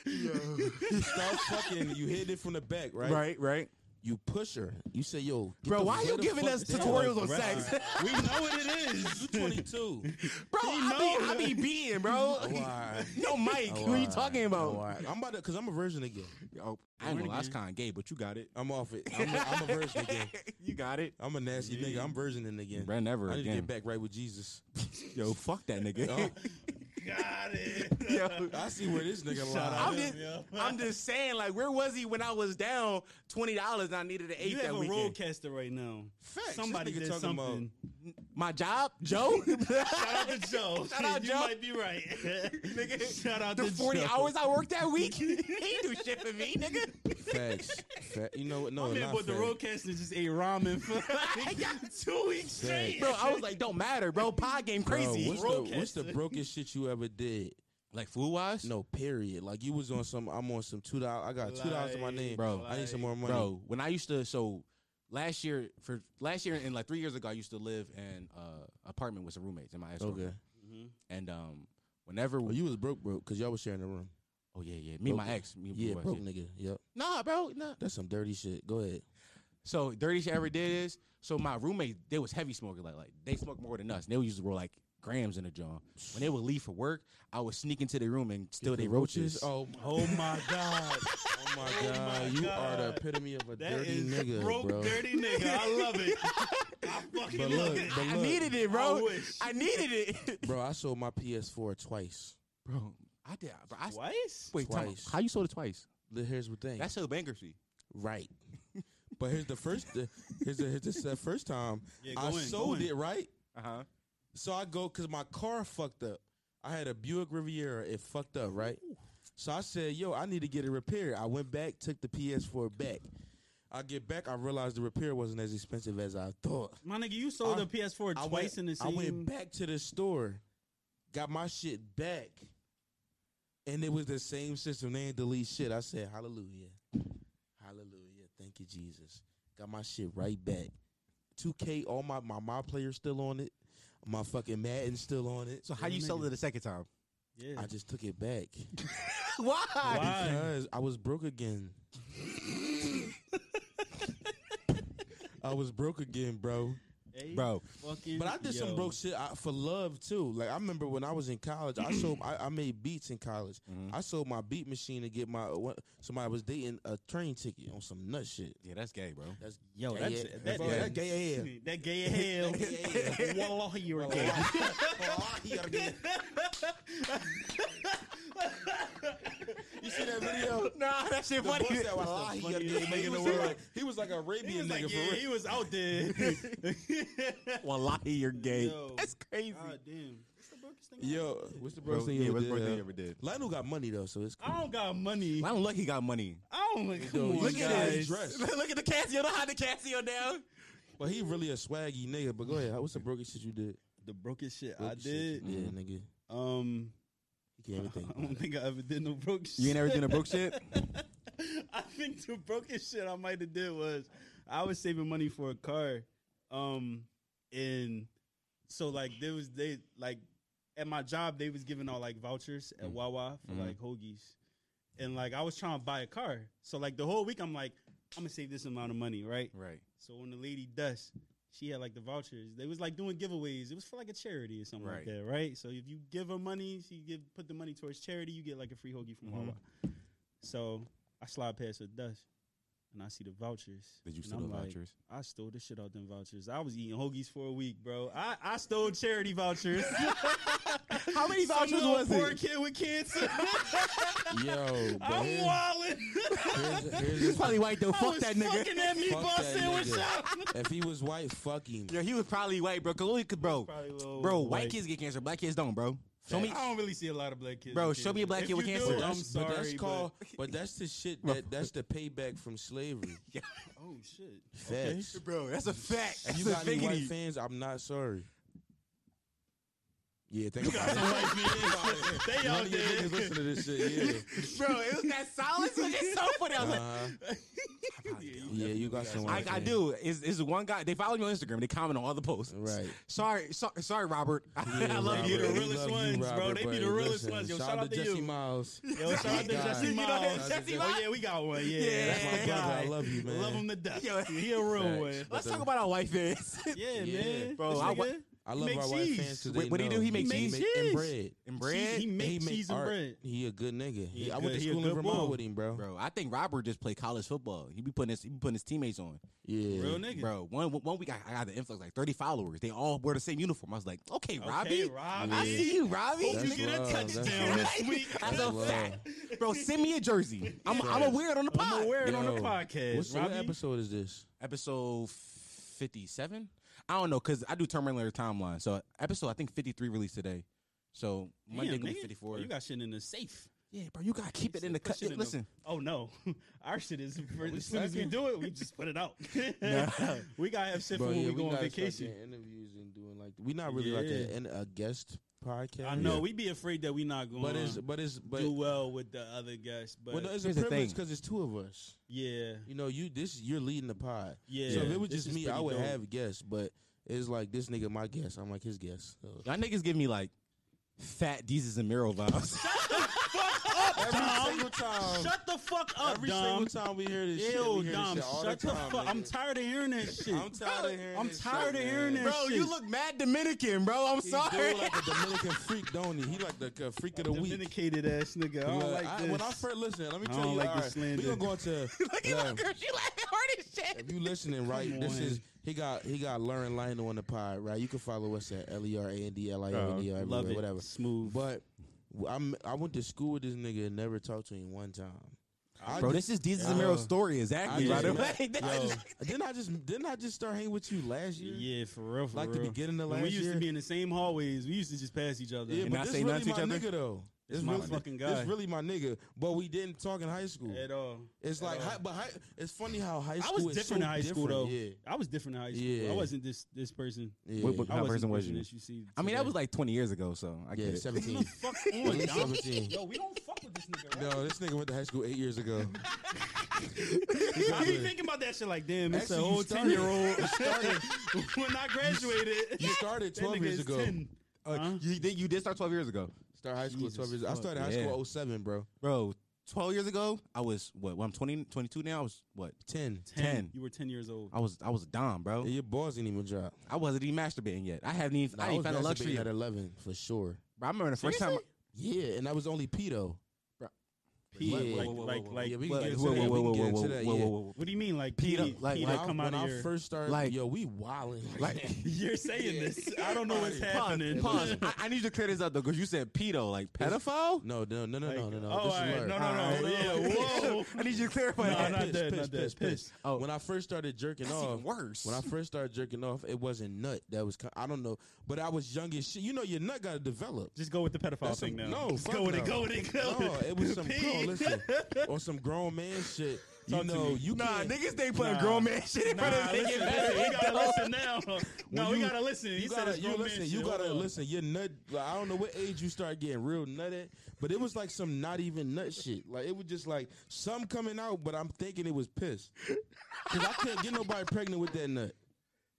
[SPEAKER 5] you start fucking. You hit it from the back, right?
[SPEAKER 1] Right, right.
[SPEAKER 5] You push her. You say, "Yo, get
[SPEAKER 1] Bro,
[SPEAKER 5] the-
[SPEAKER 1] why
[SPEAKER 5] where
[SPEAKER 1] you
[SPEAKER 5] the
[SPEAKER 1] giving
[SPEAKER 5] fuck
[SPEAKER 1] us
[SPEAKER 5] is that?
[SPEAKER 1] tutorials on
[SPEAKER 7] Right.
[SPEAKER 1] sex?
[SPEAKER 7] we know what it is.
[SPEAKER 5] You 22.
[SPEAKER 7] *laughs*
[SPEAKER 1] Bro, I be, I
[SPEAKER 7] knows.
[SPEAKER 1] be beating, *laughs* bro.
[SPEAKER 5] Oh, Why?
[SPEAKER 1] Yo,
[SPEAKER 5] Oh,
[SPEAKER 1] Mike, who you talking about?
[SPEAKER 5] Why? Oh, I'm about to, cause I'm a virgin again.
[SPEAKER 1] Oh, I ain't gonna lie, that's kind of gay, but you got it. *laughs*
[SPEAKER 5] I'm off it. I'm a, I'm
[SPEAKER 7] *laughs*
[SPEAKER 5] a virgin again.
[SPEAKER 1] you got it.
[SPEAKER 5] I'm a nasty nigga. I'm virgining again.
[SPEAKER 1] Bruh, never
[SPEAKER 5] I need to
[SPEAKER 1] again.
[SPEAKER 5] get back right
[SPEAKER 1] *laughs*
[SPEAKER 5] with Jesus.
[SPEAKER 1] Yo, fuck that nigga.
[SPEAKER 5] Oh,
[SPEAKER 11] Got it.
[SPEAKER 1] *laughs* Yo,
[SPEAKER 5] I see where this
[SPEAKER 1] *laughs*
[SPEAKER 5] nigga
[SPEAKER 1] I'm
[SPEAKER 5] lies.
[SPEAKER 1] just, *laughs* I'm just saying, like, where was he when I was down twenty dollars and I needed an eight
[SPEAKER 7] You
[SPEAKER 1] that
[SPEAKER 7] have a
[SPEAKER 1] weekend?
[SPEAKER 7] roadcaster right now.
[SPEAKER 5] Facts.
[SPEAKER 7] Somebody
[SPEAKER 5] This
[SPEAKER 7] did
[SPEAKER 5] nigga talking about- *laughs*
[SPEAKER 7] something.
[SPEAKER 1] My job,
[SPEAKER 7] *laughs*
[SPEAKER 1] Joe. *laughs*
[SPEAKER 7] Shout out to Joe.
[SPEAKER 1] Shout out
[SPEAKER 7] you
[SPEAKER 1] Joe.
[SPEAKER 7] might
[SPEAKER 1] *laughs*
[SPEAKER 7] be right. Shout out
[SPEAKER 1] the
[SPEAKER 7] to
[SPEAKER 1] forty
[SPEAKER 7] Joe. *laughs*
[SPEAKER 1] hours I *laughs* worked that week, he ain't do shit for me, nigga.
[SPEAKER 5] Facts. Fa- you know what? No,
[SPEAKER 7] I mean,
[SPEAKER 5] not
[SPEAKER 7] but the
[SPEAKER 5] fact.
[SPEAKER 7] roadcaster just ate
[SPEAKER 1] *laughs*
[SPEAKER 7] ramen for like two weeks straight.
[SPEAKER 1] Bro, I was like, don't matter, bro. Pod game crazy.
[SPEAKER 5] Bro, what's, the, what's the brokest shit you ever did?
[SPEAKER 1] like food wise,
[SPEAKER 5] No, period. Like you was on some. I'm on some two dollars. I got two dollars in my name,
[SPEAKER 1] Bro.
[SPEAKER 5] I need some more money.
[SPEAKER 1] bro. When I used to, so last year for last year and like three years ago, I used to live in uh, apartment with some roommates in my ex.
[SPEAKER 5] Okay.
[SPEAKER 7] mm-hmm.
[SPEAKER 1] And um, whenever
[SPEAKER 5] Oh, you was broke, broke, cause y'all was sharing the room.
[SPEAKER 1] Oh yeah, yeah. Me and my
[SPEAKER 5] Broke.
[SPEAKER 1] ex. Me and
[SPEAKER 5] Yeah,
[SPEAKER 1] my
[SPEAKER 5] broke
[SPEAKER 1] shit.
[SPEAKER 5] nigga. Yep.
[SPEAKER 1] Nah, bro. Nah.
[SPEAKER 5] That's some dirty shit. Go ahead.
[SPEAKER 1] So dirty shit I ever did is so my roommate they was heavy smoking like like they smoked more than us. And they would used to roll like grams in a joint. When they would leave for work, I would sneak into their room and steal their roaches.
[SPEAKER 5] Oh, my-
[SPEAKER 7] Oh my god,
[SPEAKER 5] *laughs* oh my god, you are the epitome of a
[SPEAKER 7] that
[SPEAKER 5] dirty
[SPEAKER 7] is
[SPEAKER 5] nigga,
[SPEAKER 7] broke
[SPEAKER 5] bro.
[SPEAKER 7] dirty nigga. I love
[SPEAKER 5] *laughs*
[SPEAKER 7] it. I fucking
[SPEAKER 5] But
[SPEAKER 7] love
[SPEAKER 5] look,
[SPEAKER 7] it.
[SPEAKER 5] but
[SPEAKER 1] I
[SPEAKER 5] look,
[SPEAKER 1] needed it, bro. I,
[SPEAKER 7] I wish.
[SPEAKER 1] needed
[SPEAKER 5] *laughs*
[SPEAKER 1] it,
[SPEAKER 5] bro. I sold my PS4 twice.
[SPEAKER 1] bro. I did. Bro, I,
[SPEAKER 7] Twice?
[SPEAKER 1] Wait, tell me,
[SPEAKER 5] Twice.
[SPEAKER 1] how you sold it twice?
[SPEAKER 5] Li- Here's the thing.
[SPEAKER 1] That's still bankruptcy.
[SPEAKER 7] *laughs*
[SPEAKER 5] right. But here's the first. The, here's the, here's the first time
[SPEAKER 7] Yeah,
[SPEAKER 5] I
[SPEAKER 7] go in, go
[SPEAKER 5] sold
[SPEAKER 7] in.
[SPEAKER 5] it right.
[SPEAKER 1] Uh huh.
[SPEAKER 5] So I go because my car fucked up. I had a Buick Riviera. It fucked up, right? So I said, "Yo, I need to get it repaired." I went back, took the PS4 back. I get back, I realized the repair wasn't as expensive as I thought.
[SPEAKER 7] My nigga, you sold
[SPEAKER 5] I-
[SPEAKER 7] a PS4
[SPEAKER 5] I
[SPEAKER 7] twice
[SPEAKER 5] went,
[SPEAKER 7] in the
[SPEAKER 5] I
[SPEAKER 7] same.
[SPEAKER 5] went back to the store, got my shit back, and it was the same system. They didn't delete shit. I said, "Hallelujah, Hallelujah, thank you, Jesus." Got my shit right back. 2K, all my my my players still on it. My fucking Madden still on it.
[SPEAKER 1] So how you sold it the second time?
[SPEAKER 7] Yeah.
[SPEAKER 5] I just took it *laughs* back
[SPEAKER 1] Why?
[SPEAKER 7] Why?
[SPEAKER 5] because I was broke *laughs* again. I was broke again, bro.
[SPEAKER 7] Hey,
[SPEAKER 1] Bro,
[SPEAKER 7] fucking
[SPEAKER 5] But I did some
[SPEAKER 7] yo.
[SPEAKER 5] broke shit I, for love too. Like I remember when I was in college, I sold I, I made beats in college. I sold my beat machine to get my uh, what, somebody was dating a train ticket on some nut shit.
[SPEAKER 1] yeah, that's gay, bro.
[SPEAKER 5] That's
[SPEAKER 7] Yo,
[SPEAKER 5] gay
[SPEAKER 7] that's-
[SPEAKER 5] ass-
[SPEAKER 7] that-
[SPEAKER 5] bro,
[SPEAKER 7] that-
[SPEAKER 5] that gay ass.
[SPEAKER 7] That gay
[SPEAKER 5] *laughs*
[SPEAKER 7] hell. Wallah, you're gay.
[SPEAKER 5] You see that video?
[SPEAKER 1] Nah, that shit
[SPEAKER 5] The
[SPEAKER 1] funny.
[SPEAKER 5] boy said, "Wallahi, he got gay." He was like- He was like Arabian
[SPEAKER 7] He was
[SPEAKER 5] nigga
[SPEAKER 7] like,
[SPEAKER 5] for
[SPEAKER 7] yeah,
[SPEAKER 5] real.
[SPEAKER 7] he was out there.
[SPEAKER 5] *laughs*
[SPEAKER 1] Wallahi, you're gay.
[SPEAKER 7] *laughs* Yo.
[SPEAKER 1] That's crazy.
[SPEAKER 7] God damn. What's the brokest thing. I
[SPEAKER 5] Yo,
[SPEAKER 7] did.
[SPEAKER 5] what's the worst thing you
[SPEAKER 13] yeah,
[SPEAKER 5] ever
[SPEAKER 13] what's
[SPEAKER 5] did?
[SPEAKER 13] the worst thing you
[SPEAKER 5] uh,
[SPEAKER 13] ever did?
[SPEAKER 5] Lionel got money though, so it's cool.
[SPEAKER 7] I don't got money.
[SPEAKER 1] Lionel Lucky got money.
[SPEAKER 7] I don't like. Come on,
[SPEAKER 5] Look at his
[SPEAKER 7] guys.
[SPEAKER 1] *laughs*
[SPEAKER 5] dress.
[SPEAKER 1] Look at the Casio. Don't hide the Casio down.
[SPEAKER 5] But he really a swaggy nigga. But go ahead. What's the brokest shit you did?
[SPEAKER 7] The brokest shit I
[SPEAKER 5] Brokest shit.
[SPEAKER 7] did.
[SPEAKER 5] Yeah, nigga.
[SPEAKER 7] Um, *laughs*
[SPEAKER 5] He can't even
[SPEAKER 7] I don't
[SPEAKER 5] think.
[SPEAKER 7] think I ever did no broke shit.
[SPEAKER 1] You ain't ever done a broke *laughs* shit?
[SPEAKER 7] *laughs* I think the brokest shit I might have did was I was saving money for a car, um, and so like there was they like at my job they was giving out like vouchers at Wawa for like hoagies, and like I was trying to buy a car, so like the whole week I'm like I'm gonna save this amount of money, right?
[SPEAKER 1] Right.
[SPEAKER 7] So when the lady does, she had like the vouchers. They was like doing giveaways. It was for like a charity or something like
[SPEAKER 1] Right.
[SPEAKER 7] that, right? So if you give her money, she give put the money towards charity. You get like a free hoagie from
[SPEAKER 1] Mm-hmm.
[SPEAKER 7] Wawa. So I slide past her dust, and I see the vouchers.
[SPEAKER 1] Did you
[SPEAKER 7] and
[SPEAKER 1] steal
[SPEAKER 7] I'm
[SPEAKER 1] the
[SPEAKER 7] like,
[SPEAKER 1] vouchers?
[SPEAKER 7] I stole the shit out them vouchers. I was eating hoagies for a week, bro. I, I stole charity
[SPEAKER 1] *laughs*
[SPEAKER 7] vouchers.
[SPEAKER 1] *laughs* How many
[SPEAKER 7] Some little poor kid
[SPEAKER 1] *laughs*
[SPEAKER 7] with cancer.
[SPEAKER 5] Yo, but
[SPEAKER 7] I'm
[SPEAKER 5] here's-
[SPEAKER 7] wildin'.
[SPEAKER 5] here's- here's-
[SPEAKER 1] He's probably white though.
[SPEAKER 7] *laughs* I
[SPEAKER 1] Fuck
[SPEAKER 7] was
[SPEAKER 1] that nigga.
[SPEAKER 7] Fucking that
[SPEAKER 5] Fuck
[SPEAKER 7] meatball
[SPEAKER 5] that
[SPEAKER 7] sandwich shop.
[SPEAKER 5] nigga. If he was white, fuck him.
[SPEAKER 1] Yo, he was probably white, bro. 'Cause only- 'cause, bro,
[SPEAKER 7] Probably a little
[SPEAKER 1] bro, white kids get cancer, black kids don't, bro. Show me.
[SPEAKER 7] I don't really see a lot of black kids.
[SPEAKER 1] Bro,
[SPEAKER 7] with
[SPEAKER 1] show me a
[SPEAKER 7] cancer.
[SPEAKER 1] black
[SPEAKER 7] If
[SPEAKER 1] kid with
[SPEAKER 7] you do,
[SPEAKER 1] cancer.
[SPEAKER 7] I'm
[SPEAKER 5] That's-
[SPEAKER 7] sorry,
[SPEAKER 5] but that's
[SPEAKER 7] but-
[SPEAKER 5] called. But that's the shit. That, that's the payback from slavery.
[SPEAKER 7] Oh shit!
[SPEAKER 5] Facts.
[SPEAKER 1] *laughs* Bro, that's a fact.
[SPEAKER 5] If you got any white fans, I'm not sorry. Yeah, think about it.
[SPEAKER 7] *laughs*
[SPEAKER 5] *laughs*
[SPEAKER 7] They
[SPEAKER 5] None
[SPEAKER 7] out
[SPEAKER 5] of your
[SPEAKER 7] there.
[SPEAKER 5] niggas listen to this
[SPEAKER 7] *laughs*
[SPEAKER 5] *laughs* shit.
[SPEAKER 1] Bro, it was that solid. so It's so funny. I
[SPEAKER 5] Yeah,
[SPEAKER 1] was like,
[SPEAKER 5] uh-huh. yeah, you got some.
[SPEAKER 1] I,
[SPEAKER 5] white
[SPEAKER 1] I
[SPEAKER 5] fans.
[SPEAKER 1] do. Is is one guy? They follow me on Instagram. They comment on all the posts.
[SPEAKER 5] Right.
[SPEAKER 7] *laughs*
[SPEAKER 1] Sorry, so, sorry, Robert. *laughs* I
[SPEAKER 5] Yeah,
[SPEAKER 1] love
[SPEAKER 5] Robert,
[SPEAKER 1] you.
[SPEAKER 7] the
[SPEAKER 5] we
[SPEAKER 7] realest
[SPEAKER 5] love you,
[SPEAKER 7] ones, bro.
[SPEAKER 5] Robert,
[SPEAKER 7] They be
[SPEAKER 5] but
[SPEAKER 7] the realest
[SPEAKER 5] listen,
[SPEAKER 7] ones. Yo,
[SPEAKER 5] shout out to
[SPEAKER 7] you.
[SPEAKER 5] Jesse Miles.
[SPEAKER 7] Yo,
[SPEAKER 5] *laughs*
[SPEAKER 7] shout out to
[SPEAKER 5] Guy.
[SPEAKER 7] Jesse
[SPEAKER 5] You
[SPEAKER 1] know
[SPEAKER 7] Miles.
[SPEAKER 1] that Jesse
[SPEAKER 7] oh
[SPEAKER 1] Miles?
[SPEAKER 7] yeah, we got one. Yeah,
[SPEAKER 1] Yeah.
[SPEAKER 7] that's my
[SPEAKER 1] That's
[SPEAKER 5] my guy.
[SPEAKER 7] guy.
[SPEAKER 5] I love you, man.
[SPEAKER 7] Love him to death.
[SPEAKER 1] Yo.
[SPEAKER 7] Yeah, he a real
[SPEAKER 5] Facts.
[SPEAKER 7] one.
[SPEAKER 1] Let's
[SPEAKER 5] But
[SPEAKER 1] talk
[SPEAKER 5] the-
[SPEAKER 1] about our white *laughs* fans.
[SPEAKER 7] Yeah,
[SPEAKER 5] Yeah.
[SPEAKER 7] man.
[SPEAKER 1] Bro,
[SPEAKER 7] This
[SPEAKER 1] I
[SPEAKER 7] nigga,
[SPEAKER 1] wa-
[SPEAKER 5] I love
[SPEAKER 7] make
[SPEAKER 5] our white
[SPEAKER 7] cheese.
[SPEAKER 5] fans
[SPEAKER 1] Wait,
[SPEAKER 5] today.
[SPEAKER 1] what do you do? He make
[SPEAKER 7] cheese?
[SPEAKER 5] and
[SPEAKER 7] cheese.
[SPEAKER 5] bread.
[SPEAKER 1] and
[SPEAKER 7] cheese-
[SPEAKER 1] bread,
[SPEAKER 7] He
[SPEAKER 5] And he
[SPEAKER 7] make
[SPEAKER 5] make
[SPEAKER 7] cheese and
[SPEAKER 5] art.
[SPEAKER 7] bread.
[SPEAKER 5] He a good nigga.
[SPEAKER 7] He
[SPEAKER 5] He-
[SPEAKER 7] a
[SPEAKER 5] I went
[SPEAKER 7] good-
[SPEAKER 5] to
[SPEAKER 7] he a
[SPEAKER 5] school in
[SPEAKER 7] good
[SPEAKER 5] Vermont
[SPEAKER 7] boy.
[SPEAKER 5] with him, bro.
[SPEAKER 1] bro. I think Robert just played college football. He be putting his he be putting his teammates on.
[SPEAKER 5] Yeah,
[SPEAKER 7] Real nigga.
[SPEAKER 1] Bro, one one week I, I got the influx like thirty followers. They all wear the same uniform. I was like, okay, Robbie,
[SPEAKER 7] Robbie.
[SPEAKER 1] I see you, Robbie.
[SPEAKER 7] Hope you
[SPEAKER 5] That's
[SPEAKER 7] get a
[SPEAKER 5] love. That's
[SPEAKER 7] touchdown
[SPEAKER 5] love.
[SPEAKER 7] this week.
[SPEAKER 1] That's a
[SPEAKER 5] love.
[SPEAKER 1] fact, bro. Send me a jersey. I'm I'm a weird on the pod.
[SPEAKER 7] I'm aware it on the
[SPEAKER 5] Yo,
[SPEAKER 7] podcast.
[SPEAKER 5] What's, what
[SPEAKER 7] Robbie,
[SPEAKER 5] episode is this?
[SPEAKER 1] Episode fifty seven. I don't know because I do terminator timeline. So episode I think fifty three released today. So
[SPEAKER 7] Damn,
[SPEAKER 1] Monday gonna be
[SPEAKER 7] nigga,
[SPEAKER 1] fifty four.
[SPEAKER 7] You got shit in the safe.
[SPEAKER 1] Yeah, bro, you gotta keep it in the
[SPEAKER 7] Put
[SPEAKER 1] cut.
[SPEAKER 7] shit in the-
[SPEAKER 1] Listen,
[SPEAKER 7] Oh no, *laughs* our shit
[SPEAKER 5] *laughs*
[SPEAKER 7] is. For, as soon as we do it, we just put it out.
[SPEAKER 1] Nah.
[SPEAKER 7] *laughs* we gotta have shit for when we go on
[SPEAKER 5] gotta start
[SPEAKER 7] vacation.
[SPEAKER 5] doing interviews and doing like we not really like
[SPEAKER 7] Yeah.
[SPEAKER 5] a, an- a guest podcast.
[SPEAKER 7] I know we be afraid that we not going
[SPEAKER 5] but it's
[SPEAKER 7] to
[SPEAKER 5] but it's but
[SPEAKER 7] do well with the other guests, but
[SPEAKER 5] well, no, it's a
[SPEAKER 1] Here's the
[SPEAKER 5] privilege
[SPEAKER 1] thing.
[SPEAKER 5] because it's two of us.
[SPEAKER 7] yeah,
[SPEAKER 5] You know, you this you're leading the pod.
[SPEAKER 7] yeah.
[SPEAKER 5] So if it was
[SPEAKER 7] This
[SPEAKER 5] just
[SPEAKER 7] is
[SPEAKER 5] me, I
[SPEAKER 7] pretty
[SPEAKER 5] would
[SPEAKER 7] dope.
[SPEAKER 5] have guests, but it's like this nigga my guest. I'm like his guest. So.
[SPEAKER 1] y'all niggas give me like fat Jesus and Miro vibes.
[SPEAKER 5] Every single time,
[SPEAKER 7] Shut the fuck up,
[SPEAKER 5] every
[SPEAKER 7] Dom.
[SPEAKER 5] single time we hear this shit,
[SPEAKER 7] Ew,
[SPEAKER 5] we hear
[SPEAKER 7] Dom.
[SPEAKER 5] this shit all
[SPEAKER 7] Shut the,
[SPEAKER 5] time,
[SPEAKER 7] fuck. I'm
[SPEAKER 5] nigga.
[SPEAKER 7] tired of hearing that shit.
[SPEAKER 5] I'm tired of hearing.
[SPEAKER 7] I'm
[SPEAKER 5] this
[SPEAKER 7] tired
[SPEAKER 5] shit,
[SPEAKER 7] of hearing
[SPEAKER 5] man.
[SPEAKER 7] that
[SPEAKER 1] Bro,
[SPEAKER 7] shit.
[SPEAKER 1] you look mad Dominican, bro. I'm
[SPEAKER 5] He
[SPEAKER 1] sorry.
[SPEAKER 5] do like a Dominican freak, don't he? He like the uh, freak of the week.
[SPEAKER 7] Dominicated ass nigga. I don't
[SPEAKER 5] Look,
[SPEAKER 7] like
[SPEAKER 5] I-
[SPEAKER 7] this.
[SPEAKER 5] When I first listen, let me
[SPEAKER 7] I
[SPEAKER 5] tell
[SPEAKER 7] don't
[SPEAKER 5] you,
[SPEAKER 7] like
[SPEAKER 5] all
[SPEAKER 7] this
[SPEAKER 5] right, we gonna
[SPEAKER 7] slander.
[SPEAKER 5] go
[SPEAKER 7] *laughs*
[SPEAKER 5] into. uh,
[SPEAKER 1] she like hard as shit.
[SPEAKER 5] if you listening right,
[SPEAKER 7] Come
[SPEAKER 5] this
[SPEAKER 7] on.
[SPEAKER 5] is he got he got Lauren Lionel on the pod, right? You can follow us at L E R A N D L I
[SPEAKER 1] Oh,
[SPEAKER 5] O N E R
[SPEAKER 7] Love it.
[SPEAKER 5] whatever.
[SPEAKER 7] Smooth.
[SPEAKER 5] But I'm I went to school with this nigga and never talked to him one time.
[SPEAKER 1] *laughs*
[SPEAKER 5] I
[SPEAKER 1] Bro,
[SPEAKER 5] just-
[SPEAKER 1] this is Jesus
[SPEAKER 5] Yo.
[SPEAKER 1] and Miro's story,
[SPEAKER 5] I
[SPEAKER 1] exactly. By
[SPEAKER 5] just,
[SPEAKER 1] the
[SPEAKER 5] met-
[SPEAKER 1] way,
[SPEAKER 5] yo, didn't I just didn't I just start hanging with you last year?
[SPEAKER 7] yeah, for real, for
[SPEAKER 5] Like the
[SPEAKER 7] real.
[SPEAKER 5] beginning of
[SPEAKER 7] When
[SPEAKER 5] last
[SPEAKER 7] we used
[SPEAKER 5] year?
[SPEAKER 7] to be in the same hallways. We used to just pass each other.
[SPEAKER 5] Yeah,
[SPEAKER 1] And
[SPEAKER 5] but
[SPEAKER 1] I
[SPEAKER 5] this
[SPEAKER 1] say
[SPEAKER 5] really
[SPEAKER 1] nothing to
[SPEAKER 5] my
[SPEAKER 1] each other?
[SPEAKER 5] nigga though. It's,
[SPEAKER 7] my
[SPEAKER 5] really
[SPEAKER 7] fucking guy.
[SPEAKER 5] It's really my nigga, but we didn't talk in high school.
[SPEAKER 7] at all.
[SPEAKER 5] It's like,
[SPEAKER 7] all.
[SPEAKER 5] hi, but high, it's funny how high
[SPEAKER 7] I
[SPEAKER 5] school.
[SPEAKER 7] was
[SPEAKER 5] is
[SPEAKER 7] different
[SPEAKER 5] so
[SPEAKER 7] in high school
[SPEAKER 5] different.
[SPEAKER 7] though.
[SPEAKER 5] Yeah,
[SPEAKER 7] I was different in high school.
[SPEAKER 5] Yeah.
[SPEAKER 7] I wasn't this this person.
[SPEAKER 5] yeah.
[SPEAKER 1] What- what-
[SPEAKER 7] I
[SPEAKER 1] How
[SPEAKER 7] wasn't
[SPEAKER 1] person
[SPEAKER 7] the
[SPEAKER 1] was
[SPEAKER 7] person
[SPEAKER 1] you?
[SPEAKER 7] that you see.
[SPEAKER 1] *laughs* I mean,
[SPEAKER 7] today.
[SPEAKER 1] that was like 20 years ago, so I
[SPEAKER 5] yeah,
[SPEAKER 1] get it.
[SPEAKER 7] *laughs*
[SPEAKER 5] seventeen.
[SPEAKER 7] Fuck on,
[SPEAKER 5] Only
[SPEAKER 7] Dom.
[SPEAKER 5] 17.
[SPEAKER 7] Yo, we don't *laughs* fuck with this nigga. Right?
[SPEAKER 5] No, this nigga went to high school eight years ago.
[SPEAKER 7] I be thinking about that shit like, damn, it's
[SPEAKER 5] Actually,
[SPEAKER 7] an
[SPEAKER 5] you
[SPEAKER 7] old ten
[SPEAKER 5] started-
[SPEAKER 7] year old. *laughs*
[SPEAKER 5] you started-
[SPEAKER 7] when I graduated,
[SPEAKER 5] *laughs* You started
[SPEAKER 7] that
[SPEAKER 5] twelve
[SPEAKER 7] nigga
[SPEAKER 5] years
[SPEAKER 7] is
[SPEAKER 5] ago.
[SPEAKER 7] 10.
[SPEAKER 1] Uh,
[SPEAKER 7] Huh?
[SPEAKER 1] you, did- you did start 12 years ago.
[SPEAKER 5] Start high school at
[SPEAKER 7] Jesus
[SPEAKER 5] twelve years. I
[SPEAKER 7] fuck,
[SPEAKER 5] started high
[SPEAKER 1] yeah.
[SPEAKER 5] school 07, bro.
[SPEAKER 1] Bro, 12 years ago, I was, what, when I'm 20, 22 now, I was, what,
[SPEAKER 5] Ten.
[SPEAKER 1] 10.
[SPEAKER 7] You were ten years old.
[SPEAKER 1] I was I was a dom, bro.
[SPEAKER 5] Yeah, your balls didn't even drop.
[SPEAKER 1] I wasn't even masturbating yet. I haven't even,
[SPEAKER 5] Nah,
[SPEAKER 1] I ain't
[SPEAKER 5] was
[SPEAKER 1] found the
[SPEAKER 5] masturbating
[SPEAKER 1] luxury.
[SPEAKER 5] at
[SPEAKER 1] Of,
[SPEAKER 5] eleven for sure.
[SPEAKER 1] bro, I remember the first time,
[SPEAKER 5] Yeah, and I was only pedo.
[SPEAKER 7] Pee,
[SPEAKER 1] Whoa,
[SPEAKER 7] like,
[SPEAKER 1] whoa,
[SPEAKER 7] like,
[SPEAKER 1] whoa, whoa,
[SPEAKER 7] like,
[SPEAKER 1] whoa,
[SPEAKER 7] like,
[SPEAKER 1] yeah, we
[SPEAKER 7] what
[SPEAKER 1] can get
[SPEAKER 7] do
[SPEAKER 1] into that.
[SPEAKER 7] you mean?
[SPEAKER 1] We can
[SPEAKER 5] whoa,
[SPEAKER 1] get
[SPEAKER 5] whoa,
[SPEAKER 1] into
[SPEAKER 5] whoa,
[SPEAKER 1] that,
[SPEAKER 5] whoa,
[SPEAKER 1] yeah.
[SPEAKER 5] whoa, whoa,
[SPEAKER 7] What do you mean, like, pee,
[SPEAKER 1] Pee
[SPEAKER 7] pee,
[SPEAKER 1] up, like,
[SPEAKER 7] that
[SPEAKER 1] when I
[SPEAKER 7] come
[SPEAKER 5] when
[SPEAKER 7] out of
[SPEAKER 5] I
[SPEAKER 7] here?
[SPEAKER 5] first started,
[SPEAKER 1] Like-
[SPEAKER 5] yo, we wilding.
[SPEAKER 1] Like-
[SPEAKER 7] *laughs* You're saying
[SPEAKER 5] Yeah.
[SPEAKER 7] this. I don't know what's
[SPEAKER 5] Pause,
[SPEAKER 7] happening.
[SPEAKER 1] Pause. I, I need to clear this up though, because you said pedo, like *laughs* pedophile.
[SPEAKER 5] *laughs* no, no, no, no,
[SPEAKER 7] Like,
[SPEAKER 5] no, no, no.
[SPEAKER 7] Oh,
[SPEAKER 5] this
[SPEAKER 7] all
[SPEAKER 5] is
[SPEAKER 7] right.
[SPEAKER 5] Lurk.
[SPEAKER 7] No,
[SPEAKER 5] *laughs*
[SPEAKER 7] no, no. Yeah, whoa.
[SPEAKER 1] *laughs* I need you to clarify
[SPEAKER 7] No,
[SPEAKER 1] that.
[SPEAKER 7] not that, not that. Piss.
[SPEAKER 1] Oh.
[SPEAKER 5] When I first started jerking
[SPEAKER 1] That's
[SPEAKER 5] off,
[SPEAKER 1] even worse.
[SPEAKER 5] when I first started jerking off, it wasn't nut. That was kind I don't know, but I was young as shit. You know, your nut got to develop.
[SPEAKER 7] Just go with the pedophile
[SPEAKER 5] That's
[SPEAKER 7] thing
[SPEAKER 5] some-
[SPEAKER 7] now.
[SPEAKER 5] no,
[SPEAKER 7] Just
[SPEAKER 5] fuck
[SPEAKER 7] go with it.
[SPEAKER 5] no.
[SPEAKER 7] Go with it. Go
[SPEAKER 5] No,
[SPEAKER 7] with
[SPEAKER 5] it was some
[SPEAKER 7] Pee.
[SPEAKER 5] grown.
[SPEAKER 7] *laughs*
[SPEAKER 5] Listen, on some grown man shit. You
[SPEAKER 7] Talk to
[SPEAKER 5] know,
[SPEAKER 7] me.
[SPEAKER 5] you
[SPEAKER 1] Nah,
[SPEAKER 5] can't.
[SPEAKER 1] niggas they putting
[SPEAKER 7] Nah.
[SPEAKER 1] grown man shit in
[SPEAKER 7] Nah,
[SPEAKER 1] front of
[SPEAKER 7] listen,
[SPEAKER 1] they get
[SPEAKER 7] listen,
[SPEAKER 1] better.
[SPEAKER 7] we gotta listen now.
[SPEAKER 5] *laughs* When
[SPEAKER 7] no, we
[SPEAKER 5] you-
[SPEAKER 7] gotta listen. He
[SPEAKER 5] You
[SPEAKER 7] said
[SPEAKER 5] gotta,
[SPEAKER 7] it's
[SPEAKER 5] you
[SPEAKER 7] grown man
[SPEAKER 5] listen. You
[SPEAKER 7] shit.
[SPEAKER 5] gotta
[SPEAKER 7] Hold on.
[SPEAKER 5] listen. Your nut. Like, I don't know what age you start getting real nutted, but it was like some not even nut shit. Like it was just like some coming out, but I'm thinking it was piss because I couldn't get nobody pregnant with that nut.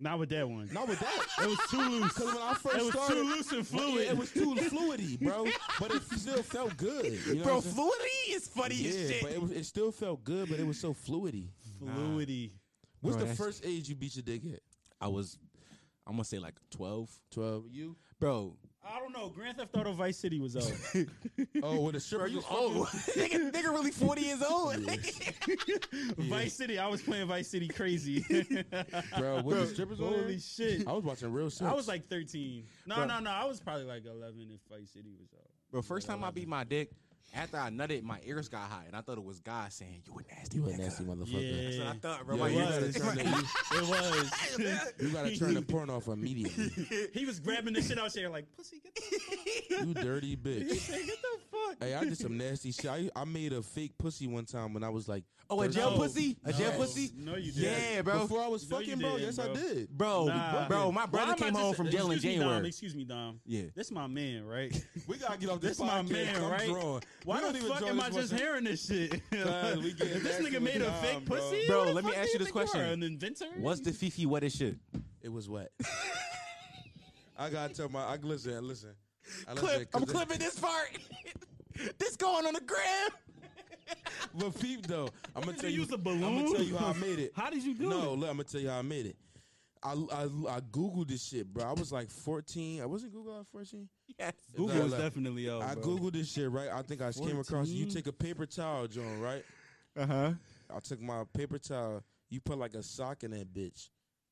[SPEAKER 7] Not with that one.
[SPEAKER 5] Not with that.
[SPEAKER 7] It was too
[SPEAKER 5] *laughs*
[SPEAKER 7] loose.
[SPEAKER 5] Because when I first
[SPEAKER 7] It was
[SPEAKER 5] started,
[SPEAKER 7] too loose and
[SPEAKER 5] Well, yeah,
[SPEAKER 7] fluid.
[SPEAKER 5] it was too fluidy, bro. But it still felt good. You know
[SPEAKER 1] Bro,
[SPEAKER 5] what I'm saying?
[SPEAKER 1] fluidity is funny as
[SPEAKER 5] yeah,
[SPEAKER 1] shit.
[SPEAKER 5] but it, was, it still felt good, but it was so fluidy.
[SPEAKER 7] fluidy.
[SPEAKER 5] What's
[SPEAKER 1] Bro,
[SPEAKER 5] the
[SPEAKER 1] that's-
[SPEAKER 5] first age you beat your dick at?
[SPEAKER 1] I was, I'm gonna say like 12,
[SPEAKER 5] Twelve. You?
[SPEAKER 1] bro.
[SPEAKER 7] I don't know. Grand Theft Auto Vice City was
[SPEAKER 5] *laughs*
[SPEAKER 7] out.
[SPEAKER 5] Oh, with a stripper. you
[SPEAKER 1] *laughs* Oh, nigga, nigga, really 40 years old. *laughs*
[SPEAKER 7] Vice City. I was playing Vice City
[SPEAKER 5] *laughs*
[SPEAKER 7] crazy. *laughs*
[SPEAKER 5] bro. With the strippers on there?
[SPEAKER 7] Holy shit.
[SPEAKER 5] I was watching real sex.
[SPEAKER 7] I was like 13. No, no, no. I was probably like 11 if Vice City was out.
[SPEAKER 1] Bro, first time I beat my dick, after I nutted, my ears got hot, and I thought it was God saying, "You a nasty,
[SPEAKER 14] You a
[SPEAKER 1] nigga."
[SPEAKER 14] nasty motherfucker.
[SPEAKER 1] That's what I thought, bro.
[SPEAKER 5] Yo,
[SPEAKER 1] Why
[SPEAKER 5] you,
[SPEAKER 1] you
[SPEAKER 5] gotta
[SPEAKER 7] was.
[SPEAKER 5] turn the, you,
[SPEAKER 7] It
[SPEAKER 1] *laughs*
[SPEAKER 7] was.
[SPEAKER 5] you gotta turn the porn
[SPEAKER 7] *laughs*
[SPEAKER 5] off immediately.
[SPEAKER 7] he was grabbing the shit out there like, pussy,
[SPEAKER 5] *laughs*
[SPEAKER 7] get the *laughs*
[SPEAKER 5] You dirty bitch.
[SPEAKER 7] fuck. Get the fuck.
[SPEAKER 5] Hey, I did some nasty shit. I, I made a fake pussy one time when I was like,
[SPEAKER 1] Oh, a jail
[SPEAKER 7] No.
[SPEAKER 1] pussy? A jail
[SPEAKER 7] No.
[SPEAKER 1] pussy?
[SPEAKER 7] No, you did.
[SPEAKER 1] Yeah, bro.
[SPEAKER 5] before I was
[SPEAKER 7] No, you
[SPEAKER 5] fucking, bro.
[SPEAKER 7] didn't,
[SPEAKER 5] Yes, I
[SPEAKER 7] bro.
[SPEAKER 5] did.
[SPEAKER 1] Bro,
[SPEAKER 7] Nah.
[SPEAKER 1] bro, my
[SPEAKER 7] Why
[SPEAKER 1] brother
[SPEAKER 7] am I
[SPEAKER 1] came home
[SPEAKER 7] just-
[SPEAKER 1] from jail in
[SPEAKER 7] excuse me, Dom,
[SPEAKER 1] January.
[SPEAKER 7] excuse me, Dom.
[SPEAKER 1] Yeah.
[SPEAKER 7] This my man, right?
[SPEAKER 5] We gotta get off
[SPEAKER 7] This my man, right? Why the fuck am I just hearing this shit?
[SPEAKER 5] Cuz we getting
[SPEAKER 7] If this
[SPEAKER 5] nasty
[SPEAKER 7] nigga
[SPEAKER 5] with
[SPEAKER 7] made a
[SPEAKER 5] Dom,
[SPEAKER 7] fake
[SPEAKER 5] bro.
[SPEAKER 7] pussy.
[SPEAKER 1] Bro,
[SPEAKER 7] who the
[SPEAKER 1] let me
[SPEAKER 7] fuck
[SPEAKER 1] ask
[SPEAKER 7] do
[SPEAKER 1] you this
[SPEAKER 7] think are,
[SPEAKER 1] question.
[SPEAKER 7] An inventor?
[SPEAKER 1] What's the Fifi wettest shit?
[SPEAKER 5] It was
[SPEAKER 7] *laughs*
[SPEAKER 5] wet. I gotta tell my. I listen. Listen. I
[SPEAKER 1] Clip, I'm
[SPEAKER 5] clipping.
[SPEAKER 1] clipping this part. *laughs* this going on the gram.
[SPEAKER 5] But peep though, I'm gonna
[SPEAKER 7] Did
[SPEAKER 5] tell
[SPEAKER 7] you
[SPEAKER 5] you.
[SPEAKER 7] use a
[SPEAKER 5] I'm gonna
[SPEAKER 7] balloon?
[SPEAKER 5] tell you how I made it.
[SPEAKER 7] *laughs* How did you do
[SPEAKER 5] no,
[SPEAKER 7] it?
[SPEAKER 5] look, I'm gonna tell you how I made it. I, I I googled this shit, bro. I was like 14. I wasn't Google at 14.
[SPEAKER 1] Yes.
[SPEAKER 7] Google was
[SPEAKER 5] Nah, nah.
[SPEAKER 7] definitely out.
[SPEAKER 5] I
[SPEAKER 7] bro.
[SPEAKER 5] googled this shit, right? I think I just came across. You take a paper towel, John, right?
[SPEAKER 7] Uh huh.
[SPEAKER 5] I took my paper towel. You put like a sock in that bitch.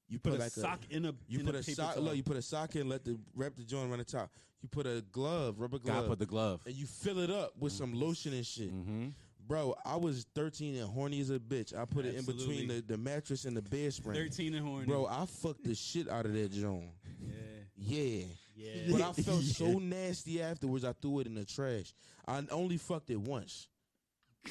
[SPEAKER 5] You
[SPEAKER 7] Put
[SPEAKER 5] put,
[SPEAKER 7] a
[SPEAKER 5] like
[SPEAKER 7] sock in a
[SPEAKER 5] You
[SPEAKER 7] in
[SPEAKER 5] put a,
[SPEAKER 7] paper
[SPEAKER 5] sock.
[SPEAKER 7] towel.
[SPEAKER 5] Look, you put a sock in. Let the wrap the joint around the top. You put a glove, rubber glove,
[SPEAKER 1] Gotta put the glove.
[SPEAKER 5] and you fill it up with
[SPEAKER 7] Mm-hmm.
[SPEAKER 5] some lotion and shit.
[SPEAKER 1] Mhm.
[SPEAKER 5] Bro, I was 13 and horny as a bitch. I put it in between
[SPEAKER 7] Absolutely.
[SPEAKER 5] the, the mattress and the bedspring.
[SPEAKER 7] Thirteen and horny.
[SPEAKER 5] Bro, I fucked the shit out of that joint.
[SPEAKER 7] yeah,
[SPEAKER 5] Yeah.
[SPEAKER 7] yeah. *laughs*
[SPEAKER 5] But I felt so nasty afterwards. I threw it in the trash. I only fucked it once.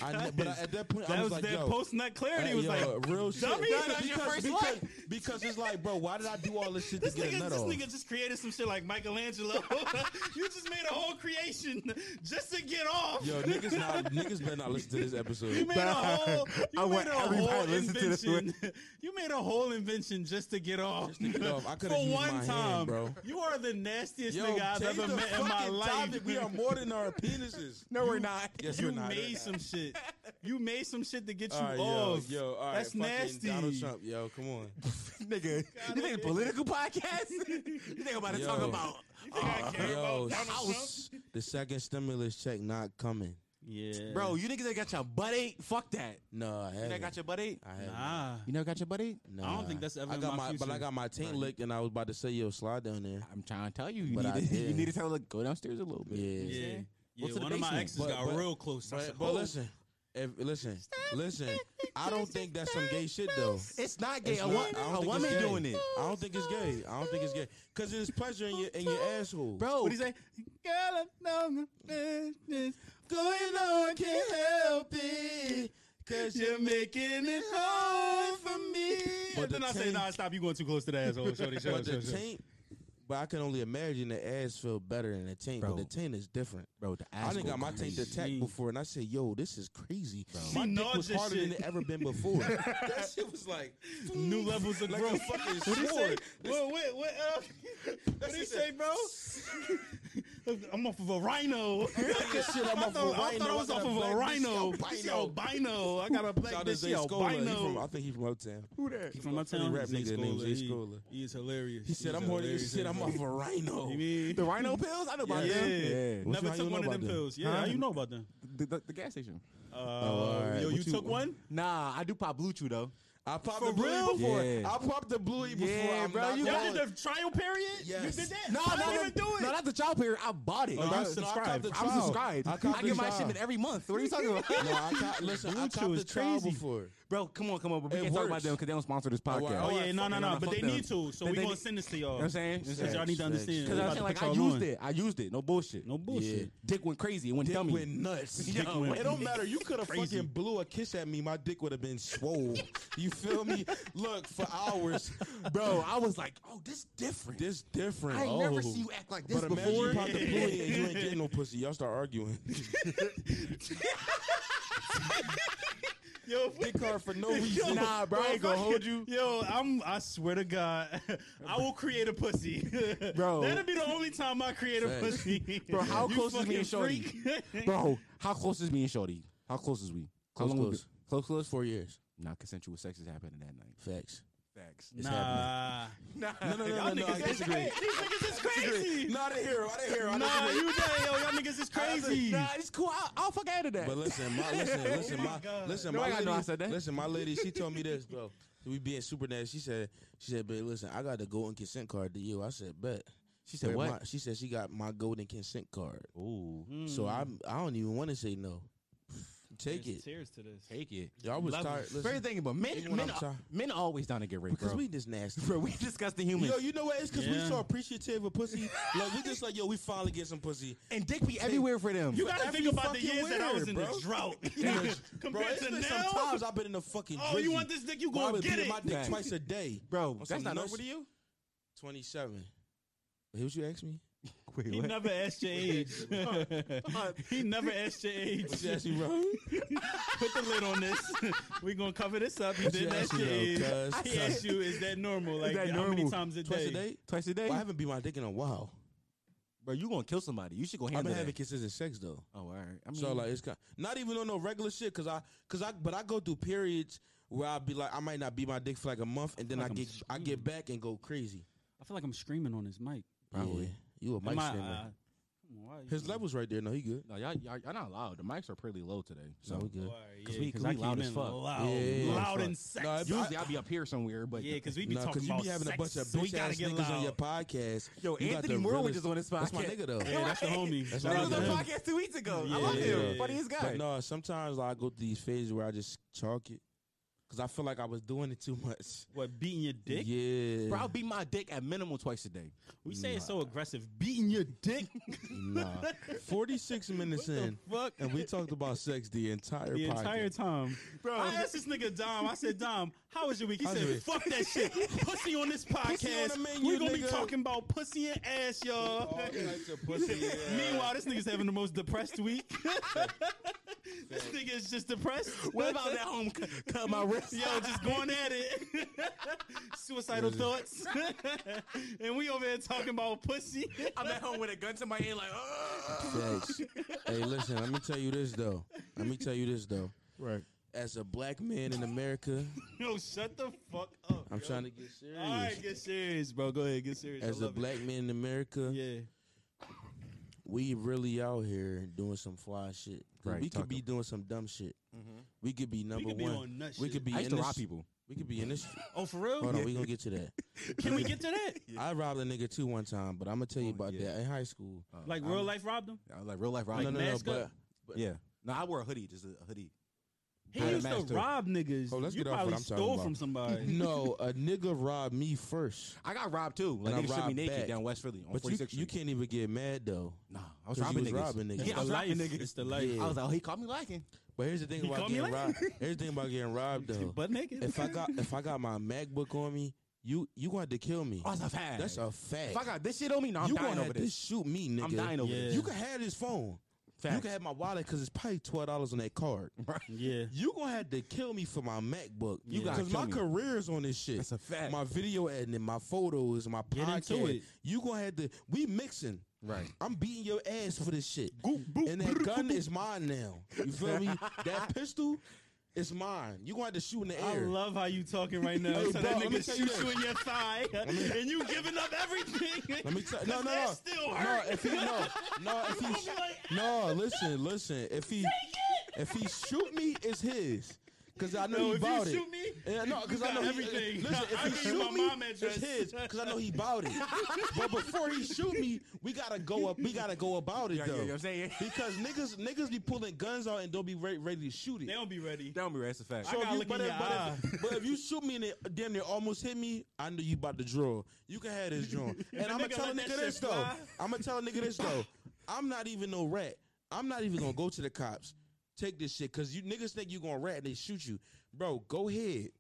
[SPEAKER 5] I, ne- but I, at that point, I
[SPEAKER 7] That
[SPEAKER 5] was,
[SPEAKER 7] was
[SPEAKER 5] like,
[SPEAKER 7] that
[SPEAKER 5] yo,
[SPEAKER 7] post nut clarity
[SPEAKER 5] hey,
[SPEAKER 7] was
[SPEAKER 5] yo,
[SPEAKER 7] like
[SPEAKER 5] real shit.
[SPEAKER 7] dummy, that was your
[SPEAKER 5] because,
[SPEAKER 7] first
[SPEAKER 5] because,
[SPEAKER 7] one.
[SPEAKER 5] because it's like, bro, why did I do all this shit
[SPEAKER 7] This
[SPEAKER 5] to get a
[SPEAKER 7] nigga,
[SPEAKER 5] nut
[SPEAKER 7] this
[SPEAKER 5] off?
[SPEAKER 7] nigga just created some shit like
[SPEAKER 5] *laughs*
[SPEAKER 7] Michelangelo. *laughs* you just made a whole creation *laughs* just to get off.
[SPEAKER 5] Yo, niggas, not, niggas better not listen to this
[SPEAKER 7] you
[SPEAKER 5] episode.
[SPEAKER 7] made a whole, you
[SPEAKER 1] I
[SPEAKER 7] made
[SPEAKER 1] want
[SPEAKER 7] a
[SPEAKER 1] everybody
[SPEAKER 7] whole
[SPEAKER 1] to listen to this
[SPEAKER 7] invention. *laughs* you made a whole invention just to get off.
[SPEAKER 5] to get off. I
[SPEAKER 7] For
[SPEAKER 5] coulda used
[SPEAKER 7] one
[SPEAKER 5] my hand,
[SPEAKER 7] time,
[SPEAKER 5] bro.
[SPEAKER 7] You are the nastiest
[SPEAKER 5] Yo,
[SPEAKER 7] nigga I've
[SPEAKER 5] change
[SPEAKER 7] ever
[SPEAKER 5] the
[SPEAKER 7] met in my
[SPEAKER 5] fucking
[SPEAKER 7] life.
[SPEAKER 5] topic. We are more than our penises.
[SPEAKER 1] No, we're *laughs* not.
[SPEAKER 5] Yes,
[SPEAKER 7] *laughs* you
[SPEAKER 5] we're not.
[SPEAKER 7] made some shit. You made some shit to get you
[SPEAKER 5] All right, yo,
[SPEAKER 7] off.
[SPEAKER 5] yo, all right,
[SPEAKER 7] That's
[SPEAKER 5] fucking
[SPEAKER 7] nasty.
[SPEAKER 5] Donald Trump, yo,
[SPEAKER 7] *laughs*
[SPEAKER 5] come on.
[SPEAKER 1] nigga. You think a political podcast? *laughs* you think I'm about to
[SPEAKER 5] Yo.
[SPEAKER 1] talk about? Uh,
[SPEAKER 5] Ah, Yo,
[SPEAKER 1] I was-
[SPEAKER 5] the second stimulus check not coming.
[SPEAKER 7] Yeah,
[SPEAKER 1] bro, you niggas that got your butt ate? Fuck that.
[SPEAKER 5] No, I
[SPEAKER 1] You
[SPEAKER 5] haven't.
[SPEAKER 1] that got your butt ate?
[SPEAKER 5] I haven't.
[SPEAKER 7] Nah,
[SPEAKER 1] You never got your butt ate?
[SPEAKER 5] Nah.
[SPEAKER 7] I don't think that's ever
[SPEAKER 5] I
[SPEAKER 7] in
[SPEAKER 5] got
[SPEAKER 7] my
[SPEAKER 5] but I
[SPEAKER 7] future.
[SPEAKER 5] got my taint licked, and I was about to say, yo, slide down there.
[SPEAKER 1] I'm trying to tell you. You,
[SPEAKER 5] But
[SPEAKER 1] need to,
[SPEAKER 5] I
[SPEAKER 1] *laughs* you
[SPEAKER 5] did.
[SPEAKER 1] need to tell her, like, go downstairs a little bit.
[SPEAKER 5] Yeah.
[SPEAKER 1] You know what I'm saying? Go
[SPEAKER 7] yeah, yeah.
[SPEAKER 1] to the
[SPEAKER 7] One of my
[SPEAKER 1] basement.
[SPEAKER 7] exes
[SPEAKER 5] But-
[SPEAKER 7] got
[SPEAKER 5] but-
[SPEAKER 7] real close. I said,
[SPEAKER 5] But, but
[SPEAKER 7] "Oh,
[SPEAKER 5] listen, if, listen, listen. I don't think that's some gay shit though.
[SPEAKER 1] It's not gay.
[SPEAKER 5] It's
[SPEAKER 1] a
[SPEAKER 5] not-
[SPEAKER 1] wo-
[SPEAKER 5] I don't think
[SPEAKER 1] a
[SPEAKER 5] it's
[SPEAKER 1] woman
[SPEAKER 5] gay.
[SPEAKER 1] doing it.
[SPEAKER 5] I don't think it's gay. I don't think it's gay because there's pleasure in your in your asshole,
[SPEAKER 1] Bro,
[SPEAKER 7] What do you say? Girl, I'm business.
[SPEAKER 5] Going on, can't help it. Cause you're making it hard for me.
[SPEAKER 7] But then I say, nah, stop. You going too close to the asshole. Shorty,
[SPEAKER 5] but
[SPEAKER 7] shorty,
[SPEAKER 5] the
[SPEAKER 7] shorty, shorty.
[SPEAKER 5] taint, but I can only imagine the ass feel better than the taint,
[SPEAKER 1] Bro.
[SPEAKER 5] but the taint is different.
[SPEAKER 1] bro, the
[SPEAKER 5] I
[SPEAKER 1] ass
[SPEAKER 5] done
[SPEAKER 1] go
[SPEAKER 5] got my taint
[SPEAKER 1] crazy.
[SPEAKER 5] attacked before, and I said, yo, this is crazy.
[SPEAKER 7] She
[SPEAKER 5] My dick
[SPEAKER 7] gnawed
[SPEAKER 5] was
[SPEAKER 7] this
[SPEAKER 5] harder than
[SPEAKER 7] shit.
[SPEAKER 5] it ever been before. that shit was like,
[SPEAKER 7] New levels of
[SPEAKER 5] like a
[SPEAKER 7] growth.
[SPEAKER 5] fucking
[SPEAKER 7] What do you say? *laughs*
[SPEAKER 5] sword.
[SPEAKER 7] What? What? What? Uh, what do you say, bro? I'm off of a
[SPEAKER 5] *laughs*
[SPEAKER 7] rhino.
[SPEAKER 5] shit, I'm
[SPEAKER 7] I
[SPEAKER 5] off of a
[SPEAKER 7] thought- I thought
[SPEAKER 5] rhino.
[SPEAKER 7] I
[SPEAKER 5] I
[SPEAKER 7] was
[SPEAKER 5] got
[SPEAKER 7] off
[SPEAKER 5] a
[SPEAKER 7] of a
[SPEAKER 5] black bitch,
[SPEAKER 7] rhino.
[SPEAKER 5] albino.
[SPEAKER 7] This shit albino. I got a black
[SPEAKER 5] Shout out to
[SPEAKER 7] bitch
[SPEAKER 5] Zay
[SPEAKER 7] shit
[SPEAKER 5] Scola. He from, I
[SPEAKER 7] albino.
[SPEAKER 5] think he's from Uptown.
[SPEAKER 7] Who that? He from my
[SPEAKER 5] Philly
[SPEAKER 7] town.
[SPEAKER 5] rap
[SPEAKER 7] Zay
[SPEAKER 5] nigga
[SPEAKER 7] Scola.
[SPEAKER 5] named Zay
[SPEAKER 7] He-
[SPEAKER 5] Scola.
[SPEAKER 7] He is hilarious.
[SPEAKER 5] He said,
[SPEAKER 7] He's
[SPEAKER 5] "I'm horny
[SPEAKER 7] hilarious
[SPEAKER 5] as shit. I'm
[SPEAKER 7] as
[SPEAKER 5] off a
[SPEAKER 7] hell."
[SPEAKER 5] rhino."
[SPEAKER 7] You mean?
[SPEAKER 1] Oh. The rhino pills? I know
[SPEAKER 7] Yeah.
[SPEAKER 1] about them.
[SPEAKER 5] What you-
[SPEAKER 7] Never
[SPEAKER 5] how you
[SPEAKER 7] took
[SPEAKER 5] know
[SPEAKER 7] one of
[SPEAKER 5] about
[SPEAKER 7] them
[SPEAKER 5] them?
[SPEAKER 7] pills. Yeah,
[SPEAKER 5] Huh?
[SPEAKER 7] how you know about them?
[SPEAKER 1] The, the, the gas station.
[SPEAKER 7] Uh,
[SPEAKER 15] all right.
[SPEAKER 7] Yo,
[SPEAKER 15] What
[SPEAKER 7] you
[SPEAKER 15] you-
[SPEAKER 7] took one?
[SPEAKER 1] Nah, I do pop Blue Chew though.
[SPEAKER 5] I popped
[SPEAKER 7] For
[SPEAKER 5] the
[SPEAKER 7] real?
[SPEAKER 5] bluey before.
[SPEAKER 1] Yeah.
[SPEAKER 5] I popped the bluey before.
[SPEAKER 1] Yeah,
[SPEAKER 5] I'm
[SPEAKER 1] bro,
[SPEAKER 5] not
[SPEAKER 1] you
[SPEAKER 5] going-
[SPEAKER 7] Y'all did the trial period?
[SPEAKER 5] Yes.
[SPEAKER 7] You did that?
[SPEAKER 1] No, no,
[SPEAKER 7] I didn't
[SPEAKER 1] no,
[SPEAKER 7] even do it.
[SPEAKER 1] no, not the child period. I bought it.
[SPEAKER 7] No,
[SPEAKER 1] bro.
[SPEAKER 7] I'm
[SPEAKER 1] No,
[SPEAKER 7] subscribed.
[SPEAKER 5] I copped the
[SPEAKER 1] I'm
[SPEAKER 5] trial.
[SPEAKER 1] subscribed.
[SPEAKER 5] I
[SPEAKER 1] I,
[SPEAKER 5] copped the
[SPEAKER 1] get my
[SPEAKER 5] trial.
[SPEAKER 1] shipment every month. What are you talking
[SPEAKER 5] *laughs*
[SPEAKER 1] about?
[SPEAKER 5] No, I caught, listen, I
[SPEAKER 7] Bluetooth
[SPEAKER 5] caught
[SPEAKER 7] is
[SPEAKER 5] the trial
[SPEAKER 7] crazy.
[SPEAKER 5] before.
[SPEAKER 1] Bro, come on, come on. But we
[SPEAKER 5] It
[SPEAKER 1] can't talk about
[SPEAKER 5] works.
[SPEAKER 1] them because they don't sponsor this
[SPEAKER 5] Oh, wow.
[SPEAKER 1] podcast.
[SPEAKER 5] Oh,
[SPEAKER 7] Oh,
[SPEAKER 5] yeah,
[SPEAKER 7] yeah, no,
[SPEAKER 5] fuck
[SPEAKER 7] no, no.
[SPEAKER 5] them, nah,
[SPEAKER 7] But
[SPEAKER 5] fuck
[SPEAKER 7] they
[SPEAKER 5] them.
[SPEAKER 7] need to.
[SPEAKER 1] They-
[SPEAKER 7] So we
[SPEAKER 1] they
[SPEAKER 7] going to
[SPEAKER 1] need-
[SPEAKER 7] send this to y'all.
[SPEAKER 1] You know what I'm saying?
[SPEAKER 7] Because y'all need to understand.
[SPEAKER 1] Because
[SPEAKER 7] We
[SPEAKER 1] I'm
[SPEAKER 7] about
[SPEAKER 1] saying,
[SPEAKER 7] to
[SPEAKER 1] like,
[SPEAKER 7] put
[SPEAKER 1] I
[SPEAKER 7] y'all
[SPEAKER 1] used
[SPEAKER 7] on.
[SPEAKER 1] it. I used it. No bullshit.
[SPEAKER 7] No bullshit.
[SPEAKER 1] Dick went crazy. It went dummy.
[SPEAKER 5] Went nuts.
[SPEAKER 1] Dick went-
[SPEAKER 5] It don't matter. You could have
[SPEAKER 7] Crazy.
[SPEAKER 5] fucking blew a kiss at me. My dick would have been swole. You feel me? Look for hours,
[SPEAKER 1] Bro, I was like, oh, this different.
[SPEAKER 5] This different.
[SPEAKER 1] I ain't never
[SPEAKER 5] Oh.
[SPEAKER 1] see you act like this
[SPEAKER 5] But imagine
[SPEAKER 1] before.
[SPEAKER 5] you pop
[SPEAKER 1] *laughs*
[SPEAKER 5] the bluey and you ain't getting *laughs* no pussy. Y'all start arguing.
[SPEAKER 7] *laughs* Yo,
[SPEAKER 5] Dick hard for no reason.
[SPEAKER 1] Nah, bro, I ain't gonna hold you.
[SPEAKER 7] Yo, I'm. I swear to God, *laughs* I will create a pussy, *laughs*
[SPEAKER 1] Bro.
[SPEAKER 7] That'll be the only time I create a pussy,
[SPEAKER 1] Bro, how
[SPEAKER 7] *laughs*
[SPEAKER 1] close is me and
[SPEAKER 7] fucking
[SPEAKER 1] Shorty?
[SPEAKER 7] freak.
[SPEAKER 1] Bro, how close is me and Shorty? How close is we? How
[SPEAKER 5] Close,
[SPEAKER 1] long we
[SPEAKER 5] close.
[SPEAKER 1] been- Close, close?
[SPEAKER 5] Four years.
[SPEAKER 1] Not consensual sex is happening that night.
[SPEAKER 5] Facts.
[SPEAKER 1] Facts.
[SPEAKER 7] *laughs* nah, nah,
[SPEAKER 5] No, no, no,
[SPEAKER 7] y'all
[SPEAKER 5] no, no. I
[SPEAKER 7] niggas is
[SPEAKER 5] disagree.
[SPEAKER 7] crazy. These niggas is crazy.
[SPEAKER 5] Not a hero. Not a hero.
[SPEAKER 7] Nah, you done, yo, y'all niggas is crazy.
[SPEAKER 1] Nah, it's cool. I'll, I'll fuck out of that.
[SPEAKER 5] But listen, my listen, listen, my,
[SPEAKER 7] God.
[SPEAKER 5] listen,
[SPEAKER 1] No,
[SPEAKER 5] my
[SPEAKER 1] I gotta
[SPEAKER 5] lady,
[SPEAKER 1] know I said that.
[SPEAKER 5] listen, my lady. She told me this, bro. We being super nice. She said, she said, babe, listen, I got the golden consent card to you. I said, bet. She
[SPEAKER 1] said what?
[SPEAKER 5] My, she said she got my golden consent card.
[SPEAKER 1] Ooh,
[SPEAKER 5] So I, I don't even want to say no. Take it.
[SPEAKER 7] Tears to this.
[SPEAKER 1] take it.
[SPEAKER 5] Y'all was
[SPEAKER 1] Love
[SPEAKER 5] tired.
[SPEAKER 1] it.
[SPEAKER 5] Listen,
[SPEAKER 1] Very thing, but men,
[SPEAKER 5] Even when
[SPEAKER 1] men,
[SPEAKER 5] I'm
[SPEAKER 1] are,
[SPEAKER 5] tired.
[SPEAKER 1] men are always down to get raped,
[SPEAKER 5] because
[SPEAKER 1] bro.
[SPEAKER 5] we just nasty.
[SPEAKER 1] bro, we discuss the humans.
[SPEAKER 5] Yo, you know what? It's because we
[SPEAKER 7] Yeah.
[SPEAKER 5] so appreciative of pussy. like we just like, yo, we finally get some pussy.
[SPEAKER 1] and dick be everywhere for them.
[SPEAKER 7] You gotta
[SPEAKER 5] Every
[SPEAKER 7] think about the
[SPEAKER 5] fucking
[SPEAKER 7] years that I
[SPEAKER 5] where,
[SPEAKER 7] was in
[SPEAKER 5] bro.
[SPEAKER 7] the drought
[SPEAKER 5] Bro,
[SPEAKER 7] *laughs* compared
[SPEAKER 5] it's
[SPEAKER 7] to
[SPEAKER 5] been
[SPEAKER 7] now.
[SPEAKER 5] sometimes I've been in the fucking.
[SPEAKER 7] Oh, you
[SPEAKER 5] drizzy.
[SPEAKER 7] want this dick? You
[SPEAKER 5] Bro, I've
[SPEAKER 7] gonna
[SPEAKER 5] been
[SPEAKER 7] get
[SPEAKER 5] beating
[SPEAKER 7] it?
[SPEAKER 5] my dick
[SPEAKER 1] Nah.
[SPEAKER 5] twice a day,
[SPEAKER 1] Bro,
[SPEAKER 5] On
[SPEAKER 1] that's
[SPEAKER 5] some
[SPEAKER 1] not
[SPEAKER 5] nuts-
[SPEAKER 1] over to you?
[SPEAKER 5] 27. Wait, what you asked me?
[SPEAKER 1] Wait,
[SPEAKER 7] He
[SPEAKER 1] what?
[SPEAKER 7] never asked your age.
[SPEAKER 5] *laughs*
[SPEAKER 7] he never asked your age.
[SPEAKER 5] What you asked
[SPEAKER 7] *laughs*
[SPEAKER 5] me, bro?
[SPEAKER 7] Put the lid on this. *laughs* We're gonna cover this up. He
[SPEAKER 5] What you
[SPEAKER 7] didn't ask
[SPEAKER 5] asked
[SPEAKER 7] your
[SPEAKER 5] me,
[SPEAKER 7] age.
[SPEAKER 5] though, cuz?
[SPEAKER 7] He asked you, is that normal? Like
[SPEAKER 1] that
[SPEAKER 7] how many
[SPEAKER 1] normal?
[SPEAKER 7] times a day?
[SPEAKER 5] Twice a day?
[SPEAKER 1] Twice a day,
[SPEAKER 5] Well, I haven't beat my dick in a while.
[SPEAKER 1] bro. You gonna kill somebody? You should go
[SPEAKER 5] I've
[SPEAKER 1] handle
[SPEAKER 5] been
[SPEAKER 1] that.
[SPEAKER 5] having consistent sex, though.
[SPEAKER 1] oh, all right. I mean,
[SPEAKER 5] So, like, it's kind not even on no regular shit, because I, cause I, but I go through periods where I'll be like, I might not beat my dick for like a month, and then I
[SPEAKER 7] like I'm
[SPEAKER 5] get, I get back and go crazy.
[SPEAKER 7] I feel like I'm screaming on his mic.
[SPEAKER 5] Probably. You a mic
[SPEAKER 7] Am I-
[SPEAKER 5] streamer.
[SPEAKER 7] uh, come on, why are you-
[SPEAKER 5] His level's right there. No, he good.
[SPEAKER 1] no, y'all, y'all, y'all not loud. The mics are pretty low today. So
[SPEAKER 5] No, we good.
[SPEAKER 7] Why, yeah,
[SPEAKER 1] 'Cause we- 'cause
[SPEAKER 7] I
[SPEAKER 1] we loud
[SPEAKER 7] came
[SPEAKER 1] as
[SPEAKER 7] in
[SPEAKER 1] fuck.
[SPEAKER 7] Loud,
[SPEAKER 5] Yeah, yeah, yeah.
[SPEAKER 7] loud and
[SPEAKER 5] Fuck. No,
[SPEAKER 7] sexy.
[SPEAKER 5] I-
[SPEAKER 1] usually I, will be up here somewhere, but
[SPEAKER 7] yeah, because we be
[SPEAKER 5] Nah,
[SPEAKER 7] talking
[SPEAKER 5] you
[SPEAKER 7] about
[SPEAKER 5] be having
[SPEAKER 7] sex,
[SPEAKER 5] a bunch of
[SPEAKER 7] so we
[SPEAKER 5] bitch
[SPEAKER 7] gotta
[SPEAKER 5] ass
[SPEAKER 7] get
[SPEAKER 5] niggas
[SPEAKER 7] loud.
[SPEAKER 5] on your podcast.
[SPEAKER 1] Yo,
[SPEAKER 5] You got
[SPEAKER 1] Anthony
[SPEAKER 5] the
[SPEAKER 1] Moore was
[SPEAKER 5] realest-
[SPEAKER 1] just on this podcast. Oh
[SPEAKER 5] That's my nigga though.
[SPEAKER 7] Yeah, that's the homie.
[SPEAKER 5] That's
[SPEAKER 1] He
[SPEAKER 5] my
[SPEAKER 1] was on
[SPEAKER 5] nigga.
[SPEAKER 1] the podcast two weeks ago.
[SPEAKER 7] Yeah.
[SPEAKER 1] I love him.
[SPEAKER 5] Yeah.
[SPEAKER 1] Funniest guy.
[SPEAKER 5] But no, sometimes I go through these phases where I just chalk it because I feel like I was doing it too much.
[SPEAKER 7] What beating your dick?
[SPEAKER 5] Yeah.
[SPEAKER 1] Bro, I'll beat my dick at minimum twice a day.
[SPEAKER 7] We say it's so aggressive. Beating your dick.
[SPEAKER 5] Nah.
[SPEAKER 7] *laughs*
[SPEAKER 5] 46 minutes in,
[SPEAKER 7] Fuck.
[SPEAKER 5] and we talked about sex the entire
[SPEAKER 7] the *laughs*
[SPEAKER 5] podcast.
[SPEAKER 7] entire time. Bro, I asked this nigga Dom. I said, Dom, how was your week? He
[SPEAKER 5] How's your
[SPEAKER 7] said,
[SPEAKER 5] week?
[SPEAKER 7] fuck that shit. Pussy on this
[SPEAKER 5] Pussy on
[SPEAKER 7] podcast.
[SPEAKER 5] the menu,
[SPEAKER 7] We're gonna be
[SPEAKER 5] nigga.
[SPEAKER 7] talking about pussy and ass, y'all.
[SPEAKER 5] Oh,
[SPEAKER 7] Meanwhile, this nigga's having the most depressed week. *laughs* this nigga is just depressed.
[SPEAKER 1] *laughs* What about that home c- cut my *laughs* wrist?
[SPEAKER 7] Yo, just going at it. *laughs* Suicidal thoughts. *laughs* and we over here talking about pussy. *laughs*
[SPEAKER 1] I'm at home with a gun to my head, like, "Ugh."
[SPEAKER 5] Facts. hey, listen, let me tell you this, though. Let me tell you this, though.
[SPEAKER 15] Right.
[SPEAKER 5] As a black man in America,
[SPEAKER 7] Yo, shut the fuck up.
[SPEAKER 5] I'm
[SPEAKER 7] yo.
[SPEAKER 5] trying to get serious.
[SPEAKER 7] All right, get serious, bro. Go ahead, get serious.
[SPEAKER 5] As
[SPEAKER 7] I
[SPEAKER 5] a
[SPEAKER 7] love it.
[SPEAKER 5] black man in America,
[SPEAKER 7] Yeah.
[SPEAKER 5] we really out here doing some fly shit.
[SPEAKER 1] Right,
[SPEAKER 5] we could
[SPEAKER 1] talk
[SPEAKER 5] be doing some dumb shit.
[SPEAKER 1] Mm-hmm.
[SPEAKER 5] We could be number
[SPEAKER 7] could be
[SPEAKER 5] one.
[SPEAKER 7] on nut
[SPEAKER 5] we
[SPEAKER 7] shit.
[SPEAKER 5] could be
[SPEAKER 1] I used to
[SPEAKER 5] in
[SPEAKER 1] rob
[SPEAKER 5] this,
[SPEAKER 1] people.
[SPEAKER 5] We could be in
[SPEAKER 1] *laughs*
[SPEAKER 5] this.
[SPEAKER 7] Oh, for real?
[SPEAKER 5] Hold on, we gonna get to that.
[SPEAKER 7] Can we get to that?
[SPEAKER 5] I robbed a nigga too one time, but I'm gonna tell you
[SPEAKER 1] Oh,
[SPEAKER 5] about that in
[SPEAKER 1] *laughs*
[SPEAKER 5] high school.
[SPEAKER 7] Like real life robbed him?
[SPEAKER 1] I was Uh, like real life robbing.
[SPEAKER 5] no, no, no,
[SPEAKER 7] mask
[SPEAKER 5] but
[SPEAKER 7] up?
[SPEAKER 1] yeah. No, I wore a hoodie, just a a hoodie.
[SPEAKER 7] He
[SPEAKER 5] Had a
[SPEAKER 7] used to
[SPEAKER 5] master.
[SPEAKER 7] rob niggas.
[SPEAKER 5] Oh, let's
[SPEAKER 7] you
[SPEAKER 5] get off
[SPEAKER 7] probably
[SPEAKER 5] what I'm talking
[SPEAKER 7] stole
[SPEAKER 5] about.
[SPEAKER 7] from
[SPEAKER 5] *laughs*
[SPEAKER 7] somebody.
[SPEAKER 5] no, a nigga robbed me first.
[SPEAKER 1] I got robbed too. Like
[SPEAKER 5] And I
[SPEAKER 1] niggas shoot me
[SPEAKER 5] robbed
[SPEAKER 1] naked
[SPEAKER 5] back.
[SPEAKER 1] down West Philly on
[SPEAKER 5] But you,
[SPEAKER 1] 46th
[SPEAKER 5] you
[SPEAKER 1] Street.
[SPEAKER 5] can't even get mad though.
[SPEAKER 1] Nah, I was
[SPEAKER 5] 'Cause you
[SPEAKER 1] robbing
[SPEAKER 5] was
[SPEAKER 1] niggas.
[SPEAKER 5] robbing niggas.
[SPEAKER 1] Yeah, I was
[SPEAKER 7] The
[SPEAKER 1] robbing
[SPEAKER 7] life.
[SPEAKER 1] niggas.
[SPEAKER 7] It's the life.
[SPEAKER 1] I was like, oh, he caught me lacking.
[SPEAKER 5] But here's the thing about
[SPEAKER 7] call me
[SPEAKER 5] getting
[SPEAKER 7] like-
[SPEAKER 1] *laughs*
[SPEAKER 5] robbed. Here's the thing about getting robbed though.
[SPEAKER 7] *laughs* But nigga,
[SPEAKER 5] if I got if I got my MacBook on me, you you gonna have to kill me.
[SPEAKER 1] Oh, that's a fact.
[SPEAKER 5] That's a fact.
[SPEAKER 1] If I got this shit on me, no, I'm
[SPEAKER 5] you
[SPEAKER 1] dying
[SPEAKER 5] gonna
[SPEAKER 1] over
[SPEAKER 5] have to
[SPEAKER 1] this.
[SPEAKER 5] shoot me, nigga.
[SPEAKER 1] I'm dying over
[SPEAKER 7] Yeah.
[SPEAKER 1] this.
[SPEAKER 5] You can have his phone. You
[SPEAKER 1] Facts.
[SPEAKER 5] can have my wallet because it's probably twelve dollars on that card.
[SPEAKER 7] *laughs* Yeah.
[SPEAKER 5] You gonna have to kill me for my MacBook.
[SPEAKER 1] You gotta
[SPEAKER 5] because my
[SPEAKER 1] kill
[SPEAKER 5] career is on this shit.
[SPEAKER 1] That's a fact.
[SPEAKER 5] My video editing, my photos, my
[SPEAKER 7] Get
[SPEAKER 5] podcast.
[SPEAKER 7] into it.
[SPEAKER 5] You gonna have to. We mixing.
[SPEAKER 1] Right.
[SPEAKER 5] I'm beating your ass for this shit. and that gun is mine now. You
[SPEAKER 1] *laughs*
[SPEAKER 5] feel me? that pistol is mine. You gonna have to shoot in the
[SPEAKER 7] I
[SPEAKER 5] air.
[SPEAKER 7] love how you talking right now.
[SPEAKER 5] Hey,
[SPEAKER 7] so
[SPEAKER 5] bro,
[SPEAKER 7] that
[SPEAKER 5] let me
[SPEAKER 7] nigga
[SPEAKER 5] tell you
[SPEAKER 7] shoots you
[SPEAKER 5] this.
[SPEAKER 7] in your thigh, *laughs* and you giving up everything.
[SPEAKER 5] *laughs*
[SPEAKER 7] *laughs*
[SPEAKER 5] Let me tell. No, no,
[SPEAKER 7] That
[SPEAKER 5] no.
[SPEAKER 7] still
[SPEAKER 5] No,
[SPEAKER 7] hurt.
[SPEAKER 5] if he no, no, if he no. Listen, listen. If he if he shoot me, it's his. Cause I know
[SPEAKER 7] No,
[SPEAKER 5] he
[SPEAKER 7] if you
[SPEAKER 5] bought it.
[SPEAKER 7] shoot me,
[SPEAKER 5] yeah, no, because I
[SPEAKER 7] got
[SPEAKER 5] know he-
[SPEAKER 7] everything.
[SPEAKER 5] listen, if
[SPEAKER 7] I
[SPEAKER 5] he
[SPEAKER 7] gave
[SPEAKER 5] shoot
[SPEAKER 7] my
[SPEAKER 5] me,
[SPEAKER 7] mom address.
[SPEAKER 5] it's his. Cause I know he
[SPEAKER 7] *laughs*
[SPEAKER 5] bought it. but before he shoot me, we gotta go up. We gotta go about it
[SPEAKER 1] Yeah, yeah,
[SPEAKER 5] though.
[SPEAKER 1] you know what I'm saying?
[SPEAKER 5] Because niggas niggas be pulling guns out and don't be ready, ready to shoot
[SPEAKER 7] *laughs*
[SPEAKER 5] it.
[SPEAKER 7] they don't be ready.
[SPEAKER 1] Don't be that's a fact.
[SPEAKER 7] I
[SPEAKER 5] So if
[SPEAKER 7] gotta
[SPEAKER 5] you-
[SPEAKER 7] look
[SPEAKER 5] but,
[SPEAKER 7] in
[SPEAKER 5] if,
[SPEAKER 7] your
[SPEAKER 5] but, if, but if you shoot me and it damn near almost hit me, I know you about to draw. You can have this drawn.
[SPEAKER 7] *laughs*
[SPEAKER 5] And I'm gonna
[SPEAKER 7] nigga
[SPEAKER 5] tell a
[SPEAKER 7] let
[SPEAKER 5] nigga
[SPEAKER 7] that
[SPEAKER 5] this
[SPEAKER 7] shit
[SPEAKER 5] though.
[SPEAKER 7] fly.
[SPEAKER 5] I'm gonna tell a nigga this though. I'm not even no rat. I'm not even gonna go to the cops. Take this shit because you niggas think you gonna rat and they shoot you, bro. Go ahead.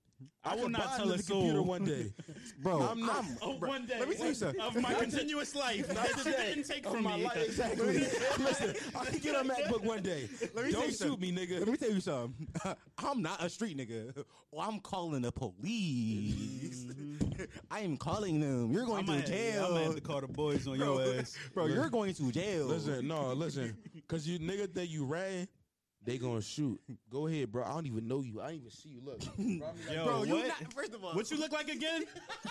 [SPEAKER 5] I,
[SPEAKER 7] will
[SPEAKER 5] will
[SPEAKER 7] not
[SPEAKER 5] buy
[SPEAKER 7] tell a
[SPEAKER 5] another computer
[SPEAKER 7] soul.
[SPEAKER 5] one *laughs* day,
[SPEAKER 16] Bro,
[SPEAKER 5] I'm not.
[SPEAKER 7] Oh, one day
[SPEAKER 5] Let me tell you something.
[SPEAKER 7] of my continuous life
[SPEAKER 5] Not
[SPEAKER 7] that you
[SPEAKER 5] today.
[SPEAKER 7] didn't take
[SPEAKER 5] Of
[SPEAKER 7] from
[SPEAKER 5] my
[SPEAKER 7] me. *laughs*
[SPEAKER 5] life. *laughs* Exactly. Listen, I can get a MacBook one day.
[SPEAKER 1] tell you
[SPEAKER 5] Don't shoot me,
[SPEAKER 1] something.
[SPEAKER 5] nigga.
[SPEAKER 1] Let me tell you something. *laughs* I'm not a street nigga. Or I'm calling the police. *laughs* I am calling them. You're going
[SPEAKER 7] I'm
[SPEAKER 1] to
[SPEAKER 7] gonna,
[SPEAKER 1] jail.
[SPEAKER 7] I'm gonna have to call the boys on your
[SPEAKER 1] bro,
[SPEAKER 7] ass.
[SPEAKER 1] *laughs* bro you're going to jail.
[SPEAKER 7] Oh.
[SPEAKER 5] Listen, no,
[SPEAKER 7] *laughs*
[SPEAKER 5] listen. Cause you nigga think you ran, they gonna shoot. Go ahead, bro. I don't even know you. I don't even see you.
[SPEAKER 7] *laughs*
[SPEAKER 5] Look, bro, I'm
[SPEAKER 7] Yo,
[SPEAKER 5] like,
[SPEAKER 1] bro,
[SPEAKER 7] what?
[SPEAKER 1] you not. First of all,
[SPEAKER 7] What you look like again?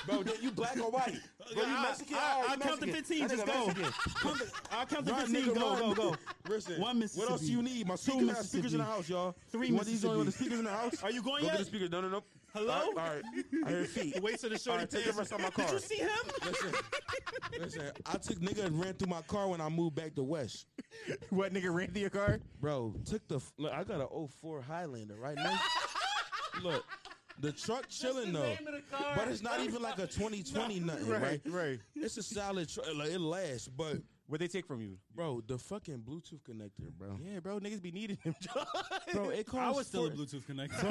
[SPEAKER 5] bro, then you black
[SPEAKER 7] *laughs*
[SPEAKER 5] or white? Bro, you
[SPEAKER 7] I-
[SPEAKER 5] Mexican?
[SPEAKER 7] I-
[SPEAKER 5] All right,
[SPEAKER 7] I'll
[SPEAKER 5] you
[SPEAKER 7] count to
[SPEAKER 5] Mexican.
[SPEAKER 7] 15,
[SPEAKER 5] That
[SPEAKER 7] just
[SPEAKER 5] nigga
[SPEAKER 7] go.
[SPEAKER 5] Mexican.
[SPEAKER 7] I'll count to
[SPEAKER 5] Run,
[SPEAKER 7] 15.
[SPEAKER 5] nigga,
[SPEAKER 7] Go,
[SPEAKER 5] run.
[SPEAKER 7] go, go.
[SPEAKER 5] *laughs* Listen,
[SPEAKER 7] One
[SPEAKER 5] what else
[SPEAKER 7] Mississippi.
[SPEAKER 5] you need? My speakers, I have speakers
[SPEAKER 7] Mississippi.
[SPEAKER 5] in the house, y'all.
[SPEAKER 7] Three
[SPEAKER 5] you want these on the
[SPEAKER 7] Mississippi.
[SPEAKER 5] speakers in the house?
[SPEAKER 7] Are you going
[SPEAKER 5] Go get the
[SPEAKER 7] yet?
[SPEAKER 5] speaker. No, no, no.
[SPEAKER 7] Hello?
[SPEAKER 5] All right, all right. I hear
[SPEAKER 7] *laughs*
[SPEAKER 5] feet.
[SPEAKER 7] Wait till the
[SPEAKER 5] All
[SPEAKER 7] shorty
[SPEAKER 5] right, take the
[SPEAKER 7] takes- *laughs*
[SPEAKER 5] rest out my car.
[SPEAKER 7] Did you see him?
[SPEAKER 5] Listen, listen. I took nigga and ran through my car when I moved back to West.
[SPEAKER 1] what nigga ran through your car?
[SPEAKER 5] Bro, took the look. I got a 04 Highlander
[SPEAKER 7] *laughs*
[SPEAKER 5] right now. look, the truck chilling though, but it's not even like
[SPEAKER 7] *laughs*
[SPEAKER 5] a 2020 nothing, right?
[SPEAKER 1] right.
[SPEAKER 5] It's a solid. Tr- like, it lasts, but
[SPEAKER 1] What they take from you?
[SPEAKER 5] bro, the fucking Bluetooth connector, bro.
[SPEAKER 1] Yeah, bro, niggas be needing them.
[SPEAKER 5] Bro, *laughs* it
[SPEAKER 7] I
[SPEAKER 5] costs.
[SPEAKER 7] was still a
[SPEAKER 5] four-
[SPEAKER 7] Bluetooth connector.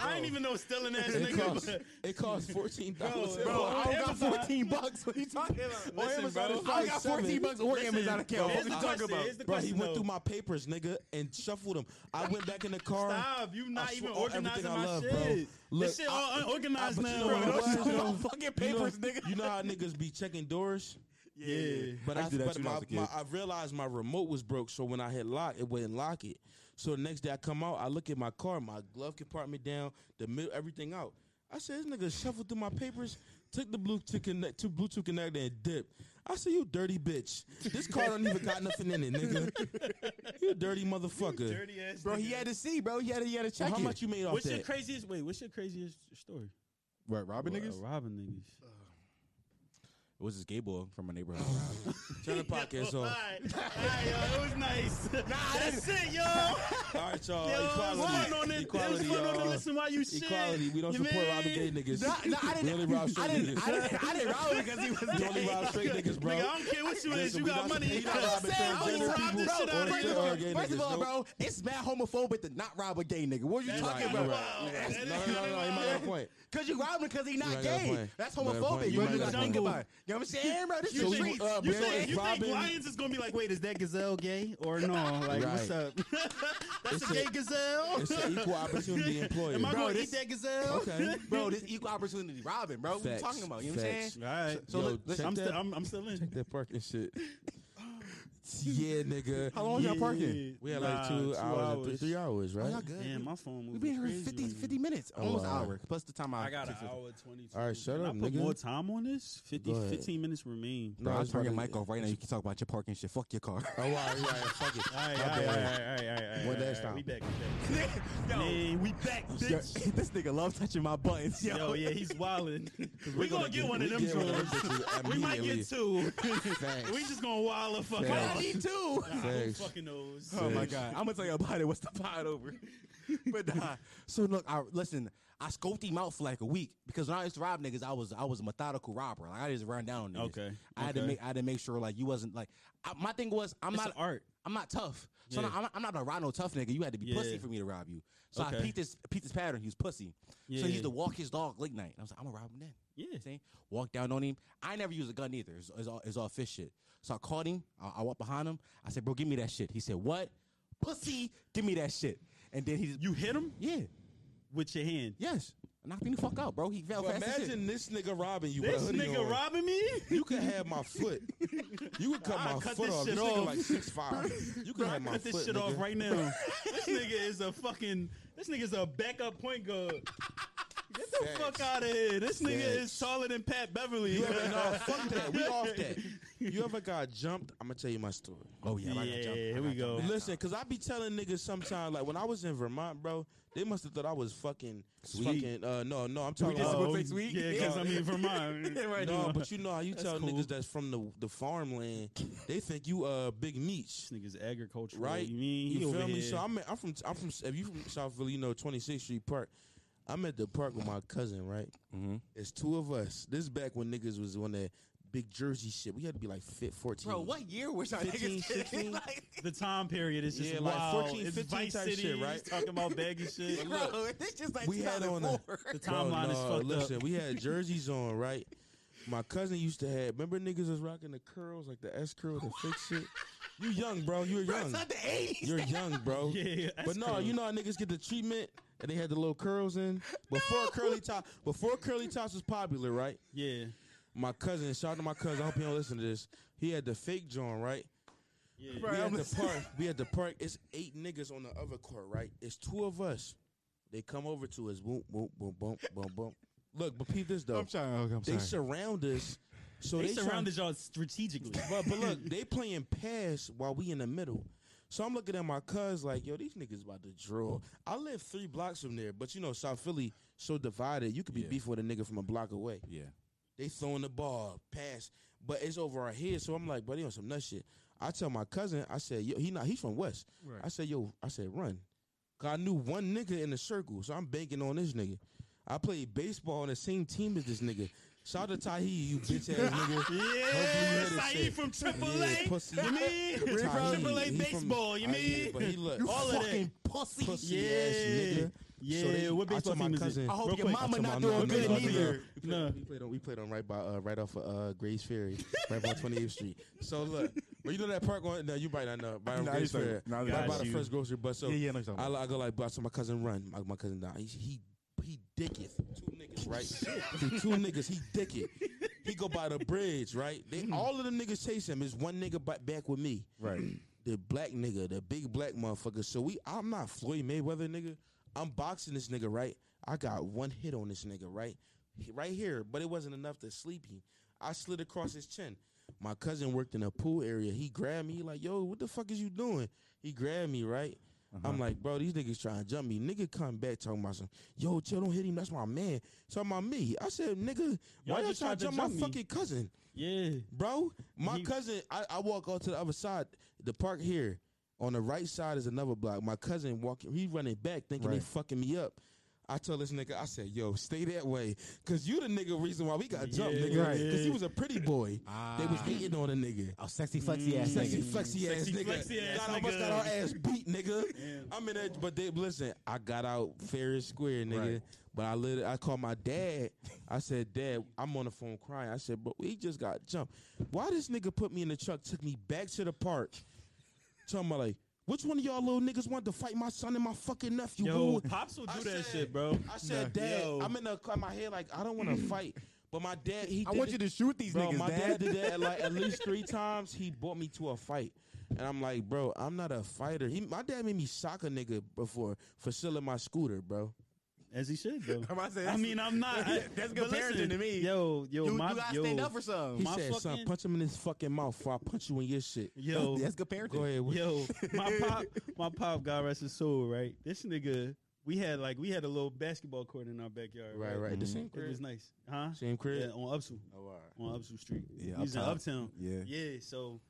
[SPEAKER 7] I didn't even know stealing ass
[SPEAKER 5] It
[SPEAKER 7] nigga.
[SPEAKER 5] costs, *laughs*
[SPEAKER 7] but-
[SPEAKER 5] it costs fourteen dollars.
[SPEAKER 7] bro, I
[SPEAKER 1] I got
[SPEAKER 7] don't got
[SPEAKER 1] 14 bucks. What are you talking about?
[SPEAKER 7] Listen, bro.
[SPEAKER 1] I got 14 bucks or
[SPEAKER 7] Listen,
[SPEAKER 1] Amazon account. What
[SPEAKER 7] here's the
[SPEAKER 1] you talking
[SPEAKER 7] question,
[SPEAKER 1] about?
[SPEAKER 7] here's the
[SPEAKER 5] Bro, he
[SPEAKER 7] question,
[SPEAKER 5] went
[SPEAKER 7] though.
[SPEAKER 5] through my papers, nigga, and shuffled them. I went back in the car.
[SPEAKER 7] Stop. You
[SPEAKER 5] I
[SPEAKER 7] not even
[SPEAKER 5] swear on everything
[SPEAKER 7] organizing
[SPEAKER 5] I
[SPEAKER 7] my
[SPEAKER 5] love,
[SPEAKER 7] shit.
[SPEAKER 5] bro. Look,
[SPEAKER 7] this shit
[SPEAKER 5] I-
[SPEAKER 7] all
[SPEAKER 5] I-
[SPEAKER 7] unorganized
[SPEAKER 5] Ah, but
[SPEAKER 7] now.
[SPEAKER 5] you know what it
[SPEAKER 7] bro.
[SPEAKER 1] *laughs*
[SPEAKER 7] *laughs*
[SPEAKER 5] was,
[SPEAKER 1] Don't
[SPEAKER 5] though?
[SPEAKER 1] talk about fucking papers,
[SPEAKER 5] you know,
[SPEAKER 1] nigga.
[SPEAKER 5] You know how niggas be checking doors.
[SPEAKER 7] yeah.
[SPEAKER 5] But
[SPEAKER 1] I
[SPEAKER 5] I,
[SPEAKER 1] used to do that
[SPEAKER 5] but
[SPEAKER 1] too when I
[SPEAKER 5] my,
[SPEAKER 1] was a
[SPEAKER 5] my,
[SPEAKER 1] kid.
[SPEAKER 5] I realized my remote was broke, so when I hit lock, it wouldn't lock it. So the next day I come out, I look at my car, my glove compartment down, the middle, everything out. I said, "This nigga shuffled through my papers, took the Bluetooth connect, to Bluetooth connector and dipped." I said, "You dirty bitch! This car don't even got nothing in it, nigga. You dirty motherfucker,
[SPEAKER 7] Dirty ass.
[SPEAKER 1] Bro,
[SPEAKER 7] nigga.
[SPEAKER 1] he had to see, bro. He had to, he had to
[SPEAKER 5] Well,
[SPEAKER 1] check
[SPEAKER 5] how
[SPEAKER 1] it.
[SPEAKER 5] much you made off
[SPEAKER 7] What's your
[SPEAKER 5] that?"
[SPEAKER 7] craziest? Wait, what's your craziest story?
[SPEAKER 1] What, robbing
[SPEAKER 7] Uh, robbing niggas.
[SPEAKER 1] It was this gay boy from my neighborhood.
[SPEAKER 5] Turn
[SPEAKER 1] *laughs*
[SPEAKER 5] the podcast
[SPEAKER 7] oh, All
[SPEAKER 5] off.
[SPEAKER 7] right,
[SPEAKER 5] *laughs*
[SPEAKER 7] all right, yo, it was nice. That's it, yo.
[SPEAKER 5] All right, y'all.
[SPEAKER 7] Yo, it was fun on
[SPEAKER 5] Oh, equality,
[SPEAKER 7] it.
[SPEAKER 5] equality,
[SPEAKER 7] it was fun on the
[SPEAKER 5] y'all.
[SPEAKER 7] listen while you shit.
[SPEAKER 5] Equality. We don't
[SPEAKER 7] You
[SPEAKER 5] support
[SPEAKER 7] mean?
[SPEAKER 5] robbing gay niggas.
[SPEAKER 1] No, no, I
[SPEAKER 5] We
[SPEAKER 1] didn't.
[SPEAKER 5] only rob straight
[SPEAKER 1] I didn't.
[SPEAKER 5] niggas.
[SPEAKER 1] I didn't. I didn't rob him because he was
[SPEAKER 5] We
[SPEAKER 1] gay.
[SPEAKER 5] only rob straight niggas, bro.
[SPEAKER 7] Nigga, I don't care what you is.
[SPEAKER 5] Listen,
[SPEAKER 7] You
[SPEAKER 5] we
[SPEAKER 7] got
[SPEAKER 5] not-
[SPEAKER 7] money.
[SPEAKER 5] we
[SPEAKER 7] I
[SPEAKER 5] not robbing
[SPEAKER 7] will
[SPEAKER 5] transgender
[SPEAKER 7] rob this
[SPEAKER 5] people.
[SPEAKER 7] shit out
[SPEAKER 5] Or
[SPEAKER 7] of
[SPEAKER 1] First
[SPEAKER 5] First of
[SPEAKER 1] of
[SPEAKER 5] all-
[SPEAKER 1] all,
[SPEAKER 5] gay
[SPEAKER 1] first of
[SPEAKER 5] niggas,
[SPEAKER 1] all,
[SPEAKER 5] nope.
[SPEAKER 1] bro, it's mad homophobic to not rob a gay nigga. What are you
[SPEAKER 7] That's
[SPEAKER 1] *laughs* talking
[SPEAKER 7] right,
[SPEAKER 1] about?
[SPEAKER 7] you're right.
[SPEAKER 1] That's-
[SPEAKER 7] That is
[SPEAKER 5] No, no, no, no. You might have a point.
[SPEAKER 1] Cause you robbed him because he
[SPEAKER 5] You
[SPEAKER 1] not
[SPEAKER 5] ain't got a
[SPEAKER 1] gay.
[SPEAKER 5] point.
[SPEAKER 1] That's
[SPEAKER 5] You ain't got a point.
[SPEAKER 1] homophobic.
[SPEAKER 5] You
[SPEAKER 1] You,
[SPEAKER 5] ain't
[SPEAKER 1] you
[SPEAKER 5] got
[SPEAKER 1] got
[SPEAKER 5] a
[SPEAKER 1] to think
[SPEAKER 7] point.
[SPEAKER 1] about it. You know what I'm saying, bro? This
[SPEAKER 7] You
[SPEAKER 1] is
[SPEAKER 5] we-
[SPEAKER 7] think,
[SPEAKER 1] streets.
[SPEAKER 5] uh,
[SPEAKER 7] you
[SPEAKER 5] Brandon
[SPEAKER 7] think, you think
[SPEAKER 5] robbing-
[SPEAKER 7] Lions is gonna be like, wait, is that gazelle gay or
[SPEAKER 5] *laughs*
[SPEAKER 7] no? Like, what's
[SPEAKER 5] Right.
[SPEAKER 7] up? *laughs* That's a
[SPEAKER 5] It's a-
[SPEAKER 7] gay gazelle.
[SPEAKER 5] It's
[SPEAKER 7] *laughs*
[SPEAKER 5] an equal opportunity employer.
[SPEAKER 7] Am I
[SPEAKER 1] Bro,
[SPEAKER 7] gonna
[SPEAKER 1] this-
[SPEAKER 7] eat that gazelle?
[SPEAKER 5] Okay.
[SPEAKER 1] bro, this equal opportunity robbing, bro. What you
[SPEAKER 5] Facts.
[SPEAKER 1] talking about? You know what I'm
[SPEAKER 5] Facts.
[SPEAKER 1] saying?
[SPEAKER 7] *laughs* All right.
[SPEAKER 5] So
[SPEAKER 7] Yo,
[SPEAKER 5] look, listen-
[SPEAKER 7] I'm
[SPEAKER 5] check
[SPEAKER 7] still,
[SPEAKER 5] that-
[SPEAKER 7] I'm, I'm still in.
[SPEAKER 5] that parking shit. yeah, nigga.
[SPEAKER 1] How long y'all parking?
[SPEAKER 5] We had like
[SPEAKER 7] Nah,
[SPEAKER 5] two, hours, and three, three hours, right?
[SPEAKER 1] Oh, y'all good?
[SPEAKER 7] Damn, my phone moving
[SPEAKER 1] We've been here
[SPEAKER 7] crazy
[SPEAKER 1] 50,
[SPEAKER 7] right now.
[SPEAKER 1] 50 minutes,
[SPEAKER 5] Oh,
[SPEAKER 1] almost
[SPEAKER 5] wow.
[SPEAKER 1] hour, plus the time I,
[SPEAKER 7] I got an
[SPEAKER 1] took-
[SPEAKER 7] hour twenty.
[SPEAKER 5] All right, shut
[SPEAKER 7] Can
[SPEAKER 5] up,
[SPEAKER 7] I put
[SPEAKER 5] nigga.
[SPEAKER 7] more time on this? 50,
[SPEAKER 5] Go ahead.
[SPEAKER 7] 15 minutes remain.
[SPEAKER 5] No,
[SPEAKER 1] Bro, I'll
[SPEAKER 5] it's
[SPEAKER 1] turn your
[SPEAKER 5] about
[SPEAKER 1] mic
[SPEAKER 5] to-
[SPEAKER 1] off right now. You can talk about your parking shit. Fuck your car. *laughs*
[SPEAKER 5] Oh, all right, all right, fuck it.
[SPEAKER 7] All right, all right,
[SPEAKER 5] My
[SPEAKER 7] all right, all
[SPEAKER 5] bad.
[SPEAKER 7] right, all right, all right.
[SPEAKER 5] One
[SPEAKER 7] all right,
[SPEAKER 5] last
[SPEAKER 7] all right. We
[SPEAKER 5] time.
[SPEAKER 7] back, we back. *laughs* Man, we back,
[SPEAKER 1] Yo,
[SPEAKER 7] bitch.
[SPEAKER 1] this nigga love touching my buttons. Yo,
[SPEAKER 7] Yo, yeah, he's wildin'. *laughs* we
[SPEAKER 5] We're
[SPEAKER 7] gonna get one of them
[SPEAKER 5] we get one
[SPEAKER 7] drones.
[SPEAKER 5] bitches
[SPEAKER 7] *laughs* We might get
[SPEAKER 5] *laughs*
[SPEAKER 7] two.
[SPEAKER 5] immediately.
[SPEAKER 7] *laughs*
[SPEAKER 5] *laughs* Facts.
[SPEAKER 7] we just gonna wild the fuck
[SPEAKER 5] Facts.
[SPEAKER 7] out.
[SPEAKER 1] need two.
[SPEAKER 7] Who
[SPEAKER 5] Facts.
[SPEAKER 7] fucking knows?
[SPEAKER 1] Oh my god, I'm gonna tell you about it. What's the pod over? *laughs* but nah. *laughs* So look, I listen. I scoped him out for like a week because when I used to rob niggas, I was I was a methodical robber. Like I just run down on niggas.
[SPEAKER 7] Okay,
[SPEAKER 1] I had to
[SPEAKER 7] okay.
[SPEAKER 1] make I had to make sure like you wasn't like I, my thing was I'm
[SPEAKER 7] It's
[SPEAKER 1] not
[SPEAKER 7] an art.
[SPEAKER 1] I'm not tough. So
[SPEAKER 7] Yeah.
[SPEAKER 1] I'm, not- I'm not a ride no tough nigga. You had to be
[SPEAKER 7] Yeah.
[SPEAKER 1] pussy for me to rob you. So
[SPEAKER 7] Okay.
[SPEAKER 1] I peeped this peeped this pattern. He was pussy. So
[SPEAKER 7] Yeah.
[SPEAKER 1] he used to walk his dog late night. And I was like, I'm gonna rob him then.
[SPEAKER 7] Yeah.
[SPEAKER 1] Thing. Walked down on him. I never used a gun either. It's, it's all, it's all fish shit. So I caught him. I, I walked behind him. I said, "Bro, give me that shit." He said, "What? Pussy, give me that shit." And then he,
[SPEAKER 7] You hit him
[SPEAKER 1] yeah,
[SPEAKER 7] with your hand.
[SPEAKER 1] yes, knocked me the fuck out, bro. He fell
[SPEAKER 5] But
[SPEAKER 1] fast as shit.
[SPEAKER 5] imagine this nigga robbing you.
[SPEAKER 7] This
[SPEAKER 5] with a hoodie
[SPEAKER 7] nigga
[SPEAKER 5] on.
[SPEAKER 7] robbing me?
[SPEAKER 5] You could have my foot. You could cut
[SPEAKER 7] I'll
[SPEAKER 5] my
[SPEAKER 7] cut
[SPEAKER 5] foot
[SPEAKER 7] this
[SPEAKER 5] off.
[SPEAKER 7] shit
[SPEAKER 5] this nigga
[SPEAKER 7] off.
[SPEAKER 5] like six five. You could
[SPEAKER 7] Bro, I
[SPEAKER 5] have my
[SPEAKER 7] cut
[SPEAKER 5] foot.
[SPEAKER 7] this shit off
[SPEAKER 5] nigga.
[SPEAKER 7] right
[SPEAKER 5] *laughs*
[SPEAKER 7] now. this nigga is a fucking. This nigga's a backup point guard. Get the
[SPEAKER 5] Facts.
[SPEAKER 7] fuck out of here. This nigga
[SPEAKER 5] Facts.
[SPEAKER 7] is taller than Pat Beverly. *laughs*
[SPEAKER 5] You ever no? Fuck that. We off that. You ever got jumped? I'm gonna tell you my story.
[SPEAKER 1] Oh yeah,
[SPEAKER 7] Yeah,
[SPEAKER 1] I got jumped. I
[SPEAKER 7] here
[SPEAKER 1] got
[SPEAKER 7] we
[SPEAKER 1] jumped
[SPEAKER 7] go.
[SPEAKER 1] that
[SPEAKER 5] Listen,
[SPEAKER 1] time.
[SPEAKER 5] cause I be telling niggas sometimes, like when I was in Vermont, bro, they must have thought I was fucking,
[SPEAKER 7] Sweet.
[SPEAKER 5] fucking. Uh, no, no, I'm talking.
[SPEAKER 1] get some
[SPEAKER 5] about-
[SPEAKER 1] more fake sweet?
[SPEAKER 7] Oh, Yeah, because I mean uh, Vermont.
[SPEAKER 1] right
[SPEAKER 5] no, but you know how you tell
[SPEAKER 7] cool.
[SPEAKER 5] niggas that's from the the farmland, they think you uh big meat,
[SPEAKER 7] This nigga's agricultural.
[SPEAKER 5] right?
[SPEAKER 7] You mean
[SPEAKER 5] you
[SPEAKER 7] over
[SPEAKER 5] feel me?
[SPEAKER 7] here.
[SPEAKER 5] So I'm I'm from I'm from if you from South Philly, you know 26th Street Park. I'm at the park with my cousin, right?
[SPEAKER 1] Mhm.
[SPEAKER 5] It's two of us. This is back when niggas was on that big jersey shit. We had to be like fit 14.
[SPEAKER 1] bro, what year was I?
[SPEAKER 5] 15,
[SPEAKER 1] *laughs*
[SPEAKER 5] 16?
[SPEAKER 7] the time period is just
[SPEAKER 5] Yeah, like
[SPEAKER 7] wild.
[SPEAKER 5] 14,
[SPEAKER 7] it's
[SPEAKER 5] 15
[SPEAKER 7] Vice
[SPEAKER 5] type
[SPEAKER 7] City,
[SPEAKER 5] shit,
[SPEAKER 7] he's
[SPEAKER 5] right?
[SPEAKER 7] Talking about baggy shit.
[SPEAKER 1] Bro, this just like
[SPEAKER 5] we had on a
[SPEAKER 1] 2004.
[SPEAKER 5] *laughs*
[SPEAKER 7] The timeline
[SPEAKER 5] Bro,
[SPEAKER 7] is
[SPEAKER 5] no,
[SPEAKER 7] fucked
[SPEAKER 5] listen,
[SPEAKER 7] up.
[SPEAKER 5] we had jerseys on, right? My cousin used to have. Remember, niggas was rocking the curls, like the S curl, the fake shit. You young, bro. You're
[SPEAKER 1] Bro, *laughs*
[SPEAKER 5] young.
[SPEAKER 1] it's not the 80s.
[SPEAKER 5] You're young, bro.
[SPEAKER 7] Yeah, that's
[SPEAKER 5] but no,
[SPEAKER 7] cool.
[SPEAKER 5] you know how niggas get the treatment and they had the little curls in before curly top. Before curly tops was popular, right?
[SPEAKER 7] Yeah.
[SPEAKER 5] My cousin, shout out to my cousin. I hope you don't listen to this. He had the fake joint, right?
[SPEAKER 7] Yeah.
[SPEAKER 5] we at the park. We at the park. It's eight niggas on the other court, right? It's two of us. They come over to us. Boom, boom, boom, boom, boom, boom. Look, but peep this though.
[SPEAKER 17] sorry. I'm
[SPEAKER 5] They surround us. So
[SPEAKER 7] They,
[SPEAKER 5] they, surround
[SPEAKER 7] surrounded y'all
[SPEAKER 5] *laughs*
[SPEAKER 7] strategically.
[SPEAKER 5] But, but look, they playing pass while we in the middle. So I'm looking at my cuz like, yo, these niggas about to draw. I live three blocks from there, but you know South Philly so divided. You could be
[SPEAKER 1] Yeah.
[SPEAKER 5] beefing with a nigga from a block away.
[SPEAKER 1] Yeah.
[SPEAKER 5] They throwing the ball, pass, but it's over our head. So I'm like, buddy, on some nut shit. I tell my cousin, I said, yo, he not, he's from West.
[SPEAKER 1] Right.
[SPEAKER 5] I said, yo, I said, run. Cause I knew one nigga in the circle, so I'm banking on this nigga. I played baseball on the same team as this nigga. Shout out to Tahi, you bitch
[SPEAKER 7] *laughs*
[SPEAKER 5] ass nigga.
[SPEAKER 7] Yeah,
[SPEAKER 5] Hopefully you
[SPEAKER 7] Saeed
[SPEAKER 5] heard
[SPEAKER 7] from
[SPEAKER 5] Yeah,
[SPEAKER 7] AAA.
[SPEAKER 5] pussy.
[SPEAKER 7] You mean?
[SPEAKER 5] Tahi,
[SPEAKER 7] Triple A
[SPEAKER 5] he from-
[SPEAKER 7] baseball, you
[SPEAKER 5] I- yeah,
[SPEAKER 7] mean?
[SPEAKER 5] but he look,
[SPEAKER 7] All of that.
[SPEAKER 1] pussy.
[SPEAKER 5] pussy
[SPEAKER 7] Yeah.
[SPEAKER 5] ass nigga.
[SPEAKER 7] Yeah,
[SPEAKER 5] So they-
[SPEAKER 7] what
[SPEAKER 5] I
[SPEAKER 7] baseball
[SPEAKER 5] told my
[SPEAKER 7] team is it?
[SPEAKER 5] cousin-
[SPEAKER 1] I hope
[SPEAKER 7] Real
[SPEAKER 1] your
[SPEAKER 7] quick,
[SPEAKER 1] mama
[SPEAKER 5] I told
[SPEAKER 1] not
[SPEAKER 5] my
[SPEAKER 1] doing
[SPEAKER 5] mama
[SPEAKER 1] good
[SPEAKER 5] not doing
[SPEAKER 1] neither.
[SPEAKER 5] good.
[SPEAKER 7] No.
[SPEAKER 5] We played on we played on right by uh, right off of uh, Grace Ferry, right by 28th Street. So look, well, you know that park on no, you might not know. By
[SPEAKER 17] Nah,
[SPEAKER 5] Grace
[SPEAKER 17] it's like-
[SPEAKER 5] Ferry,
[SPEAKER 17] nah,
[SPEAKER 5] right by
[SPEAKER 7] got
[SPEAKER 5] the
[SPEAKER 7] you.
[SPEAKER 5] first grocery bus. So
[SPEAKER 17] yeah, no, it's
[SPEAKER 5] I, I go like, but I saw my cousin run. My, my cousin down. He he he dicketh two niggas right. Through two niggas he dicketh. He go by the bridge right. They all of them niggas chase him. Is one nigga ba- back with me
[SPEAKER 17] Hmm. right.
[SPEAKER 5] *clears throat* the black nigga, the big black motherfucker. So we, I'm not Floyd Mayweather nigga. I'm boxing this nigga right. I got one hit on this nigga right, He- right here, but it wasn't enough to sleep him. I slid across his chin. My cousin worked in a pool area. He grabbed me he like, "Yo, what the fuck is you doing?" He grabbed me right.
[SPEAKER 7] Uh-huh.
[SPEAKER 5] I'm like, bro, these niggas trying to jump me. Nigga come back talking about some, yo, chill, don't hit him. That's my man. Talking about me. I said, nigga, why
[SPEAKER 7] Y'all
[SPEAKER 5] y'all
[SPEAKER 7] just
[SPEAKER 5] trying
[SPEAKER 7] tried
[SPEAKER 5] to jump, my fucking cousin?
[SPEAKER 7] Yeah.
[SPEAKER 5] bro. My
[SPEAKER 7] He-
[SPEAKER 5] cousin, I, I walk off to the other side. The park here on the right side is another block. My cousin walking, he running back thinking they
[SPEAKER 17] Right.
[SPEAKER 5] fucking me up. I tell this nigga, I said, "Yo, stay that way, cause you the nigga reason why we got jumped,
[SPEAKER 7] Yeah.
[SPEAKER 5] nigga.
[SPEAKER 7] Right.
[SPEAKER 5] Cause he was a pretty boy.
[SPEAKER 1] Ah.
[SPEAKER 5] They was hating on a nigga."
[SPEAKER 17] Oh, sexy flexy ass
[SPEAKER 5] Sexy
[SPEAKER 17] nigga.
[SPEAKER 5] flexy ass
[SPEAKER 7] Mm. Sexy
[SPEAKER 5] nigga.
[SPEAKER 7] flexy ass
[SPEAKER 5] God, I must
[SPEAKER 7] nigga.
[SPEAKER 5] got our ass beat, nigga. I'm in that, but they listen. I got out fair and square, nigga.
[SPEAKER 1] Right.
[SPEAKER 5] But I lit. I called my dad. I said, Dad, I'm on the phone crying. I said, Bro, we just got jumped. Why this nigga put me in the truck, took me back to the park, talking about like, which one of y'all little niggas wanted to fight my son and my fucking nephew?
[SPEAKER 7] Yo,
[SPEAKER 5] boo?"
[SPEAKER 7] Pops will do
[SPEAKER 5] I
[SPEAKER 7] that
[SPEAKER 5] said-
[SPEAKER 7] shit, bro.
[SPEAKER 5] I said,
[SPEAKER 7] Nah.
[SPEAKER 5] Dad,
[SPEAKER 7] Yo.
[SPEAKER 5] I'm in the in my head like I don't want
[SPEAKER 17] *clears throat*
[SPEAKER 5] to fight, but my dad he.
[SPEAKER 17] I
[SPEAKER 5] did
[SPEAKER 17] want
[SPEAKER 5] it-
[SPEAKER 17] you to shoot these
[SPEAKER 5] Bro,
[SPEAKER 17] niggas,
[SPEAKER 5] my
[SPEAKER 17] dad.
[SPEAKER 1] *laughs*
[SPEAKER 5] dad did that like at least three times. He brought me to a fight, and I'm like, bro, I'm not a fighter. He, my dad made me soccer nigga before for stealing my scooter, bro.
[SPEAKER 7] As he
[SPEAKER 1] *laughs*
[SPEAKER 7] should, though.
[SPEAKER 1] about to say,
[SPEAKER 7] I
[SPEAKER 1] that's-
[SPEAKER 7] mean, I'm not. I-
[SPEAKER 1] that's good
[SPEAKER 7] but
[SPEAKER 1] parenting
[SPEAKER 7] listen,
[SPEAKER 1] to me.
[SPEAKER 7] Yo, yo,
[SPEAKER 1] You, you
[SPEAKER 7] my,
[SPEAKER 1] gotta
[SPEAKER 7] yo,
[SPEAKER 1] stand up for
[SPEAKER 5] He
[SPEAKER 1] something.
[SPEAKER 7] My
[SPEAKER 5] said, son,
[SPEAKER 7] fucking-
[SPEAKER 5] punch him in his fucking mouth before I punch you in your shit.
[SPEAKER 1] *laughs*
[SPEAKER 7] yo,
[SPEAKER 1] That's good parenting.
[SPEAKER 5] Go ahead. what- *laughs*
[SPEAKER 7] Yo, my pop, my pop, God rest his soul, right? This nigga, we had like we had a little basketball court in our backyard, right?
[SPEAKER 5] Right, right. The same
[SPEAKER 7] It was
[SPEAKER 5] crib.
[SPEAKER 7] nice, huh?
[SPEAKER 5] Same
[SPEAKER 7] Yeah,
[SPEAKER 5] crib. Oh,
[SPEAKER 7] on Upsu, on Upsu Street.
[SPEAKER 1] Yeah,
[SPEAKER 7] we was in
[SPEAKER 1] uptown.
[SPEAKER 7] Uptown.
[SPEAKER 1] Yeah.
[SPEAKER 7] yeah. So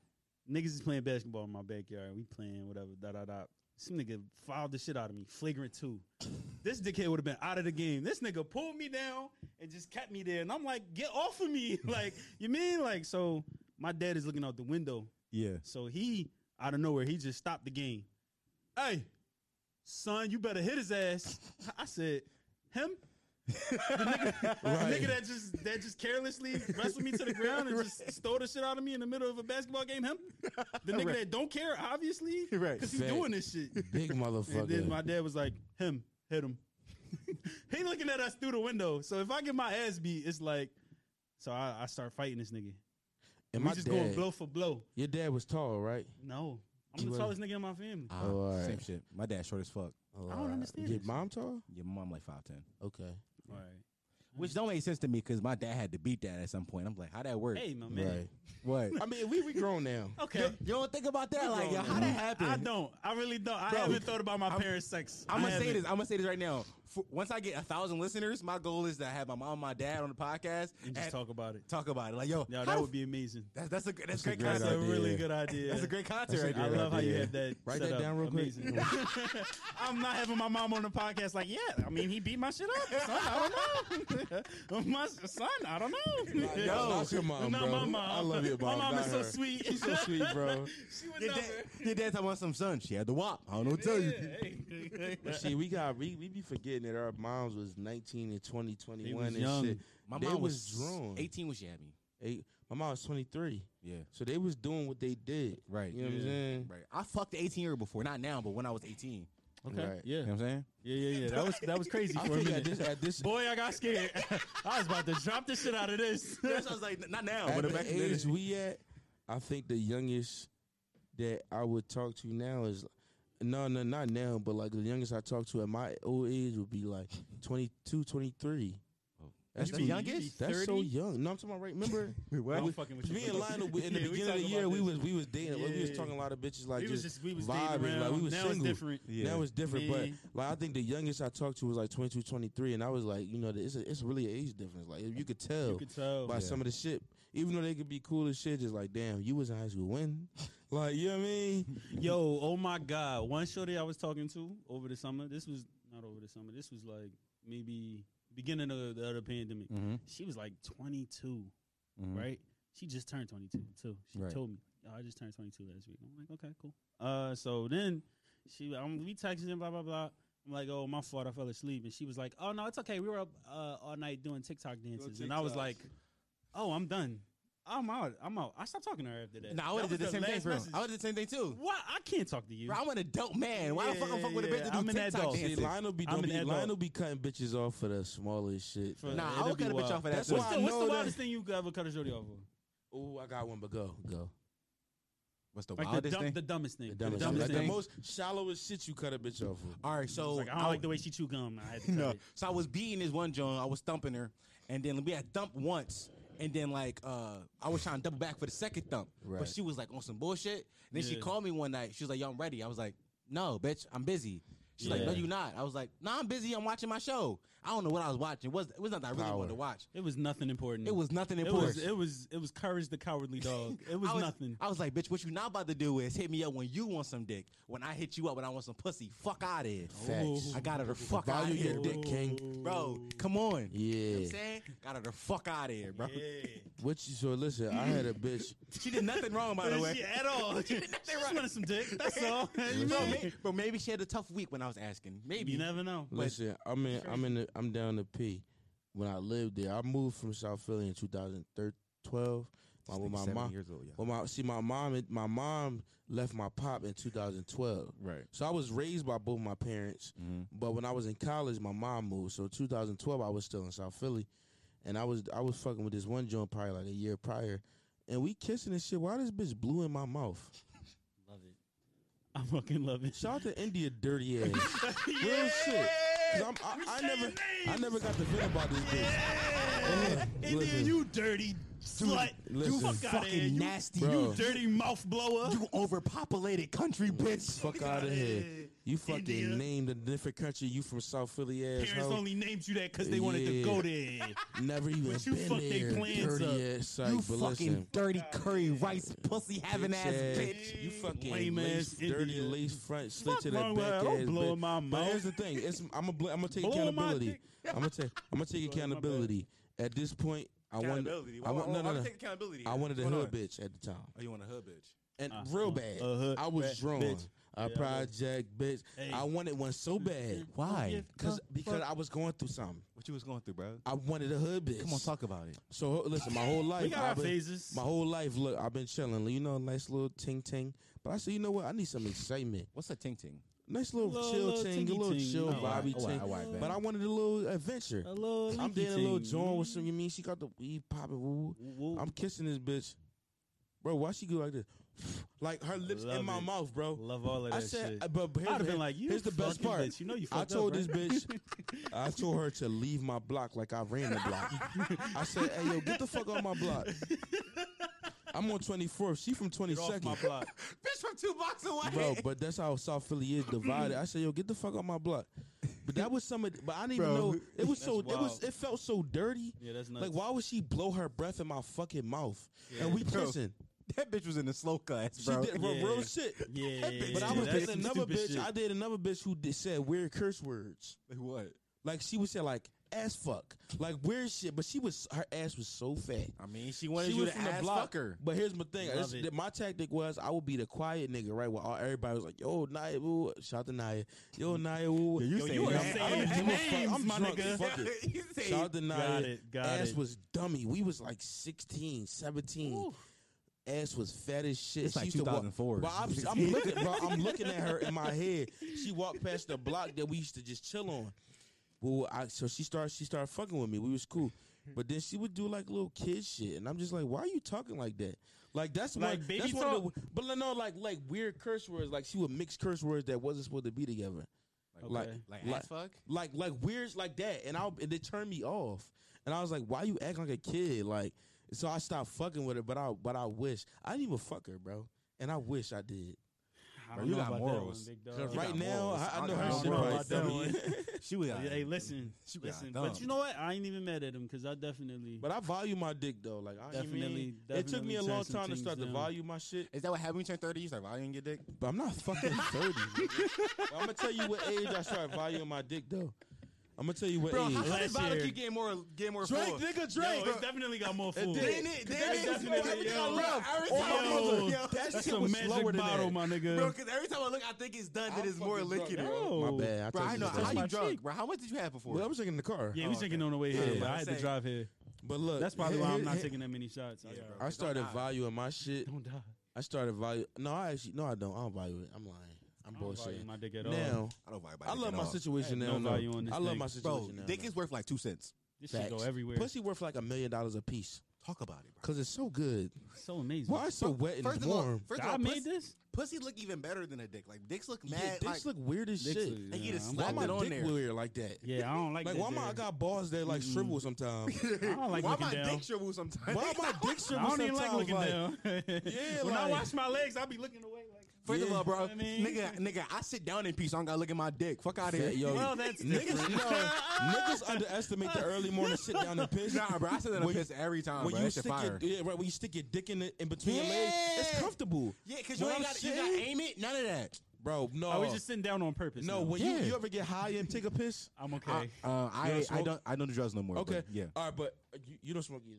[SPEAKER 7] niggas is playing basketball in my backyard. We playing whatever. Da da da. Some nigga fouled the shit out of me, flagrant two. This dickhead would have been out of the game. This nigga pulled me down and just kept me there, and I'm like, get off of me, *laughs* like you mean like so. My dad is looking out the window.
[SPEAKER 1] Yeah.
[SPEAKER 7] So he, out of nowhere, he just stopped the game. *laughs* Hey, son, you better hit his ass. I said, him? *laughs*
[SPEAKER 5] Right.
[SPEAKER 7] The nigga that just that just carelessly wrestled me to the ground
[SPEAKER 5] *laughs*
[SPEAKER 7] and just stole the shit out of me in the middle of a basketball game. Him, the nigga that don't care,
[SPEAKER 5] *laughs*
[SPEAKER 7] obviously,
[SPEAKER 18] Right.
[SPEAKER 7] Because he's
[SPEAKER 5] Fact.
[SPEAKER 7] doing this shit. *laughs*
[SPEAKER 5] Big
[SPEAKER 7] And then
[SPEAKER 5] motherfucker.
[SPEAKER 7] my dad was like, "Him, hit him." *laughs* he looking at us through the window. So if I get my ass beat, it's like, so I, I start fighting this nigga.
[SPEAKER 5] and
[SPEAKER 7] we
[SPEAKER 5] my
[SPEAKER 7] just going
[SPEAKER 5] dad.
[SPEAKER 7] blow for blow.
[SPEAKER 5] your dad was tall, right?
[SPEAKER 7] No,
[SPEAKER 5] You
[SPEAKER 7] I'm the
[SPEAKER 5] was-
[SPEAKER 7] tallest nigga in my family.
[SPEAKER 1] Ah,
[SPEAKER 5] Oh, all
[SPEAKER 1] Same
[SPEAKER 5] right. Oh,
[SPEAKER 1] shit. My dad's short as fuck.
[SPEAKER 7] I don't understand.
[SPEAKER 5] Your
[SPEAKER 7] this.
[SPEAKER 5] mom tall?
[SPEAKER 1] Your mom like five ten,
[SPEAKER 5] Okay.
[SPEAKER 7] All right.
[SPEAKER 1] which don't make sense to me because my dad had to beat that at some point. I'm like, how that work?
[SPEAKER 7] Hey, my man. *laughs*
[SPEAKER 5] Right.
[SPEAKER 1] What?
[SPEAKER 5] I mean, we we grown now.
[SPEAKER 7] Okay.
[SPEAKER 1] You don't think about that? Like, yo,
[SPEAKER 7] grown
[SPEAKER 1] how
[SPEAKER 7] now.
[SPEAKER 1] that happened?
[SPEAKER 7] I don't. I really don't. I
[SPEAKER 1] Bro,
[SPEAKER 7] haven't thought about my
[SPEAKER 1] I'm-
[SPEAKER 7] parents' sex.
[SPEAKER 1] I'm
[SPEAKER 7] I
[SPEAKER 1] gonna say
[SPEAKER 7] haven't.
[SPEAKER 1] this. I'm gonna say this right now. For, once I get a thousand listeners, my goal is to have my mom, and my dad on the podcast
[SPEAKER 7] And just talk about it.
[SPEAKER 1] talk about it. Like, yo,
[SPEAKER 7] Yeah,
[SPEAKER 1] how
[SPEAKER 7] that
[SPEAKER 1] the
[SPEAKER 7] would be amazing.
[SPEAKER 1] That's that's a that's,
[SPEAKER 5] a
[SPEAKER 1] great
[SPEAKER 5] great
[SPEAKER 7] That's
[SPEAKER 1] concept.
[SPEAKER 7] a
[SPEAKER 5] idea.
[SPEAKER 7] really good idea.
[SPEAKER 1] That's a great concept
[SPEAKER 5] That's a
[SPEAKER 1] right
[SPEAKER 7] I
[SPEAKER 1] there.
[SPEAKER 5] great
[SPEAKER 7] love how you
[SPEAKER 5] idea.
[SPEAKER 7] had that.
[SPEAKER 5] Write
[SPEAKER 7] set
[SPEAKER 5] that
[SPEAKER 7] up.
[SPEAKER 5] down real quick.
[SPEAKER 7] Amazing. *laughs* I'm not having my mom on the podcast. Like, yeah, I mean, he beat my shit up. Son, I don't know. *laughs* my son, I don't know.
[SPEAKER 5] Yo, not
[SPEAKER 7] *laughs*
[SPEAKER 5] your mom,
[SPEAKER 7] not
[SPEAKER 5] bro.
[SPEAKER 7] my mom.
[SPEAKER 5] I love your mom.
[SPEAKER 7] My mom
[SPEAKER 5] not
[SPEAKER 7] is so
[SPEAKER 5] her.
[SPEAKER 7] sweet.
[SPEAKER 5] She's so sweet, bro.
[SPEAKER 7] *laughs* she would
[SPEAKER 1] Your
[SPEAKER 7] never.
[SPEAKER 1] dad, your dad talking about some son. She had the wop. I don't know what to tell you.
[SPEAKER 7] Hey. *laughs*
[SPEAKER 5] But see, we got we, we be forgetting that our moms was 19 and 20, 21
[SPEAKER 7] was
[SPEAKER 5] and
[SPEAKER 7] young.
[SPEAKER 5] shit.
[SPEAKER 1] My
[SPEAKER 5] They
[SPEAKER 1] mom was,
[SPEAKER 5] was drawn.
[SPEAKER 1] 18 when she had me.
[SPEAKER 5] Eight, my mom was 23.
[SPEAKER 1] Yeah.
[SPEAKER 5] So they was doing what they did.
[SPEAKER 1] Right.
[SPEAKER 5] You know what I'm saying?
[SPEAKER 1] Right. I fucked the 18 year old before, not now, but when I was 18.
[SPEAKER 7] Okay.
[SPEAKER 5] Right.
[SPEAKER 1] You
[SPEAKER 7] Yeah.
[SPEAKER 1] know what I'm saying?
[SPEAKER 7] Yeah, yeah, yeah. That was that
[SPEAKER 1] *laughs*
[SPEAKER 7] was crazy
[SPEAKER 5] I
[SPEAKER 7] for a
[SPEAKER 5] think at
[SPEAKER 7] minute.
[SPEAKER 5] this at this
[SPEAKER 7] Boy, I got scared. *laughs* I was about to drop the shit out of this.
[SPEAKER 1] That's- I was like, not now,
[SPEAKER 5] at
[SPEAKER 1] but
[SPEAKER 5] the
[SPEAKER 1] back then.
[SPEAKER 7] *laughs*
[SPEAKER 5] age we at, I think the youngest that I would talk to now is no, no, not now, but like the youngest I talk to at my old age would be like 22, 23.
[SPEAKER 1] That's the
[SPEAKER 5] me.
[SPEAKER 1] youngest?
[SPEAKER 5] That's so
[SPEAKER 7] 30?
[SPEAKER 5] young. No, I'm talking about right. Remember,
[SPEAKER 7] Well, I'm fucking with you.
[SPEAKER 5] me and Lionel
[SPEAKER 7] *laughs*
[SPEAKER 5] we- in the
[SPEAKER 7] Yeah, we
[SPEAKER 5] beginning of the
[SPEAKER 7] talking
[SPEAKER 5] year,
[SPEAKER 7] about
[SPEAKER 5] we
[SPEAKER 7] this.
[SPEAKER 5] was we was dating, like, we was
[SPEAKER 7] Yeah.
[SPEAKER 5] talking a lot of bitches, like
[SPEAKER 7] we was
[SPEAKER 5] just,
[SPEAKER 7] just we was
[SPEAKER 5] vibing,
[SPEAKER 7] dating around.
[SPEAKER 5] like we was
[SPEAKER 7] now
[SPEAKER 5] single.
[SPEAKER 7] it's different.
[SPEAKER 5] Now it's different,
[SPEAKER 7] Yeah.
[SPEAKER 5] but like I think the youngest I talked to was like 22, 23, and I was like, you know, it's a, it's really an age difference. Like you could tell,
[SPEAKER 7] You could tell.
[SPEAKER 5] by some of the shit. Even though they could be cool as shit, just like damn, you was in high school when, *laughs* like you know what I mean?
[SPEAKER 7] Yo, oh my god! One shorty I was talking to over the summer. This was not over the summer. This was like maybe beginning of the other pandemic.
[SPEAKER 1] Mhm.
[SPEAKER 7] She was like 22,
[SPEAKER 1] Mhm.
[SPEAKER 7] right? She just turned 22 too. She
[SPEAKER 1] Right.
[SPEAKER 7] told me, "Yo, I just turned 22 last week." I'm like, okay, cool. Uh, so then she, I'm, we texting, blah blah blah. I'm like, oh, my fault, I fell asleep, and she was like, oh no, it's okay. We were up uh, all night doing TikTok dances, and I was
[SPEAKER 5] TikToks.
[SPEAKER 7] like, oh, I'm done. I'm out. I'm out. I stopped talking to her after that.
[SPEAKER 1] Nah, I
[SPEAKER 7] That
[SPEAKER 1] would have
[SPEAKER 7] was
[SPEAKER 1] did the same thing
[SPEAKER 7] last
[SPEAKER 1] for him.
[SPEAKER 7] message.
[SPEAKER 1] I would have did the same thing too.
[SPEAKER 7] Why I can't talk to you?
[SPEAKER 1] Bro, I'm an adult man. Why the fuck I'm fucking with a bitch
[SPEAKER 7] Yeah,
[SPEAKER 1] to do
[SPEAKER 7] I'm an
[SPEAKER 1] TikTok
[SPEAKER 7] adult.
[SPEAKER 5] See,
[SPEAKER 1] dances?
[SPEAKER 5] Lionel be
[SPEAKER 7] Oh, I'm
[SPEAKER 5] don't
[SPEAKER 7] an
[SPEAKER 5] be,
[SPEAKER 7] adult.
[SPEAKER 5] Lionel be cutting bitches off for the smallest shit.
[SPEAKER 7] For-
[SPEAKER 1] Nah,
[SPEAKER 7] it'll
[SPEAKER 1] I would
[SPEAKER 7] be
[SPEAKER 1] cut a bitch
[SPEAKER 7] wild.
[SPEAKER 1] off for that.
[SPEAKER 5] That's
[SPEAKER 1] too.
[SPEAKER 5] why
[SPEAKER 7] What's the, what's
[SPEAKER 5] know
[SPEAKER 7] the
[SPEAKER 5] that-
[SPEAKER 7] wildest thing you could ever cut a shorty off for?
[SPEAKER 5] Oh, I got one, but go, go.
[SPEAKER 1] What's the
[SPEAKER 7] Like the,
[SPEAKER 1] wildest
[SPEAKER 7] dumb-
[SPEAKER 1] thing?
[SPEAKER 7] the dumbest thing.
[SPEAKER 5] The dumbest,
[SPEAKER 1] dumbest
[SPEAKER 5] like,
[SPEAKER 1] thing.
[SPEAKER 5] the most shallowest shit you cut a bitch off for.
[SPEAKER 1] All right, so
[SPEAKER 7] Like, I don't
[SPEAKER 1] I'll-
[SPEAKER 7] like the way she chew gum. I had to cut
[SPEAKER 1] No.
[SPEAKER 7] it.
[SPEAKER 1] So I was beating this one joint. I was thumping her, and then we had thumped once, and then like uh, I was trying to double back for the second thump,
[SPEAKER 5] Right.
[SPEAKER 1] but she was like on some bullshit. And then she
[SPEAKER 7] Yeah.
[SPEAKER 1] called me one night. She was like, "Yo, I'm ready." I was like, "No, bitch, I'm busy." She's like, "No,
[SPEAKER 7] Yeah.
[SPEAKER 1] you not." I was like, "No, I'm busy. I'm watching my show. I don't know what I was watching. It was it was nothing I really
[SPEAKER 5] Power.
[SPEAKER 1] wanted to watch.
[SPEAKER 7] It was nothing important.
[SPEAKER 1] It was nothing
[SPEAKER 7] It
[SPEAKER 1] important."
[SPEAKER 7] was. It was. It was courage the cowardly dog. It was,
[SPEAKER 1] I was
[SPEAKER 7] nothing.
[SPEAKER 1] I was like, "Bitch, what you not about to do is hit me up when you want some dick. When I hit you up when I want some pussy, fuck out of here.
[SPEAKER 5] Facts.
[SPEAKER 1] I got her the fuck out
[SPEAKER 5] Value
[SPEAKER 1] of here,
[SPEAKER 5] your dick, king.
[SPEAKER 7] Ooh.
[SPEAKER 1] bro. Come on." You know what
[SPEAKER 5] Yeah.
[SPEAKER 1] I'm saying? Got her the fuck out of here, bro.
[SPEAKER 5] What you? So listen, I had a bitch.
[SPEAKER 1] She did nothing wrong, by the
[SPEAKER 7] *laughs* But
[SPEAKER 1] way.
[SPEAKER 7] she- at all. she just wanted some dick. *laughs* That's all.
[SPEAKER 1] Bro,
[SPEAKER 7] you, know,
[SPEAKER 1] may- bro, maybe she had a tough week when I was asking. Maybe.
[SPEAKER 7] you never know.
[SPEAKER 5] Listen, I'm in. I'm in. The, I'm down to P. When I lived there, I moved from South Philly in 2012. My, with my mom.
[SPEAKER 1] years old, yeah.
[SPEAKER 5] Well, my see, my mom, and- my mom left my pop in 2012.
[SPEAKER 1] Right. Mm-hmm.
[SPEAKER 5] So I was raised by both my parents, but when I was in college, my mom moved. So 2012, I was still in South Philly, and I was I was fucking with this one joint probably like a year prior, and we kissing and shit. Why this bitch blew in my mouth?
[SPEAKER 7] I fucking love it.
[SPEAKER 5] Shout out to India, dirty ass.
[SPEAKER 7] *laughs*
[SPEAKER 5] Real shit. 'Cause I'm- i I never, I never got to vent about this bitch. Ugh,
[SPEAKER 7] India,
[SPEAKER 5] listen,
[SPEAKER 7] you dirty slut. you
[SPEAKER 5] listen.
[SPEAKER 7] fuck out of
[SPEAKER 1] Fucking
[SPEAKER 7] here. You
[SPEAKER 1] nasty.
[SPEAKER 5] Bro.
[SPEAKER 7] dirty mouth blower.
[SPEAKER 1] You overpopulated country bitch.
[SPEAKER 5] Mm. Fuck out of here. You fucking
[SPEAKER 7] India.
[SPEAKER 5] named a different country. You from South Philly ass.
[SPEAKER 7] Parents
[SPEAKER 5] hoe.
[SPEAKER 7] only named you that because they wanted
[SPEAKER 5] Yeah.
[SPEAKER 7] to go there.
[SPEAKER 5] Never
[SPEAKER 7] *laughs*
[SPEAKER 5] even
[SPEAKER 7] But you
[SPEAKER 5] been
[SPEAKER 7] fucked they
[SPEAKER 5] there.
[SPEAKER 7] plans
[SPEAKER 5] dirty ass site.
[SPEAKER 1] You
[SPEAKER 5] but
[SPEAKER 1] fucking
[SPEAKER 5] listen,
[SPEAKER 1] dirty curry rice pussy having ass
[SPEAKER 5] bitch ass,
[SPEAKER 1] bitch.
[SPEAKER 5] You fucking
[SPEAKER 7] Lame
[SPEAKER 5] lace,
[SPEAKER 7] ass
[SPEAKER 5] dirty
[SPEAKER 7] Indian.
[SPEAKER 5] lace front slit
[SPEAKER 7] Fuck
[SPEAKER 5] to that
[SPEAKER 7] wrong with
[SPEAKER 5] back
[SPEAKER 7] her.
[SPEAKER 5] ass.
[SPEAKER 7] Don't blow
[SPEAKER 5] bitch.
[SPEAKER 7] in my
[SPEAKER 5] But
[SPEAKER 7] mouth.
[SPEAKER 5] here's the thing. It's, I'm gonna I'm gonna take
[SPEAKER 7] Blow in my
[SPEAKER 5] accountability.
[SPEAKER 7] dick.
[SPEAKER 5] I'm gonna take I'm gonna take
[SPEAKER 7] Blow in my dick.
[SPEAKER 5] accountability. At this point, I want I want no no no.
[SPEAKER 1] accountability.
[SPEAKER 5] I wanted a hood bitch at the time.
[SPEAKER 1] Oh, you want a hood bitch?
[SPEAKER 5] and
[SPEAKER 7] Uh,
[SPEAKER 5] real
[SPEAKER 7] uh,
[SPEAKER 5] bad.
[SPEAKER 7] uh-huh,
[SPEAKER 5] I was
[SPEAKER 7] bitch,
[SPEAKER 5] drawn.
[SPEAKER 7] bitch.
[SPEAKER 5] A
[SPEAKER 7] Yeah, I
[SPEAKER 5] project, bitch.
[SPEAKER 7] Hey.
[SPEAKER 5] I wanted one so bad.
[SPEAKER 1] Why?
[SPEAKER 5] Cause because I was going through something.
[SPEAKER 1] What you was going through, bro?
[SPEAKER 5] I wanted a hood bitch.
[SPEAKER 1] Come on, talk about it.
[SPEAKER 5] So listen,
[SPEAKER 7] *laughs*
[SPEAKER 5] my whole life,
[SPEAKER 7] We got
[SPEAKER 5] I've
[SPEAKER 7] our
[SPEAKER 5] been-
[SPEAKER 7] phases.
[SPEAKER 5] my whole life, look, I've been chilling. You know, nice little ting ting. But I said, you know what? I need some excitement.
[SPEAKER 1] What's a ting ting?
[SPEAKER 5] Nice little,
[SPEAKER 7] Little-
[SPEAKER 5] chill
[SPEAKER 7] little
[SPEAKER 5] ting, a
[SPEAKER 7] tingy
[SPEAKER 5] little
[SPEAKER 7] ting.
[SPEAKER 5] chill
[SPEAKER 7] Alright,
[SPEAKER 5] Bobby ting.
[SPEAKER 1] alright, alright, man.
[SPEAKER 5] but I wanted a little adventure.
[SPEAKER 7] A little
[SPEAKER 5] I'm
[SPEAKER 7] leaky
[SPEAKER 5] dating a little
[SPEAKER 7] ting.
[SPEAKER 5] joint with some. You mean she got the weed popping? Woo.
[SPEAKER 7] Woo.
[SPEAKER 5] I'm kissing this bitch, bro. Why she go like this? *sighs* Like her lips
[SPEAKER 7] Love
[SPEAKER 5] in my
[SPEAKER 7] it.
[SPEAKER 5] mouth, bro.
[SPEAKER 7] Love all of that
[SPEAKER 5] I said,
[SPEAKER 7] shit.
[SPEAKER 5] uh, but here's,
[SPEAKER 7] I'd have
[SPEAKER 5] here-
[SPEAKER 7] been like, you
[SPEAKER 5] here's the best
[SPEAKER 7] fucking
[SPEAKER 5] part.
[SPEAKER 7] bitch. You know you
[SPEAKER 5] I
[SPEAKER 7] fucked up,
[SPEAKER 5] told
[SPEAKER 7] right?
[SPEAKER 5] this
[SPEAKER 7] *laughs*
[SPEAKER 5] bitch, I told her to leave my block like I ran the block. I said, hey, yo, get the fuck off
[SPEAKER 7] *laughs*
[SPEAKER 5] my block. I'm on 24th. She from
[SPEAKER 7] Get off my
[SPEAKER 5] 22nd.
[SPEAKER 7] block.
[SPEAKER 19] Bitch, from two blocks away.
[SPEAKER 5] Bro, but that's how South Philly is divided. I said, yo, get the fuck off my block. But that was some of, the- but I didn't
[SPEAKER 19] Bro.
[SPEAKER 5] even know.
[SPEAKER 7] *laughs*
[SPEAKER 5] It was
[SPEAKER 7] That's
[SPEAKER 5] so, it was,
[SPEAKER 7] wild.
[SPEAKER 5] it felt so dirty.
[SPEAKER 7] Yeah, that's nuts.
[SPEAKER 5] Like, why would she blow her breath in my fucking mouth? And we
[SPEAKER 19] Bro.
[SPEAKER 5] kissing.
[SPEAKER 19] that bitch was in the slow class,
[SPEAKER 5] She
[SPEAKER 19] bro.
[SPEAKER 5] did bro,
[SPEAKER 7] Yeah.
[SPEAKER 5] real shit.
[SPEAKER 7] Yeah,
[SPEAKER 5] But I was
[SPEAKER 7] that's
[SPEAKER 5] dating another
[SPEAKER 7] stupid
[SPEAKER 5] bitch.
[SPEAKER 7] shit.
[SPEAKER 5] I dated another bitch who did, said weird curse words.
[SPEAKER 1] Like what?
[SPEAKER 5] Like she would say like ass fuck, like weird shit. But she was her ass was so fat.
[SPEAKER 1] I mean, she wanted
[SPEAKER 5] she
[SPEAKER 1] you
[SPEAKER 5] was
[SPEAKER 1] to
[SPEAKER 5] from the
[SPEAKER 1] ass
[SPEAKER 5] block.
[SPEAKER 1] fucker.
[SPEAKER 5] But here's my thing.
[SPEAKER 7] Love
[SPEAKER 5] This-
[SPEAKER 7] it.
[SPEAKER 5] my tactic was I would be the quiet nigga, right? Where all, everybody was like, "Yo, Naya, woo. shout to Naya, yo, Naya, woo.
[SPEAKER 19] you
[SPEAKER 5] yo,
[SPEAKER 19] say
[SPEAKER 5] I'm,
[SPEAKER 19] names.
[SPEAKER 5] I don't give a fuck. I'm
[SPEAKER 7] my
[SPEAKER 5] drunk.
[SPEAKER 7] nigga.
[SPEAKER 5] Fuck it.
[SPEAKER 19] you say
[SPEAKER 5] Shout to Naya.
[SPEAKER 7] Got it. Got
[SPEAKER 5] ass
[SPEAKER 7] it.
[SPEAKER 5] was dummy. We was like 16, 17. Ass was fat as shit.
[SPEAKER 1] It's
[SPEAKER 5] She
[SPEAKER 1] like
[SPEAKER 5] used to walk-
[SPEAKER 1] 2004.
[SPEAKER 5] Bro, I'm, I'm looking, bro. I'm looking at her in my head. She walked past the block that we used to just chill on. Well, I, so she started. She started fucking with me. We was cool, but then she would do like little kid shit, and I'm just like, why are you talking like that? Like that's
[SPEAKER 7] Like
[SPEAKER 5] one,
[SPEAKER 7] baby
[SPEAKER 5] that's one of the, but no, like like weird curse words. Like she would mix curse words that wasn't supposed to be together like
[SPEAKER 7] Okay.
[SPEAKER 1] Like,
[SPEAKER 5] like-
[SPEAKER 1] ass fuck?
[SPEAKER 5] like like weird like that, and I and it turned me off. And I was like, why you acting like a kid? Like, so I stopped fucking with her. But I but I wish I didn't even fuck her, bro. And I wish I did.
[SPEAKER 7] I
[SPEAKER 1] Bro,
[SPEAKER 7] don't
[SPEAKER 1] you
[SPEAKER 7] know
[SPEAKER 1] got
[SPEAKER 7] about that
[SPEAKER 1] morals.
[SPEAKER 7] one, big
[SPEAKER 1] Cause
[SPEAKER 7] dog.
[SPEAKER 1] You
[SPEAKER 5] right
[SPEAKER 1] got
[SPEAKER 5] now,
[SPEAKER 1] morals.
[SPEAKER 5] I, I
[SPEAKER 1] I
[SPEAKER 5] know
[SPEAKER 1] got
[SPEAKER 5] her
[SPEAKER 1] morals.
[SPEAKER 5] shit
[SPEAKER 1] I
[SPEAKER 5] probably
[SPEAKER 1] got morals.
[SPEAKER 5] dummy.
[SPEAKER 1] She was.
[SPEAKER 7] Hey, *laughs* listen,
[SPEAKER 1] She got
[SPEAKER 7] listen.
[SPEAKER 1] dumb.
[SPEAKER 7] But you know what? I ain't even mad at him because I definitely.
[SPEAKER 5] *laughs* But I value my dick though. Like, I
[SPEAKER 7] Definitely-
[SPEAKER 5] definitely, it took
[SPEAKER 7] definitely
[SPEAKER 5] me a
[SPEAKER 7] turn
[SPEAKER 5] long
[SPEAKER 7] some
[SPEAKER 5] time to
[SPEAKER 7] things
[SPEAKER 5] start to
[SPEAKER 7] down.
[SPEAKER 5] value my shit.
[SPEAKER 1] Is that what happened when you turned 30? You started valuing your dick?
[SPEAKER 5] But I'm not fucking thirty. I'm gonna tell you what age I started valuing my dick though. I'm gonna tell you what age.
[SPEAKER 7] how- Last year.
[SPEAKER 1] getting more, getting more full?
[SPEAKER 5] nigga,
[SPEAKER 7] Yo, it definitely got more food.
[SPEAKER 5] did.
[SPEAKER 7] That's definitely- yo, yo,
[SPEAKER 19] that
[SPEAKER 7] That's a magic bottle, my nigga.
[SPEAKER 19] Bro, because every time I look, I think it's done. That it's more liquid, bro.
[SPEAKER 7] Yo.
[SPEAKER 5] My bad. I
[SPEAKER 1] Bro,
[SPEAKER 5] touched
[SPEAKER 1] I know.
[SPEAKER 5] his
[SPEAKER 1] How
[SPEAKER 5] dick.
[SPEAKER 1] you
[SPEAKER 7] my
[SPEAKER 1] drunk?
[SPEAKER 7] cheek.
[SPEAKER 1] Bro, how much did you have before?
[SPEAKER 5] Well, I was drinking in the car.
[SPEAKER 7] Yeah, we drinking on the way here.
[SPEAKER 5] Yeah.
[SPEAKER 7] but I had to
[SPEAKER 1] Say.
[SPEAKER 7] drive here.
[SPEAKER 5] But look,
[SPEAKER 7] That's probably why I'm not
[SPEAKER 5] here-
[SPEAKER 7] taking that many shots.
[SPEAKER 1] Yeah, bro.
[SPEAKER 5] *laughs* I started
[SPEAKER 1] Don't die.
[SPEAKER 5] valuing my shit.
[SPEAKER 7] Don't die.
[SPEAKER 5] I started value. No, I actually no, I don't. I don't value it. I'm lying. I'm
[SPEAKER 7] I don't value
[SPEAKER 5] bullshitting.
[SPEAKER 7] my dick at all.
[SPEAKER 5] Now
[SPEAKER 1] I don't value my
[SPEAKER 5] I
[SPEAKER 1] dick
[SPEAKER 5] love
[SPEAKER 1] at
[SPEAKER 5] my
[SPEAKER 1] all.
[SPEAKER 5] situation
[SPEAKER 7] I have
[SPEAKER 5] now.
[SPEAKER 7] no
[SPEAKER 5] though.
[SPEAKER 7] value on this
[SPEAKER 5] I love
[SPEAKER 7] thing.
[SPEAKER 5] my
[SPEAKER 1] Bro,
[SPEAKER 5] situation now.
[SPEAKER 1] dick
[SPEAKER 5] though.
[SPEAKER 1] is worth like two cents.
[SPEAKER 7] this shit go
[SPEAKER 5] Facts.
[SPEAKER 7] everywhere.
[SPEAKER 5] pussy worth like a million dollars a piece
[SPEAKER 1] Talk about it, bro.
[SPEAKER 5] because it's so good.
[SPEAKER 7] So amazing.
[SPEAKER 5] Why it's so wet and
[SPEAKER 1] First
[SPEAKER 5] it's
[SPEAKER 1] of all,
[SPEAKER 5] warm?
[SPEAKER 1] first of
[SPEAKER 7] I
[SPEAKER 1] all,
[SPEAKER 7] made
[SPEAKER 1] pussy,
[SPEAKER 7] this.
[SPEAKER 1] pussy look even better than a dick. Like dicks look
[SPEAKER 5] Yeah,
[SPEAKER 1] mad.
[SPEAKER 5] dicks
[SPEAKER 1] like,
[SPEAKER 5] look weird as
[SPEAKER 7] Dicks
[SPEAKER 5] shit.
[SPEAKER 7] is-
[SPEAKER 1] They
[SPEAKER 7] nah,
[SPEAKER 1] get a
[SPEAKER 7] I'm-
[SPEAKER 1] slap
[SPEAKER 5] Why my
[SPEAKER 1] it on
[SPEAKER 5] dick
[SPEAKER 1] there.
[SPEAKER 5] weird like that?
[SPEAKER 7] Yeah, I don't like.
[SPEAKER 5] Like
[SPEAKER 7] that
[SPEAKER 5] why my I
[SPEAKER 7] there.
[SPEAKER 5] got balls that like
[SPEAKER 1] Mm. *laughs*
[SPEAKER 5] shrivel sometimes?
[SPEAKER 7] I don't like
[SPEAKER 1] Why
[SPEAKER 7] looking
[SPEAKER 1] my
[SPEAKER 7] down.
[SPEAKER 1] dick shrivel
[SPEAKER 5] *laughs*
[SPEAKER 1] sometimes?
[SPEAKER 5] why my dick
[SPEAKER 7] I
[SPEAKER 5] shrivel
[SPEAKER 7] don't even
[SPEAKER 5] sometimes?
[SPEAKER 7] like looking
[SPEAKER 5] like-
[SPEAKER 7] down. *laughs*
[SPEAKER 5] Yeah,
[SPEAKER 7] when I
[SPEAKER 5] like-
[SPEAKER 7] wash my legs, I be looking away. Like,
[SPEAKER 1] First of
[SPEAKER 5] Yeah.
[SPEAKER 1] all, bro,
[SPEAKER 7] I mean-
[SPEAKER 1] nigga, nigga, I sit down in peace. I don't gotta look at my dick. Fuck out of here.
[SPEAKER 5] Yeah, yo,
[SPEAKER 7] Well, that's
[SPEAKER 5] niggas, no,
[SPEAKER 7] *laughs*
[SPEAKER 5] niggas underestimate the early morning sit down and piss.
[SPEAKER 1] nah, bro, I sit down and
[SPEAKER 5] When-
[SPEAKER 1] piss every time.
[SPEAKER 5] when
[SPEAKER 1] bro.
[SPEAKER 5] you
[SPEAKER 1] That shit
[SPEAKER 5] stick your
[SPEAKER 1] fire.
[SPEAKER 5] yeah, right, when you stick your dick in, the, in between your legs, it's
[SPEAKER 1] Yeah.
[SPEAKER 5] comfortable.
[SPEAKER 1] yeah, cause
[SPEAKER 5] When
[SPEAKER 1] you ain't
[SPEAKER 5] I'm
[SPEAKER 1] got you got
[SPEAKER 5] sitting-
[SPEAKER 1] aim it. None of that.
[SPEAKER 5] bro. No,
[SPEAKER 7] I was just sitting down on purpose.
[SPEAKER 5] no.
[SPEAKER 7] now.
[SPEAKER 5] When
[SPEAKER 1] Yeah.
[SPEAKER 5] you, you ever get high and take a piss?
[SPEAKER 7] I'm okay.
[SPEAKER 1] I, uh,
[SPEAKER 7] I,
[SPEAKER 5] You don't
[SPEAKER 1] I, I
[SPEAKER 5] smoke?
[SPEAKER 1] don't I don't do drugs no more.
[SPEAKER 5] Okay, Uh,
[SPEAKER 1] but yeah.
[SPEAKER 5] All right, but you, you don't smoke either.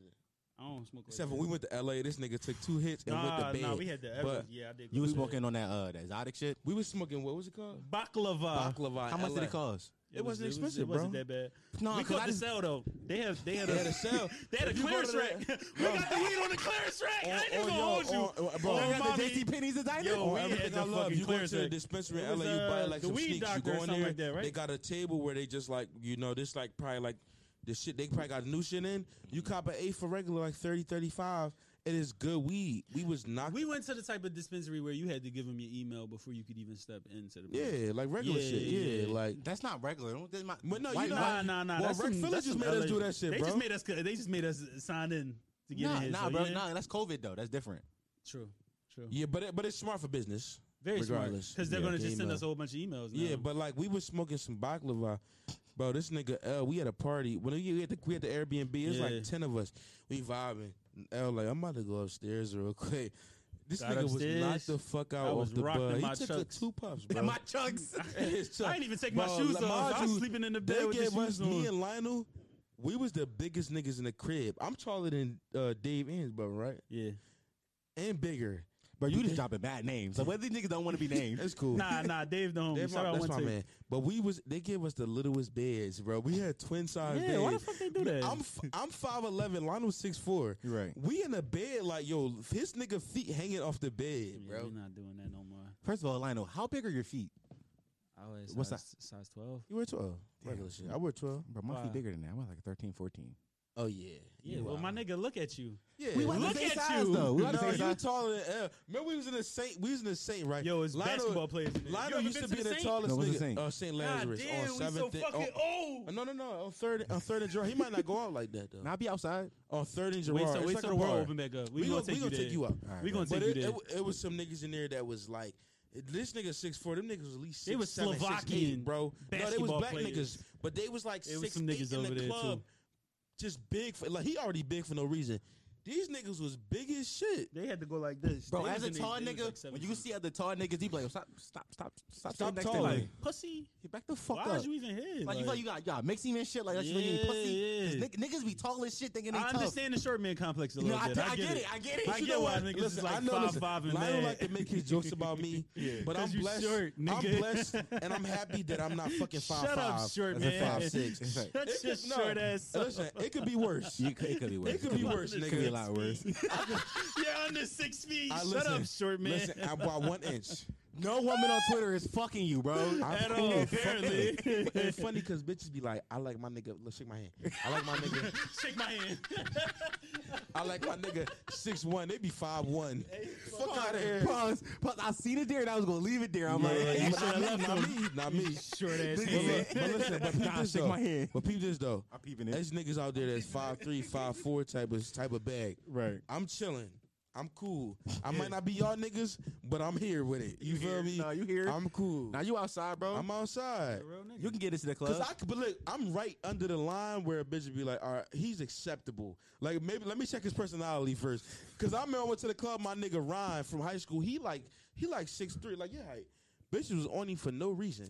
[SPEAKER 7] don't smoke. Like
[SPEAKER 5] Except
[SPEAKER 7] that.
[SPEAKER 5] when we went to L.A., this nigga took two hits and went
[SPEAKER 7] Nah,
[SPEAKER 5] to bed.
[SPEAKER 7] nah, we had the
[SPEAKER 5] But
[SPEAKER 7] Everest. Yeah, I did.
[SPEAKER 1] You was
[SPEAKER 7] go
[SPEAKER 1] smoking on that uh that exotic shit.
[SPEAKER 5] we was smoking. What was it called?
[SPEAKER 7] there. baklava.
[SPEAKER 5] Baklava.
[SPEAKER 1] Uh, How much did
[SPEAKER 5] LA.
[SPEAKER 1] it cost?
[SPEAKER 5] It
[SPEAKER 7] was-
[SPEAKER 5] wasn't
[SPEAKER 7] was-
[SPEAKER 5] expensive,
[SPEAKER 7] It wasn't
[SPEAKER 5] bro.
[SPEAKER 7] that bad.
[SPEAKER 1] No,
[SPEAKER 7] we
[SPEAKER 1] 'cause I
[SPEAKER 7] caught the
[SPEAKER 1] didn't-
[SPEAKER 7] sell though. They have they had
[SPEAKER 5] They
[SPEAKER 7] *laughs*
[SPEAKER 5] had
[SPEAKER 7] a
[SPEAKER 5] a sale.
[SPEAKER 7] they had a
[SPEAKER 5] If you go
[SPEAKER 7] clearance
[SPEAKER 5] to
[SPEAKER 7] rack.
[SPEAKER 5] that-
[SPEAKER 7] *laughs* we got the weed on the clearance rack. I ain't even
[SPEAKER 5] on
[SPEAKER 7] gonna
[SPEAKER 5] your-
[SPEAKER 7] hold you.
[SPEAKER 5] on- on- bro,
[SPEAKER 7] Oh,
[SPEAKER 5] you got
[SPEAKER 7] mommy.
[SPEAKER 5] the
[SPEAKER 1] pennies exotic.
[SPEAKER 7] Yo,
[SPEAKER 5] Oh,
[SPEAKER 7] we had
[SPEAKER 5] everything
[SPEAKER 7] the
[SPEAKER 5] I love.
[SPEAKER 7] fucking
[SPEAKER 5] You go to
[SPEAKER 7] clearance
[SPEAKER 5] the
[SPEAKER 7] rack.
[SPEAKER 5] dispensary
[SPEAKER 7] It
[SPEAKER 5] in
[SPEAKER 7] was,
[SPEAKER 5] LA, you buy
[SPEAKER 7] uh,
[SPEAKER 5] like
[SPEAKER 7] the
[SPEAKER 5] some
[SPEAKER 7] weed
[SPEAKER 5] sneakers. You
[SPEAKER 7] doctor or
[SPEAKER 5] go in
[SPEAKER 7] something
[SPEAKER 5] there,
[SPEAKER 7] like that, right?
[SPEAKER 5] they got a table where they just like, you know, this like probably like the shit they probably got new shit in. You cop an eight for regular like 30, 35. It is good weed. We was knocked.
[SPEAKER 7] We went to the type of dispensary where you had to give them your email before you could even step into the. place.
[SPEAKER 5] yeah, like regular
[SPEAKER 7] Yeah,
[SPEAKER 5] shit. Yeah,
[SPEAKER 7] yeah.
[SPEAKER 5] like
[SPEAKER 1] That's not regular. Don't- that's my-
[SPEAKER 5] But no,
[SPEAKER 1] why
[SPEAKER 5] you
[SPEAKER 1] not?
[SPEAKER 5] know-
[SPEAKER 7] Nah, nah, nah.
[SPEAKER 5] Well,
[SPEAKER 7] that's
[SPEAKER 5] Rick
[SPEAKER 7] some,
[SPEAKER 5] Phillips
[SPEAKER 7] that's some
[SPEAKER 5] just made us
[SPEAKER 7] LA
[SPEAKER 5] do that shit,
[SPEAKER 7] They
[SPEAKER 5] bro.
[SPEAKER 7] just made us. They just made us sign in to get
[SPEAKER 1] Nah,
[SPEAKER 7] in here.
[SPEAKER 1] nah,
[SPEAKER 7] so,
[SPEAKER 1] bro.
[SPEAKER 7] yeah.
[SPEAKER 1] Nah, that's COVID though. That's different.
[SPEAKER 7] True. True.
[SPEAKER 5] yeah, but it, but it's smart for business.
[SPEAKER 7] Very smart.
[SPEAKER 5] Regardless.
[SPEAKER 7] Because they're
[SPEAKER 5] Yeah.
[SPEAKER 7] gonna just send
[SPEAKER 5] Email.
[SPEAKER 7] us a whole bunch of emails. Now.
[SPEAKER 5] Yeah, but like we was smoking some baklava. Bro, this nigga L, we had a party. When we had the, we had the Airbnb, it's
[SPEAKER 7] Yeah.
[SPEAKER 5] like ten of us. We vibing. L like, I'm about to go upstairs real quick. This
[SPEAKER 7] Got
[SPEAKER 5] nigga
[SPEAKER 7] upstairs.
[SPEAKER 5] was knocked the fuck out
[SPEAKER 7] I
[SPEAKER 5] off
[SPEAKER 7] was
[SPEAKER 5] the
[SPEAKER 7] rocking
[SPEAKER 5] bud. He
[SPEAKER 7] my
[SPEAKER 5] took
[SPEAKER 7] chucks.
[SPEAKER 5] a two puffs, bro.
[SPEAKER 1] My chugs.
[SPEAKER 5] And his chuck.
[SPEAKER 7] I didn't even take my
[SPEAKER 5] Bro,
[SPEAKER 7] shoes
[SPEAKER 5] like,
[SPEAKER 7] off.
[SPEAKER 5] mind
[SPEAKER 7] I was
[SPEAKER 5] you,
[SPEAKER 7] sleeping in the bed
[SPEAKER 5] They
[SPEAKER 7] with the
[SPEAKER 5] gave
[SPEAKER 7] shoes
[SPEAKER 5] us
[SPEAKER 7] on.
[SPEAKER 5] me and Lionel. We was the biggest niggas in the crib. I'm taller than uh, Dave Ends, bro, right?
[SPEAKER 7] yeah.
[SPEAKER 5] And bigger.
[SPEAKER 1] Bro, you just dropping bad names. Like, what these niggas don't want
[SPEAKER 5] *laughs*
[SPEAKER 1] to be named?
[SPEAKER 5] That's cool.
[SPEAKER 7] Nah, *laughs* nah, Dave the homie.
[SPEAKER 5] They're
[SPEAKER 7] Shout
[SPEAKER 5] my-
[SPEAKER 7] out
[SPEAKER 5] that's
[SPEAKER 7] one
[SPEAKER 5] my
[SPEAKER 7] two.
[SPEAKER 5] man. But we was they gave us the littlest beds, bro. We had twin size
[SPEAKER 7] Yeah,
[SPEAKER 5] beds.
[SPEAKER 7] why the fuck they do that? *laughs*
[SPEAKER 1] *laughs*
[SPEAKER 5] I'm f- I'm five eleven. Lionel's six four.
[SPEAKER 1] Right.
[SPEAKER 5] We in a bed like yo, his nigga feet hanging off the bed,
[SPEAKER 7] Yeah,
[SPEAKER 5] bro.
[SPEAKER 7] we not doing that no more.
[SPEAKER 1] First of all, Lionel, how big are your feet?
[SPEAKER 7] I was
[SPEAKER 1] What's
[SPEAKER 7] size, size twelve.
[SPEAKER 5] You wear twelve. Regular shit. I wear twelve.
[SPEAKER 1] Bro, my
[SPEAKER 7] Wow.
[SPEAKER 1] feet bigger than that. I'm like 13, 14.
[SPEAKER 5] Oh yeah.
[SPEAKER 7] Yeah,
[SPEAKER 5] You
[SPEAKER 7] well,
[SPEAKER 5] wild.
[SPEAKER 7] my nigga, look at you.
[SPEAKER 5] Yeah.
[SPEAKER 1] We
[SPEAKER 7] wasn't
[SPEAKER 5] look-
[SPEAKER 1] want
[SPEAKER 7] Look
[SPEAKER 1] the same
[SPEAKER 7] at
[SPEAKER 1] size,
[SPEAKER 7] you.
[SPEAKER 1] though. We want the
[SPEAKER 5] no,
[SPEAKER 1] same
[SPEAKER 5] you
[SPEAKER 1] size.
[SPEAKER 5] taller than L. Remember we was in the Saint. We was in the Saint, right?
[SPEAKER 7] Yo, it's basketball players. nigga.
[SPEAKER 5] Lionel
[SPEAKER 7] You
[SPEAKER 5] used to
[SPEAKER 7] ever
[SPEAKER 5] be
[SPEAKER 7] been
[SPEAKER 5] the,
[SPEAKER 7] Saint?
[SPEAKER 5] tallest
[SPEAKER 1] No, what's the
[SPEAKER 5] nigga.
[SPEAKER 1] Saint?
[SPEAKER 5] Uh, Saint
[SPEAKER 7] God
[SPEAKER 5] Lazarus
[SPEAKER 7] damn,
[SPEAKER 5] on
[SPEAKER 7] we so
[SPEAKER 5] seventh. and-
[SPEAKER 7] fucking
[SPEAKER 5] on-
[SPEAKER 7] old.
[SPEAKER 5] no, no, no. On third, on third and Gerard, he might not go out like that though.
[SPEAKER 1] Now be outside.
[SPEAKER 5] On third and Gerard,
[SPEAKER 7] Wait, so
[SPEAKER 5] it's
[SPEAKER 7] wait
[SPEAKER 5] like
[SPEAKER 7] till
[SPEAKER 5] a
[SPEAKER 7] the world
[SPEAKER 5] bar.
[SPEAKER 7] open back up.
[SPEAKER 5] We,
[SPEAKER 7] We,
[SPEAKER 5] gonna,
[SPEAKER 7] gonna, take
[SPEAKER 5] we
[SPEAKER 7] you
[SPEAKER 5] gonna
[SPEAKER 7] there.
[SPEAKER 5] take you up.
[SPEAKER 7] We gonna
[SPEAKER 5] But
[SPEAKER 7] take you
[SPEAKER 5] it,
[SPEAKER 7] there.
[SPEAKER 5] it, wa- it was some niggas in there that was like, this nigga six four. Them niggas was at least six,
[SPEAKER 7] They was
[SPEAKER 5] seven, six,
[SPEAKER 7] Slovakian
[SPEAKER 5] eight, bro. No, they was
[SPEAKER 7] basketball
[SPEAKER 5] black
[SPEAKER 7] players.
[SPEAKER 5] niggas, but they was like
[SPEAKER 7] It
[SPEAKER 5] six
[SPEAKER 7] was some
[SPEAKER 5] eight
[SPEAKER 7] niggas
[SPEAKER 5] in
[SPEAKER 7] over
[SPEAKER 5] the
[SPEAKER 7] there,
[SPEAKER 5] club,
[SPEAKER 7] too.
[SPEAKER 5] just big. For, like he already big for no reason. These niggas was big as shit.
[SPEAKER 7] They had to go like this,
[SPEAKER 1] Bro,
[SPEAKER 7] They
[SPEAKER 1] as
[SPEAKER 7] was
[SPEAKER 1] a
[SPEAKER 7] in they-
[SPEAKER 1] tall
[SPEAKER 7] they was
[SPEAKER 1] nigga,
[SPEAKER 7] like
[SPEAKER 1] when you
[SPEAKER 7] 17.
[SPEAKER 1] see other tall niggas, he be like, "Yo, stop, stop, stop, stop,
[SPEAKER 5] Stop
[SPEAKER 1] stop next to
[SPEAKER 5] talling.
[SPEAKER 1] me.
[SPEAKER 7] pussy,
[SPEAKER 1] Get back the fuck
[SPEAKER 7] why
[SPEAKER 1] up.
[SPEAKER 7] is you even here?
[SPEAKER 1] Like, you feel like you got, you got mixing and shit. Like, that's you
[SPEAKER 7] Yeah,
[SPEAKER 1] ain't pussy.
[SPEAKER 7] yeah.
[SPEAKER 1] 'Cause nigg- niggas be tall as shit thinking they
[SPEAKER 7] I
[SPEAKER 1] tough.
[SPEAKER 7] understand the short man complex a
[SPEAKER 1] No,
[SPEAKER 7] little
[SPEAKER 1] I,
[SPEAKER 7] bit.
[SPEAKER 1] I, get it. I get it.
[SPEAKER 7] I
[SPEAKER 1] You
[SPEAKER 7] get
[SPEAKER 1] know
[SPEAKER 7] why
[SPEAKER 1] what?
[SPEAKER 7] niggas is
[SPEAKER 5] Listen, I
[SPEAKER 7] like
[SPEAKER 5] know.
[SPEAKER 7] five
[SPEAKER 5] Listen,
[SPEAKER 7] five and
[SPEAKER 5] Lionel
[SPEAKER 7] mad.
[SPEAKER 5] like to make his jokes
[SPEAKER 7] *laughs*
[SPEAKER 5] about me, but
[SPEAKER 7] 'Cause
[SPEAKER 5] I'm
[SPEAKER 7] you
[SPEAKER 5] blessed.
[SPEAKER 7] short,
[SPEAKER 5] I'm
[SPEAKER 7] nigga.
[SPEAKER 5] blessed, and I'm happy that I'm not fucking five
[SPEAKER 7] *laughs* Shut
[SPEAKER 5] five.
[SPEAKER 7] up, short
[SPEAKER 5] and
[SPEAKER 7] man.
[SPEAKER 5] five six.
[SPEAKER 7] *laughs* Shut
[SPEAKER 5] It
[SPEAKER 7] your
[SPEAKER 5] could- no,
[SPEAKER 7] short ass. up.
[SPEAKER 5] Listen, it could be worse.
[SPEAKER 1] You could- it could be worse.
[SPEAKER 5] *laughs* It could be worse,
[SPEAKER 1] It
[SPEAKER 5] nigga.
[SPEAKER 1] could be a lot worse.
[SPEAKER 7] You're under six feet.
[SPEAKER 5] I
[SPEAKER 7] Shut
[SPEAKER 5] listen,
[SPEAKER 7] up, short man.
[SPEAKER 5] Listen, *laughs* I bought one inch.
[SPEAKER 1] No woman on Twitter is fucking you, bro.
[SPEAKER 5] I-
[SPEAKER 7] At all,
[SPEAKER 5] Yeah,
[SPEAKER 7] apparently.
[SPEAKER 5] fuck it. But it's funny because bitches be like, I like my nigga. Look, shake my hand. I like my nigga.
[SPEAKER 7] Shake my hand.
[SPEAKER 5] I like my nigga six one. They be five one. Fuck out of here.
[SPEAKER 1] Pause. Pause. I seen it there and I was gonna leave it there. I'm
[SPEAKER 5] Yeah,
[SPEAKER 1] like, *laughs*
[SPEAKER 5] yeah,
[SPEAKER 7] you shoulda
[SPEAKER 5] not, me,
[SPEAKER 7] left
[SPEAKER 5] not me,
[SPEAKER 7] *laughs*
[SPEAKER 5] not me.
[SPEAKER 7] Short ass.
[SPEAKER 5] But, look, but listen, but peep
[SPEAKER 1] Nah,
[SPEAKER 5] this
[SPEAKER 1] shake
[SPEAKER 5] though.
[SPEAKER 1] my hand.
[SPEAKER 5] But peep this though.
[SPEAKER 1] I'm peeping
[SPEAKER 5] There's niggas out there that's five three, five four type of type of bag.
[SPEAKER 1] Right.
[SPEAKER 5] I'm chilling. I'm cool. I might not be y'all niggas, but I'm here with it. You, feel
[SPEAKER 1] *laughs*
[SPEAKER 5] me?
[SPEAKER 1] No, you here?
[SPEAKER 5] I'm cool.
[SPEAKER 1] Now you outside, bro.
[SPEAKER 5] I'm outside.
[SPEAKER 1] you can get into the
[SPEAKER 5] Cause
[SPEAKER 1] club.
[SPEAKER 5] I could, but look, I'm right under the line where a bitch would be like, all right, he's acceptable. Like maybe let me check his personality first. Cause I remember I went to the club, my nigga Ryan from high school. He like he like six three. Like yeah, height. bitches was on him for no reason.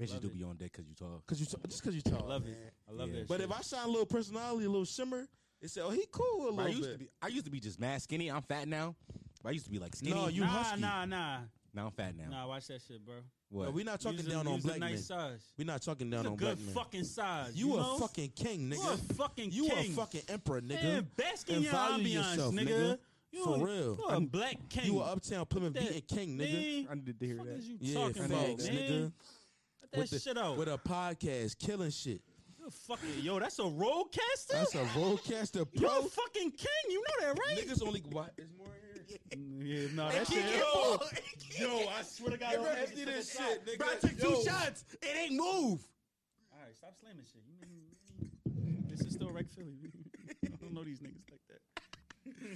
[SPEAKER 1] Bitches do be on deck because you tall.
[SPEAKER 5] Cause you t- just cause you tall.
[SPEAKER 7] I love it. I love that.
[SPEAKER 5] But
[SPEAKER 7] shit.
[SPEAKER 5] if I shine a little personality, a little shimmer, they say, oh he cool a little
[SPEAKER 1] I used
[SPEAKER 5] bit.
[SPEAKER 1] to be. I used to be just mad skinny. I'm fat now. But I used to be like skinny.
[SPEAKER 5] No, you
[SPEAKER 7] nah,
[SPEAKER 5] husky.
[SPEAKER 7] nah, nah,
[SPEAKER 1] Now I'm fat now.
[SPEAKER 7] nah. Watch that shit, bro.
[SPEAKER 1] What?
[SPEAKER 5] No, we not talking
[SPEAKER 7] Use a-
[SPEAKER 5] down on
[SPEAKER 7] use a
[SPEAKER 5] black men.
[SPEAKER 7] nice size.
[SPEAKER 5] We not talking down
[SPEAKER 7] It's a
[SPEAKER 5] on
[SPEAKER 7] good
[SPEAKER 5] black men.
[SPEAKER 7] fucking size.
[SPEAKER 5] You a
[SPEAKER 7] know?
[SPEAKER 5] fucking king,
[SPEAKER 7] You a
[SPEAKER 5] nigga.
[SPEAKER 7] fucking
[SPEAKER 5] You
[SPEAKER 7] king.
[SPEAKER 5] a fucking emperor, nigga.
[SPEAKER 7] Man, bask in
[SPEAKER 5] And
[SPEAKER 7] your
[SPEAKER 5] value
[SPEAKER 7] ambiance,
[SPEAKER 5] yourself,
[SPEAKER 7] nigga.
[SPEAKER 5] nigga.
[SPEAKER 7] You
[SPEAKER 5] For
[SPEAKER 7] a,
[SPEAKER 5] real.
[SPEAKER 7] You a black king.
[SPEAKER 5] You a uptown Plymouth
[SPEAKER 7] That
[SPEAKER 5] beating king, nigga.
[SPEAKER 7] thing.
[SPEAKER 1] I needed to hear
[SPEAKER 7] Fuck
[SPEAKER 1] that.
[SPEAKER 7] is you
[SPEAKER 5] Yeah,
[SPEAKER 7] talking about,
[SPEAKER 5] facts,
[SPEAKER 7] man?
[SPEAKER 5] nigga.
[SPEAKER 7] Let that
[SPEAKER 5] the-
[SPEAKER 7] shit out.
[SPEAKER 5] With a podcast, killing shit.
[SPEAKER 7] You a fucking, yo, that's a roadcaster.
[SPEAKER 5] That's a roadcaster
[SPEAKER 7] you
[SPEAKER 5] pro.
[SPEAKER 7] a fucking king. You know that, right?
[SPEAKER 5] Niggas only. Why, is more in
[SPEAKER 7] Yeah,
[SPEAKER 5] here?
[SPEAKER 7] no, that
[SPEAKER 1] Keep
[SPEAKER 7] shit.
[SPEAKER 1] it
[SPEAKER 7] Yo,
[SPEAKER 1] full.
[SPEAKER 7] yo, I swear to God,
[SPEAKER 5] Bro,
[SPEAKER 7] I'm
[SPEAKER 5] empty this shit, nigga.
[SPEAKER 1] Bro, I took two shots. It ain't move.
[SPEAKER 7] All right, stop slamming shit. You mean- This is still right Philly. *laughs* I don't know these niggas like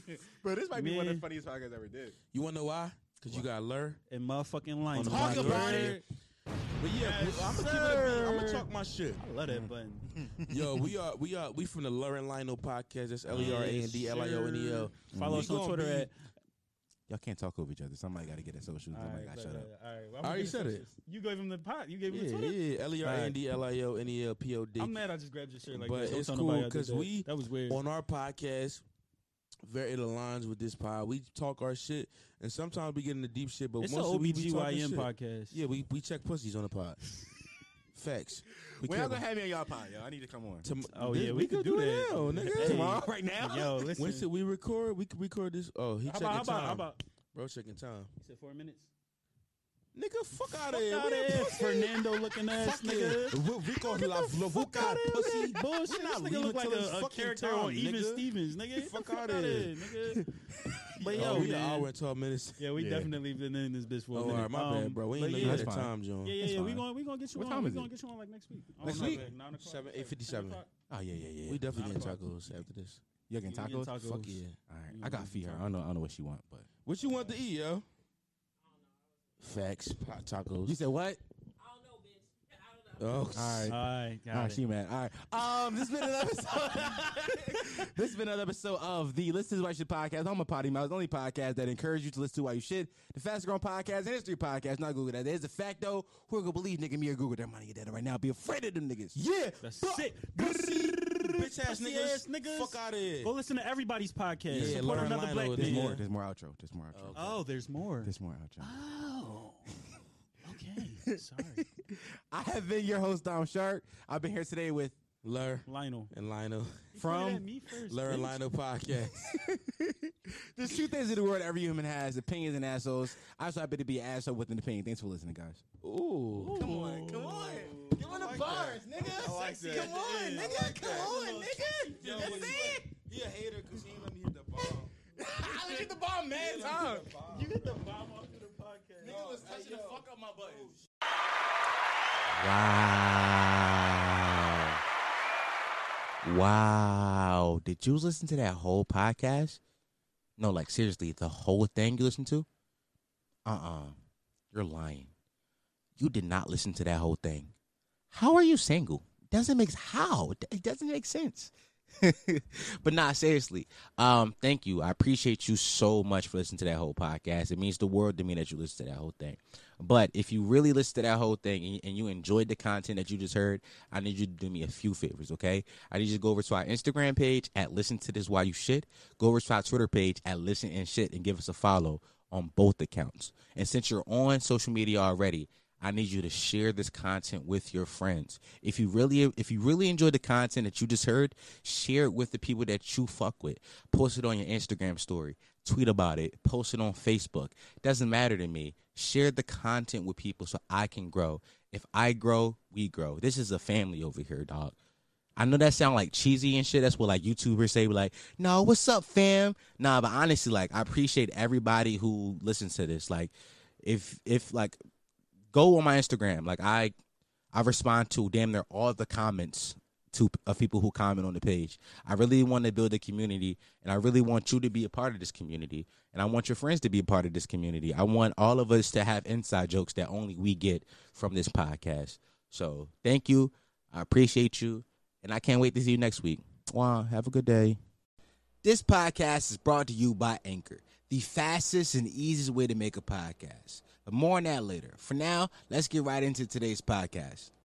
[SPEAKER 7] that.
[SPEAKER 5] *laughs*
[SPEAKER 1] Bro, this might be one of
[SPEAKER 7] Man.
[SPEAKER 1] the funniest podcasts I ever did.
[SPEAKER 5] You wanna know why? Cause you got lure.
[SPEAKER 7] And motherfucking line.
[SPEAKER 5] Talk about it. But yeah,
[SPEAKER 7] Yes,
[SPEAKER 5] I'm gonna keep it. i am I'm
[SPEAKER 7] sir.
[SPEAKER 5] gonna talk my shit.
[SPEAKER 7] I love that button.
[SPEAKER 5] Yo, we are we are we from the Lure and Lionel podcast. That's L E R A N D L I O N E L.
[SPEAKER 7] Follow
[SPEAKER 5] We
[SPEAKER 7] us on
[SPEAKER 5] gonna
[SPEAKER 7] Twitter
[SPEAKER 5] be-
[SPEAKER 7] at.
[SPEAKER 1] Y'all can't talk over each other. Somebody got to get that social. Somebody got shut up.
[SPEAKER 7] All right, well,
[SPEAKER 5] I already
[SPEAKER 7] I'm gonna
[SPEAKER 5] said
[SPEAKER 7] get
[SPEAKER 5] it.
[SPEAKER 7] this- You gave him the pot. You gave him the
[SPEAKER 5] Yeah,
[SPEAKER 7] Twitter.
[SPEAKER 5] yeah. L E R A N D L I O N E L P O D.
[SPEAKER 7] I'm mad. I just grabbed your shirt like
[SPEAKER 5] But
[SPEAKER 7] that. Don't
[SPEAKER 5] it's
[SPEAKER 7] tell
[SPEAKER 5] cool,
[SPEAKER 7] nobody I did
[SPEAKER 5] 'cause
[SPEAKER 7] that.
[SPEAKER 5] we
[SPEAKER 7] that was weird.
[SPEAKER 5] on our podcast. Very it aligns with this pod. We talk our shit, and sometimes we get into deep shit. But
[SPEAKER 7] it's an
[SPEAKER 5] mostly we be talking
[SPEAKER 7] OBGYN
[SPEAKER 5] shit.
[SPEAKER 7] podcast.
[SPEAKER 5] Yeah, we, we check pussies on the pod.
[SPEAKER 7] *laughs*
[SPEAKER 5] Facts. We
[SPEAKER 1] When y'all
[SPEAKER 5] care
[SPEAKER 1] gonna have me on y'all pod, yo? I need to come
[SPEAKER 5] *laughs*
[SPEAKER 1] on.
[SPEAKER 5] Tom-
[SPEAKER 7] Oh,
[SPEAKER 5] this-
[SPEAKER 7] yeah, we
[SPEAKER 5] could
[SPEAKER 7] could do
[SPEAKER 5] it
[SPEAKER 7] that.
[SPEAKER 5] now, nigga.
[SPEAKER 7] Hey.
[SPEAKER 1] Tomorrow, right now.
[SPEAKER 7] Yo, listen.
[SPEAKER 5] When should we record? We could record this. Oh, he
[SPEAKER 7] how
[SPEAKER 5] checking
[SPEAKER 7] about how about
[SPEAKER 5] time.
[SPEAKER 7] how about?
[SPEAKER 5] Bro, checking time.
[SPEAKER 7] You said four minutes.
[SPEAKER 5] Nigga, fuck out of
[SPEAKER 7] Fuck
[SPEAKER 5] here.
[SPEAKER 7] out
[SPEAKER 5] We a
[SPEAKER 7] of here,
[SPEAKER 5] pussy.
[SPEAKER 7] Fernando looking ass
[SPEAKER 5] Fuck it.
[SPEAKER 7] nigga.
[SPEAKER 5] We- We gonna la la fuck out
[SPEAKER 7] outta here
[SPEAKER 5] pussy.
[SPEAKER 7] with that Bullshit.
[SPEAKER 5] We're not
[SPEAKER 7] This nigga
[SPEAKER 5] leaving
[SPEAKER 7] look like
[SPEAKER 5] till it's
[SPEAKER 7] a, a
[SPEAKER 5] fucking
[SPEAKER 7] character
[SPEAKER 5] time,
[SPEAKER 7] on Even
[SPEAKER 5] nigga.
[SPEAKER 7] Stevens, nigga. Get
[SPEAKER 5] fuck
[SPEAKER 7] the
[SPEAKER 5] outta
[SPEAKER 7] outta
[SPEAKER 5] here.
[SPEAKER 7] nigga.
[SPEAKER 5] *laughs*
[SPEAKER 7] But
[SPEAKER 5] Oh,
[SPEAKER 7] yo,
[SPEAKER 5] we an
[SPEAKER 7] man.
[SPEAKER 5] hour and twelve minutes.
[SPEAKER 7] Yeah, we definitely been in this bitch for a
[SPEAKER 5] Oh, all
[SPEAKER 7] minute.
[SPEAKER 5] right, my
[SPEAKER 7] Um,
[SPEAKER 5] bad, bro. We
[SPEAKER 7] but
[SPEAKER 5] ain't know
[SPEAKER 7] yeah,
[SPEAKER 5] you had a
[SPEAKER 1] That's fine.
[SPEAKER 5] time, John.
[SPEAKER 7] Yeah, yeah,
[SPEAKER 1] That's
[SPEAKER 7] yeah. We
[SPEAKER 1] fine.
[SPEAKER 7] gonna we gonna get you
[SPEAKER 1] What
[SPEAKER 7] on.
[SPEAKER 1] time
[SPEAKER 7] we
[SPEAKER 1] is
[SPEAKER 7] gonna
[SPEAKER 1] it?
[SPEAKER 7] get you on like next week. I don't
[SPEAKER 1] Next
[SPEAKER 7] know,
[SPEAKER 1] week?
[SPEAKER 7] like Nine o'clock.
[SPEAKER 5] Seven,
[SPEAKER 7] like,
[SPEAKER 5] 8:57.
[SPEAKER 7] nine o'clock.
[SPEAKER 1] Oh yeah, yeah, yeah.
[SPEAKER 5] We definitely
[SPEAKER 7] Nine
[SPEAKER 5] getting
[SPEAKER 7] o'clock.
[SPEAKER 5] tacos after this.
[SPEAKER 1] Y'all getting
[SPEAKER 7] You
[SPEAKER 1] tacos?
[SPEAKER 7] get tacos.
[SPEAKER 5] Fuck yeah.
[SPEAKER 1] All right, I got feed her. I don't know. I don't know what she want, but
[SPEAKER 5] What you want to eat, yo? Facts, hot tacos.
[SPEAKER 1] you said what?
[SPEAKER 5] Oh,
[SPEAKER 1] All right.
[SPEAKER 7] All right, got
[SPEAKER 1] All right,
[SPEAKER 7] it.
[SPEAKER 1] she mad. All right. Um, this has been
[SPEAKER 2] *laughs*
[SPEAKER 1] another episode. this has been another episode of the Listen to Why You Should podcast. I'm a potty mouth, the only podcast that encourages you to listen to why you should. The fastest growing podcast and history podcast. Not Google that. There's a fact though. Who are gonna believe nigga me or Google their money and data right now? Be afraid of them niggas.
[SPEAKER 5] Yeah.
[SPEAKER 7] That's
[SPEAKER 5] fuck.
[SPEAKER 7] it.
[SPEAKER 20] bitch ass
[SPEAKER 7] pussy
[SPEAKER 20] niggas,
[SPEAKER 7] ass niggas.
[SPEAKER 20] fuck out of here.
[SPEAKER 7] Go listen to everybody's podcast.
[SPEAKER 20] Yeah,
[SPEAKER 7] Support
[SPEAKER 20] learn
[SPEAKER 7] another
[SPEAKER 20] Lionel
[SPEAKER 7] black
[SPEAKER 20] with
[SPEAKER 2] There's
[SPEAKER 20] this
[SPEAKER 7] man.
[SPEAKER 2] more. There's more outro. There's more outro.
[SPEAKER 7] Oh, there's more.
[SPEAKER 2] There's more outro.
[SPEAKER 1] *laughs*
[SPEAKER 7] Oh. Okay. Sorry.
[SPEAKER 10] I have been your host, Dom Shark. I've been here today with
[SPEAKER 20] Lur
[SPEAKER 7] Lionel.
[SPEAKER 20] and Lionel.
[SPEAKER 7] You
[SPEAKER 10] From
[SPEAKER 7] pointed at me first.
[SPEAKER 20] Lur and
[SPEAKER 7] bitch.
[SPEAKER 20] Lionel podcast.
[SPEAKER 10] *laughs* there's two things in the world every human has opinions and assholes. I just happen to be an asshole with an opinion. Thanks for listening, guys.
[SPEAKER 20] Ooh.
[SPEAKER 10] Come on, come on. Give him the bars, nigga.
[SPEAKER 20] Sexy.
[SPEAKER 10] Come on, nigga. come on, nigga.
[SPEAKER 20] Yo,
[SPEAKER 10] That's
[SPEAKER 20] he's
[SPEAKER 10] it.
[SPEAKER 20] He a hater because he ain't let me hit the ball.
[SPEAKER 10] *laughs* I hit the ball mad time.
[SPEAKER 7] You get the bomb off through the podcast.
[SPEAKER 10] Nigga was touching the fuck up my buttons.
[SPEAKER 1] Wow. Wow. Did you listen to that whole podcast? No, like seriously, the whole thing you listened to? Uh uh-uh. uh. you are lying. You did not listen to that whole thing. How are you single? Doesn't make how? It doesn't make sense. *laughs* but nah, seriously. Um, thank you. I appreciate you so much for listening to that whole podcast. It means the world to me that you listen to that whole thing. But if you really listen to that whole thing and, and you enjoyed the content that you just heard, I need you to do me a few favors, okay? I need you to go over to our Instagram page at Listen to This While You Shit. Go over to our Twitter page at Listen and Shit and give us a follow on both accounts. And since you're on social media already, I need you to share this content with your friends. If you really if you really enjoyed the content that you just heard, share it with the people that you fuck with. Post it on your Instagram story, tweet about it, post it on Facebook. Doesn't matter to me. Share the content with people so I can grow. If I grow, we grow. This is a family over here, dog. I know that sound like cheesy and shit. That's what like YouTubers say, like, no, what's up, fam? Nah, but honestly, like, I appreciate everybody who listens to this. Like, if if like go on my Instagram. Like I, I respond to damn near all the comments to of people who comment on the page. I really want to build a community, and I really want you to be a part of this community, and I want your friends to be a part of this community. I want all of us to have inside jokes that only we get from this podcast. So thank you, I appreciate you, and I can't wait to see you next week. Wow, have a good day. This podcast is brought to you by Anchor, the fastest and easiest way to make a podcast. But more on that later. For now, let's get right into today's podcast.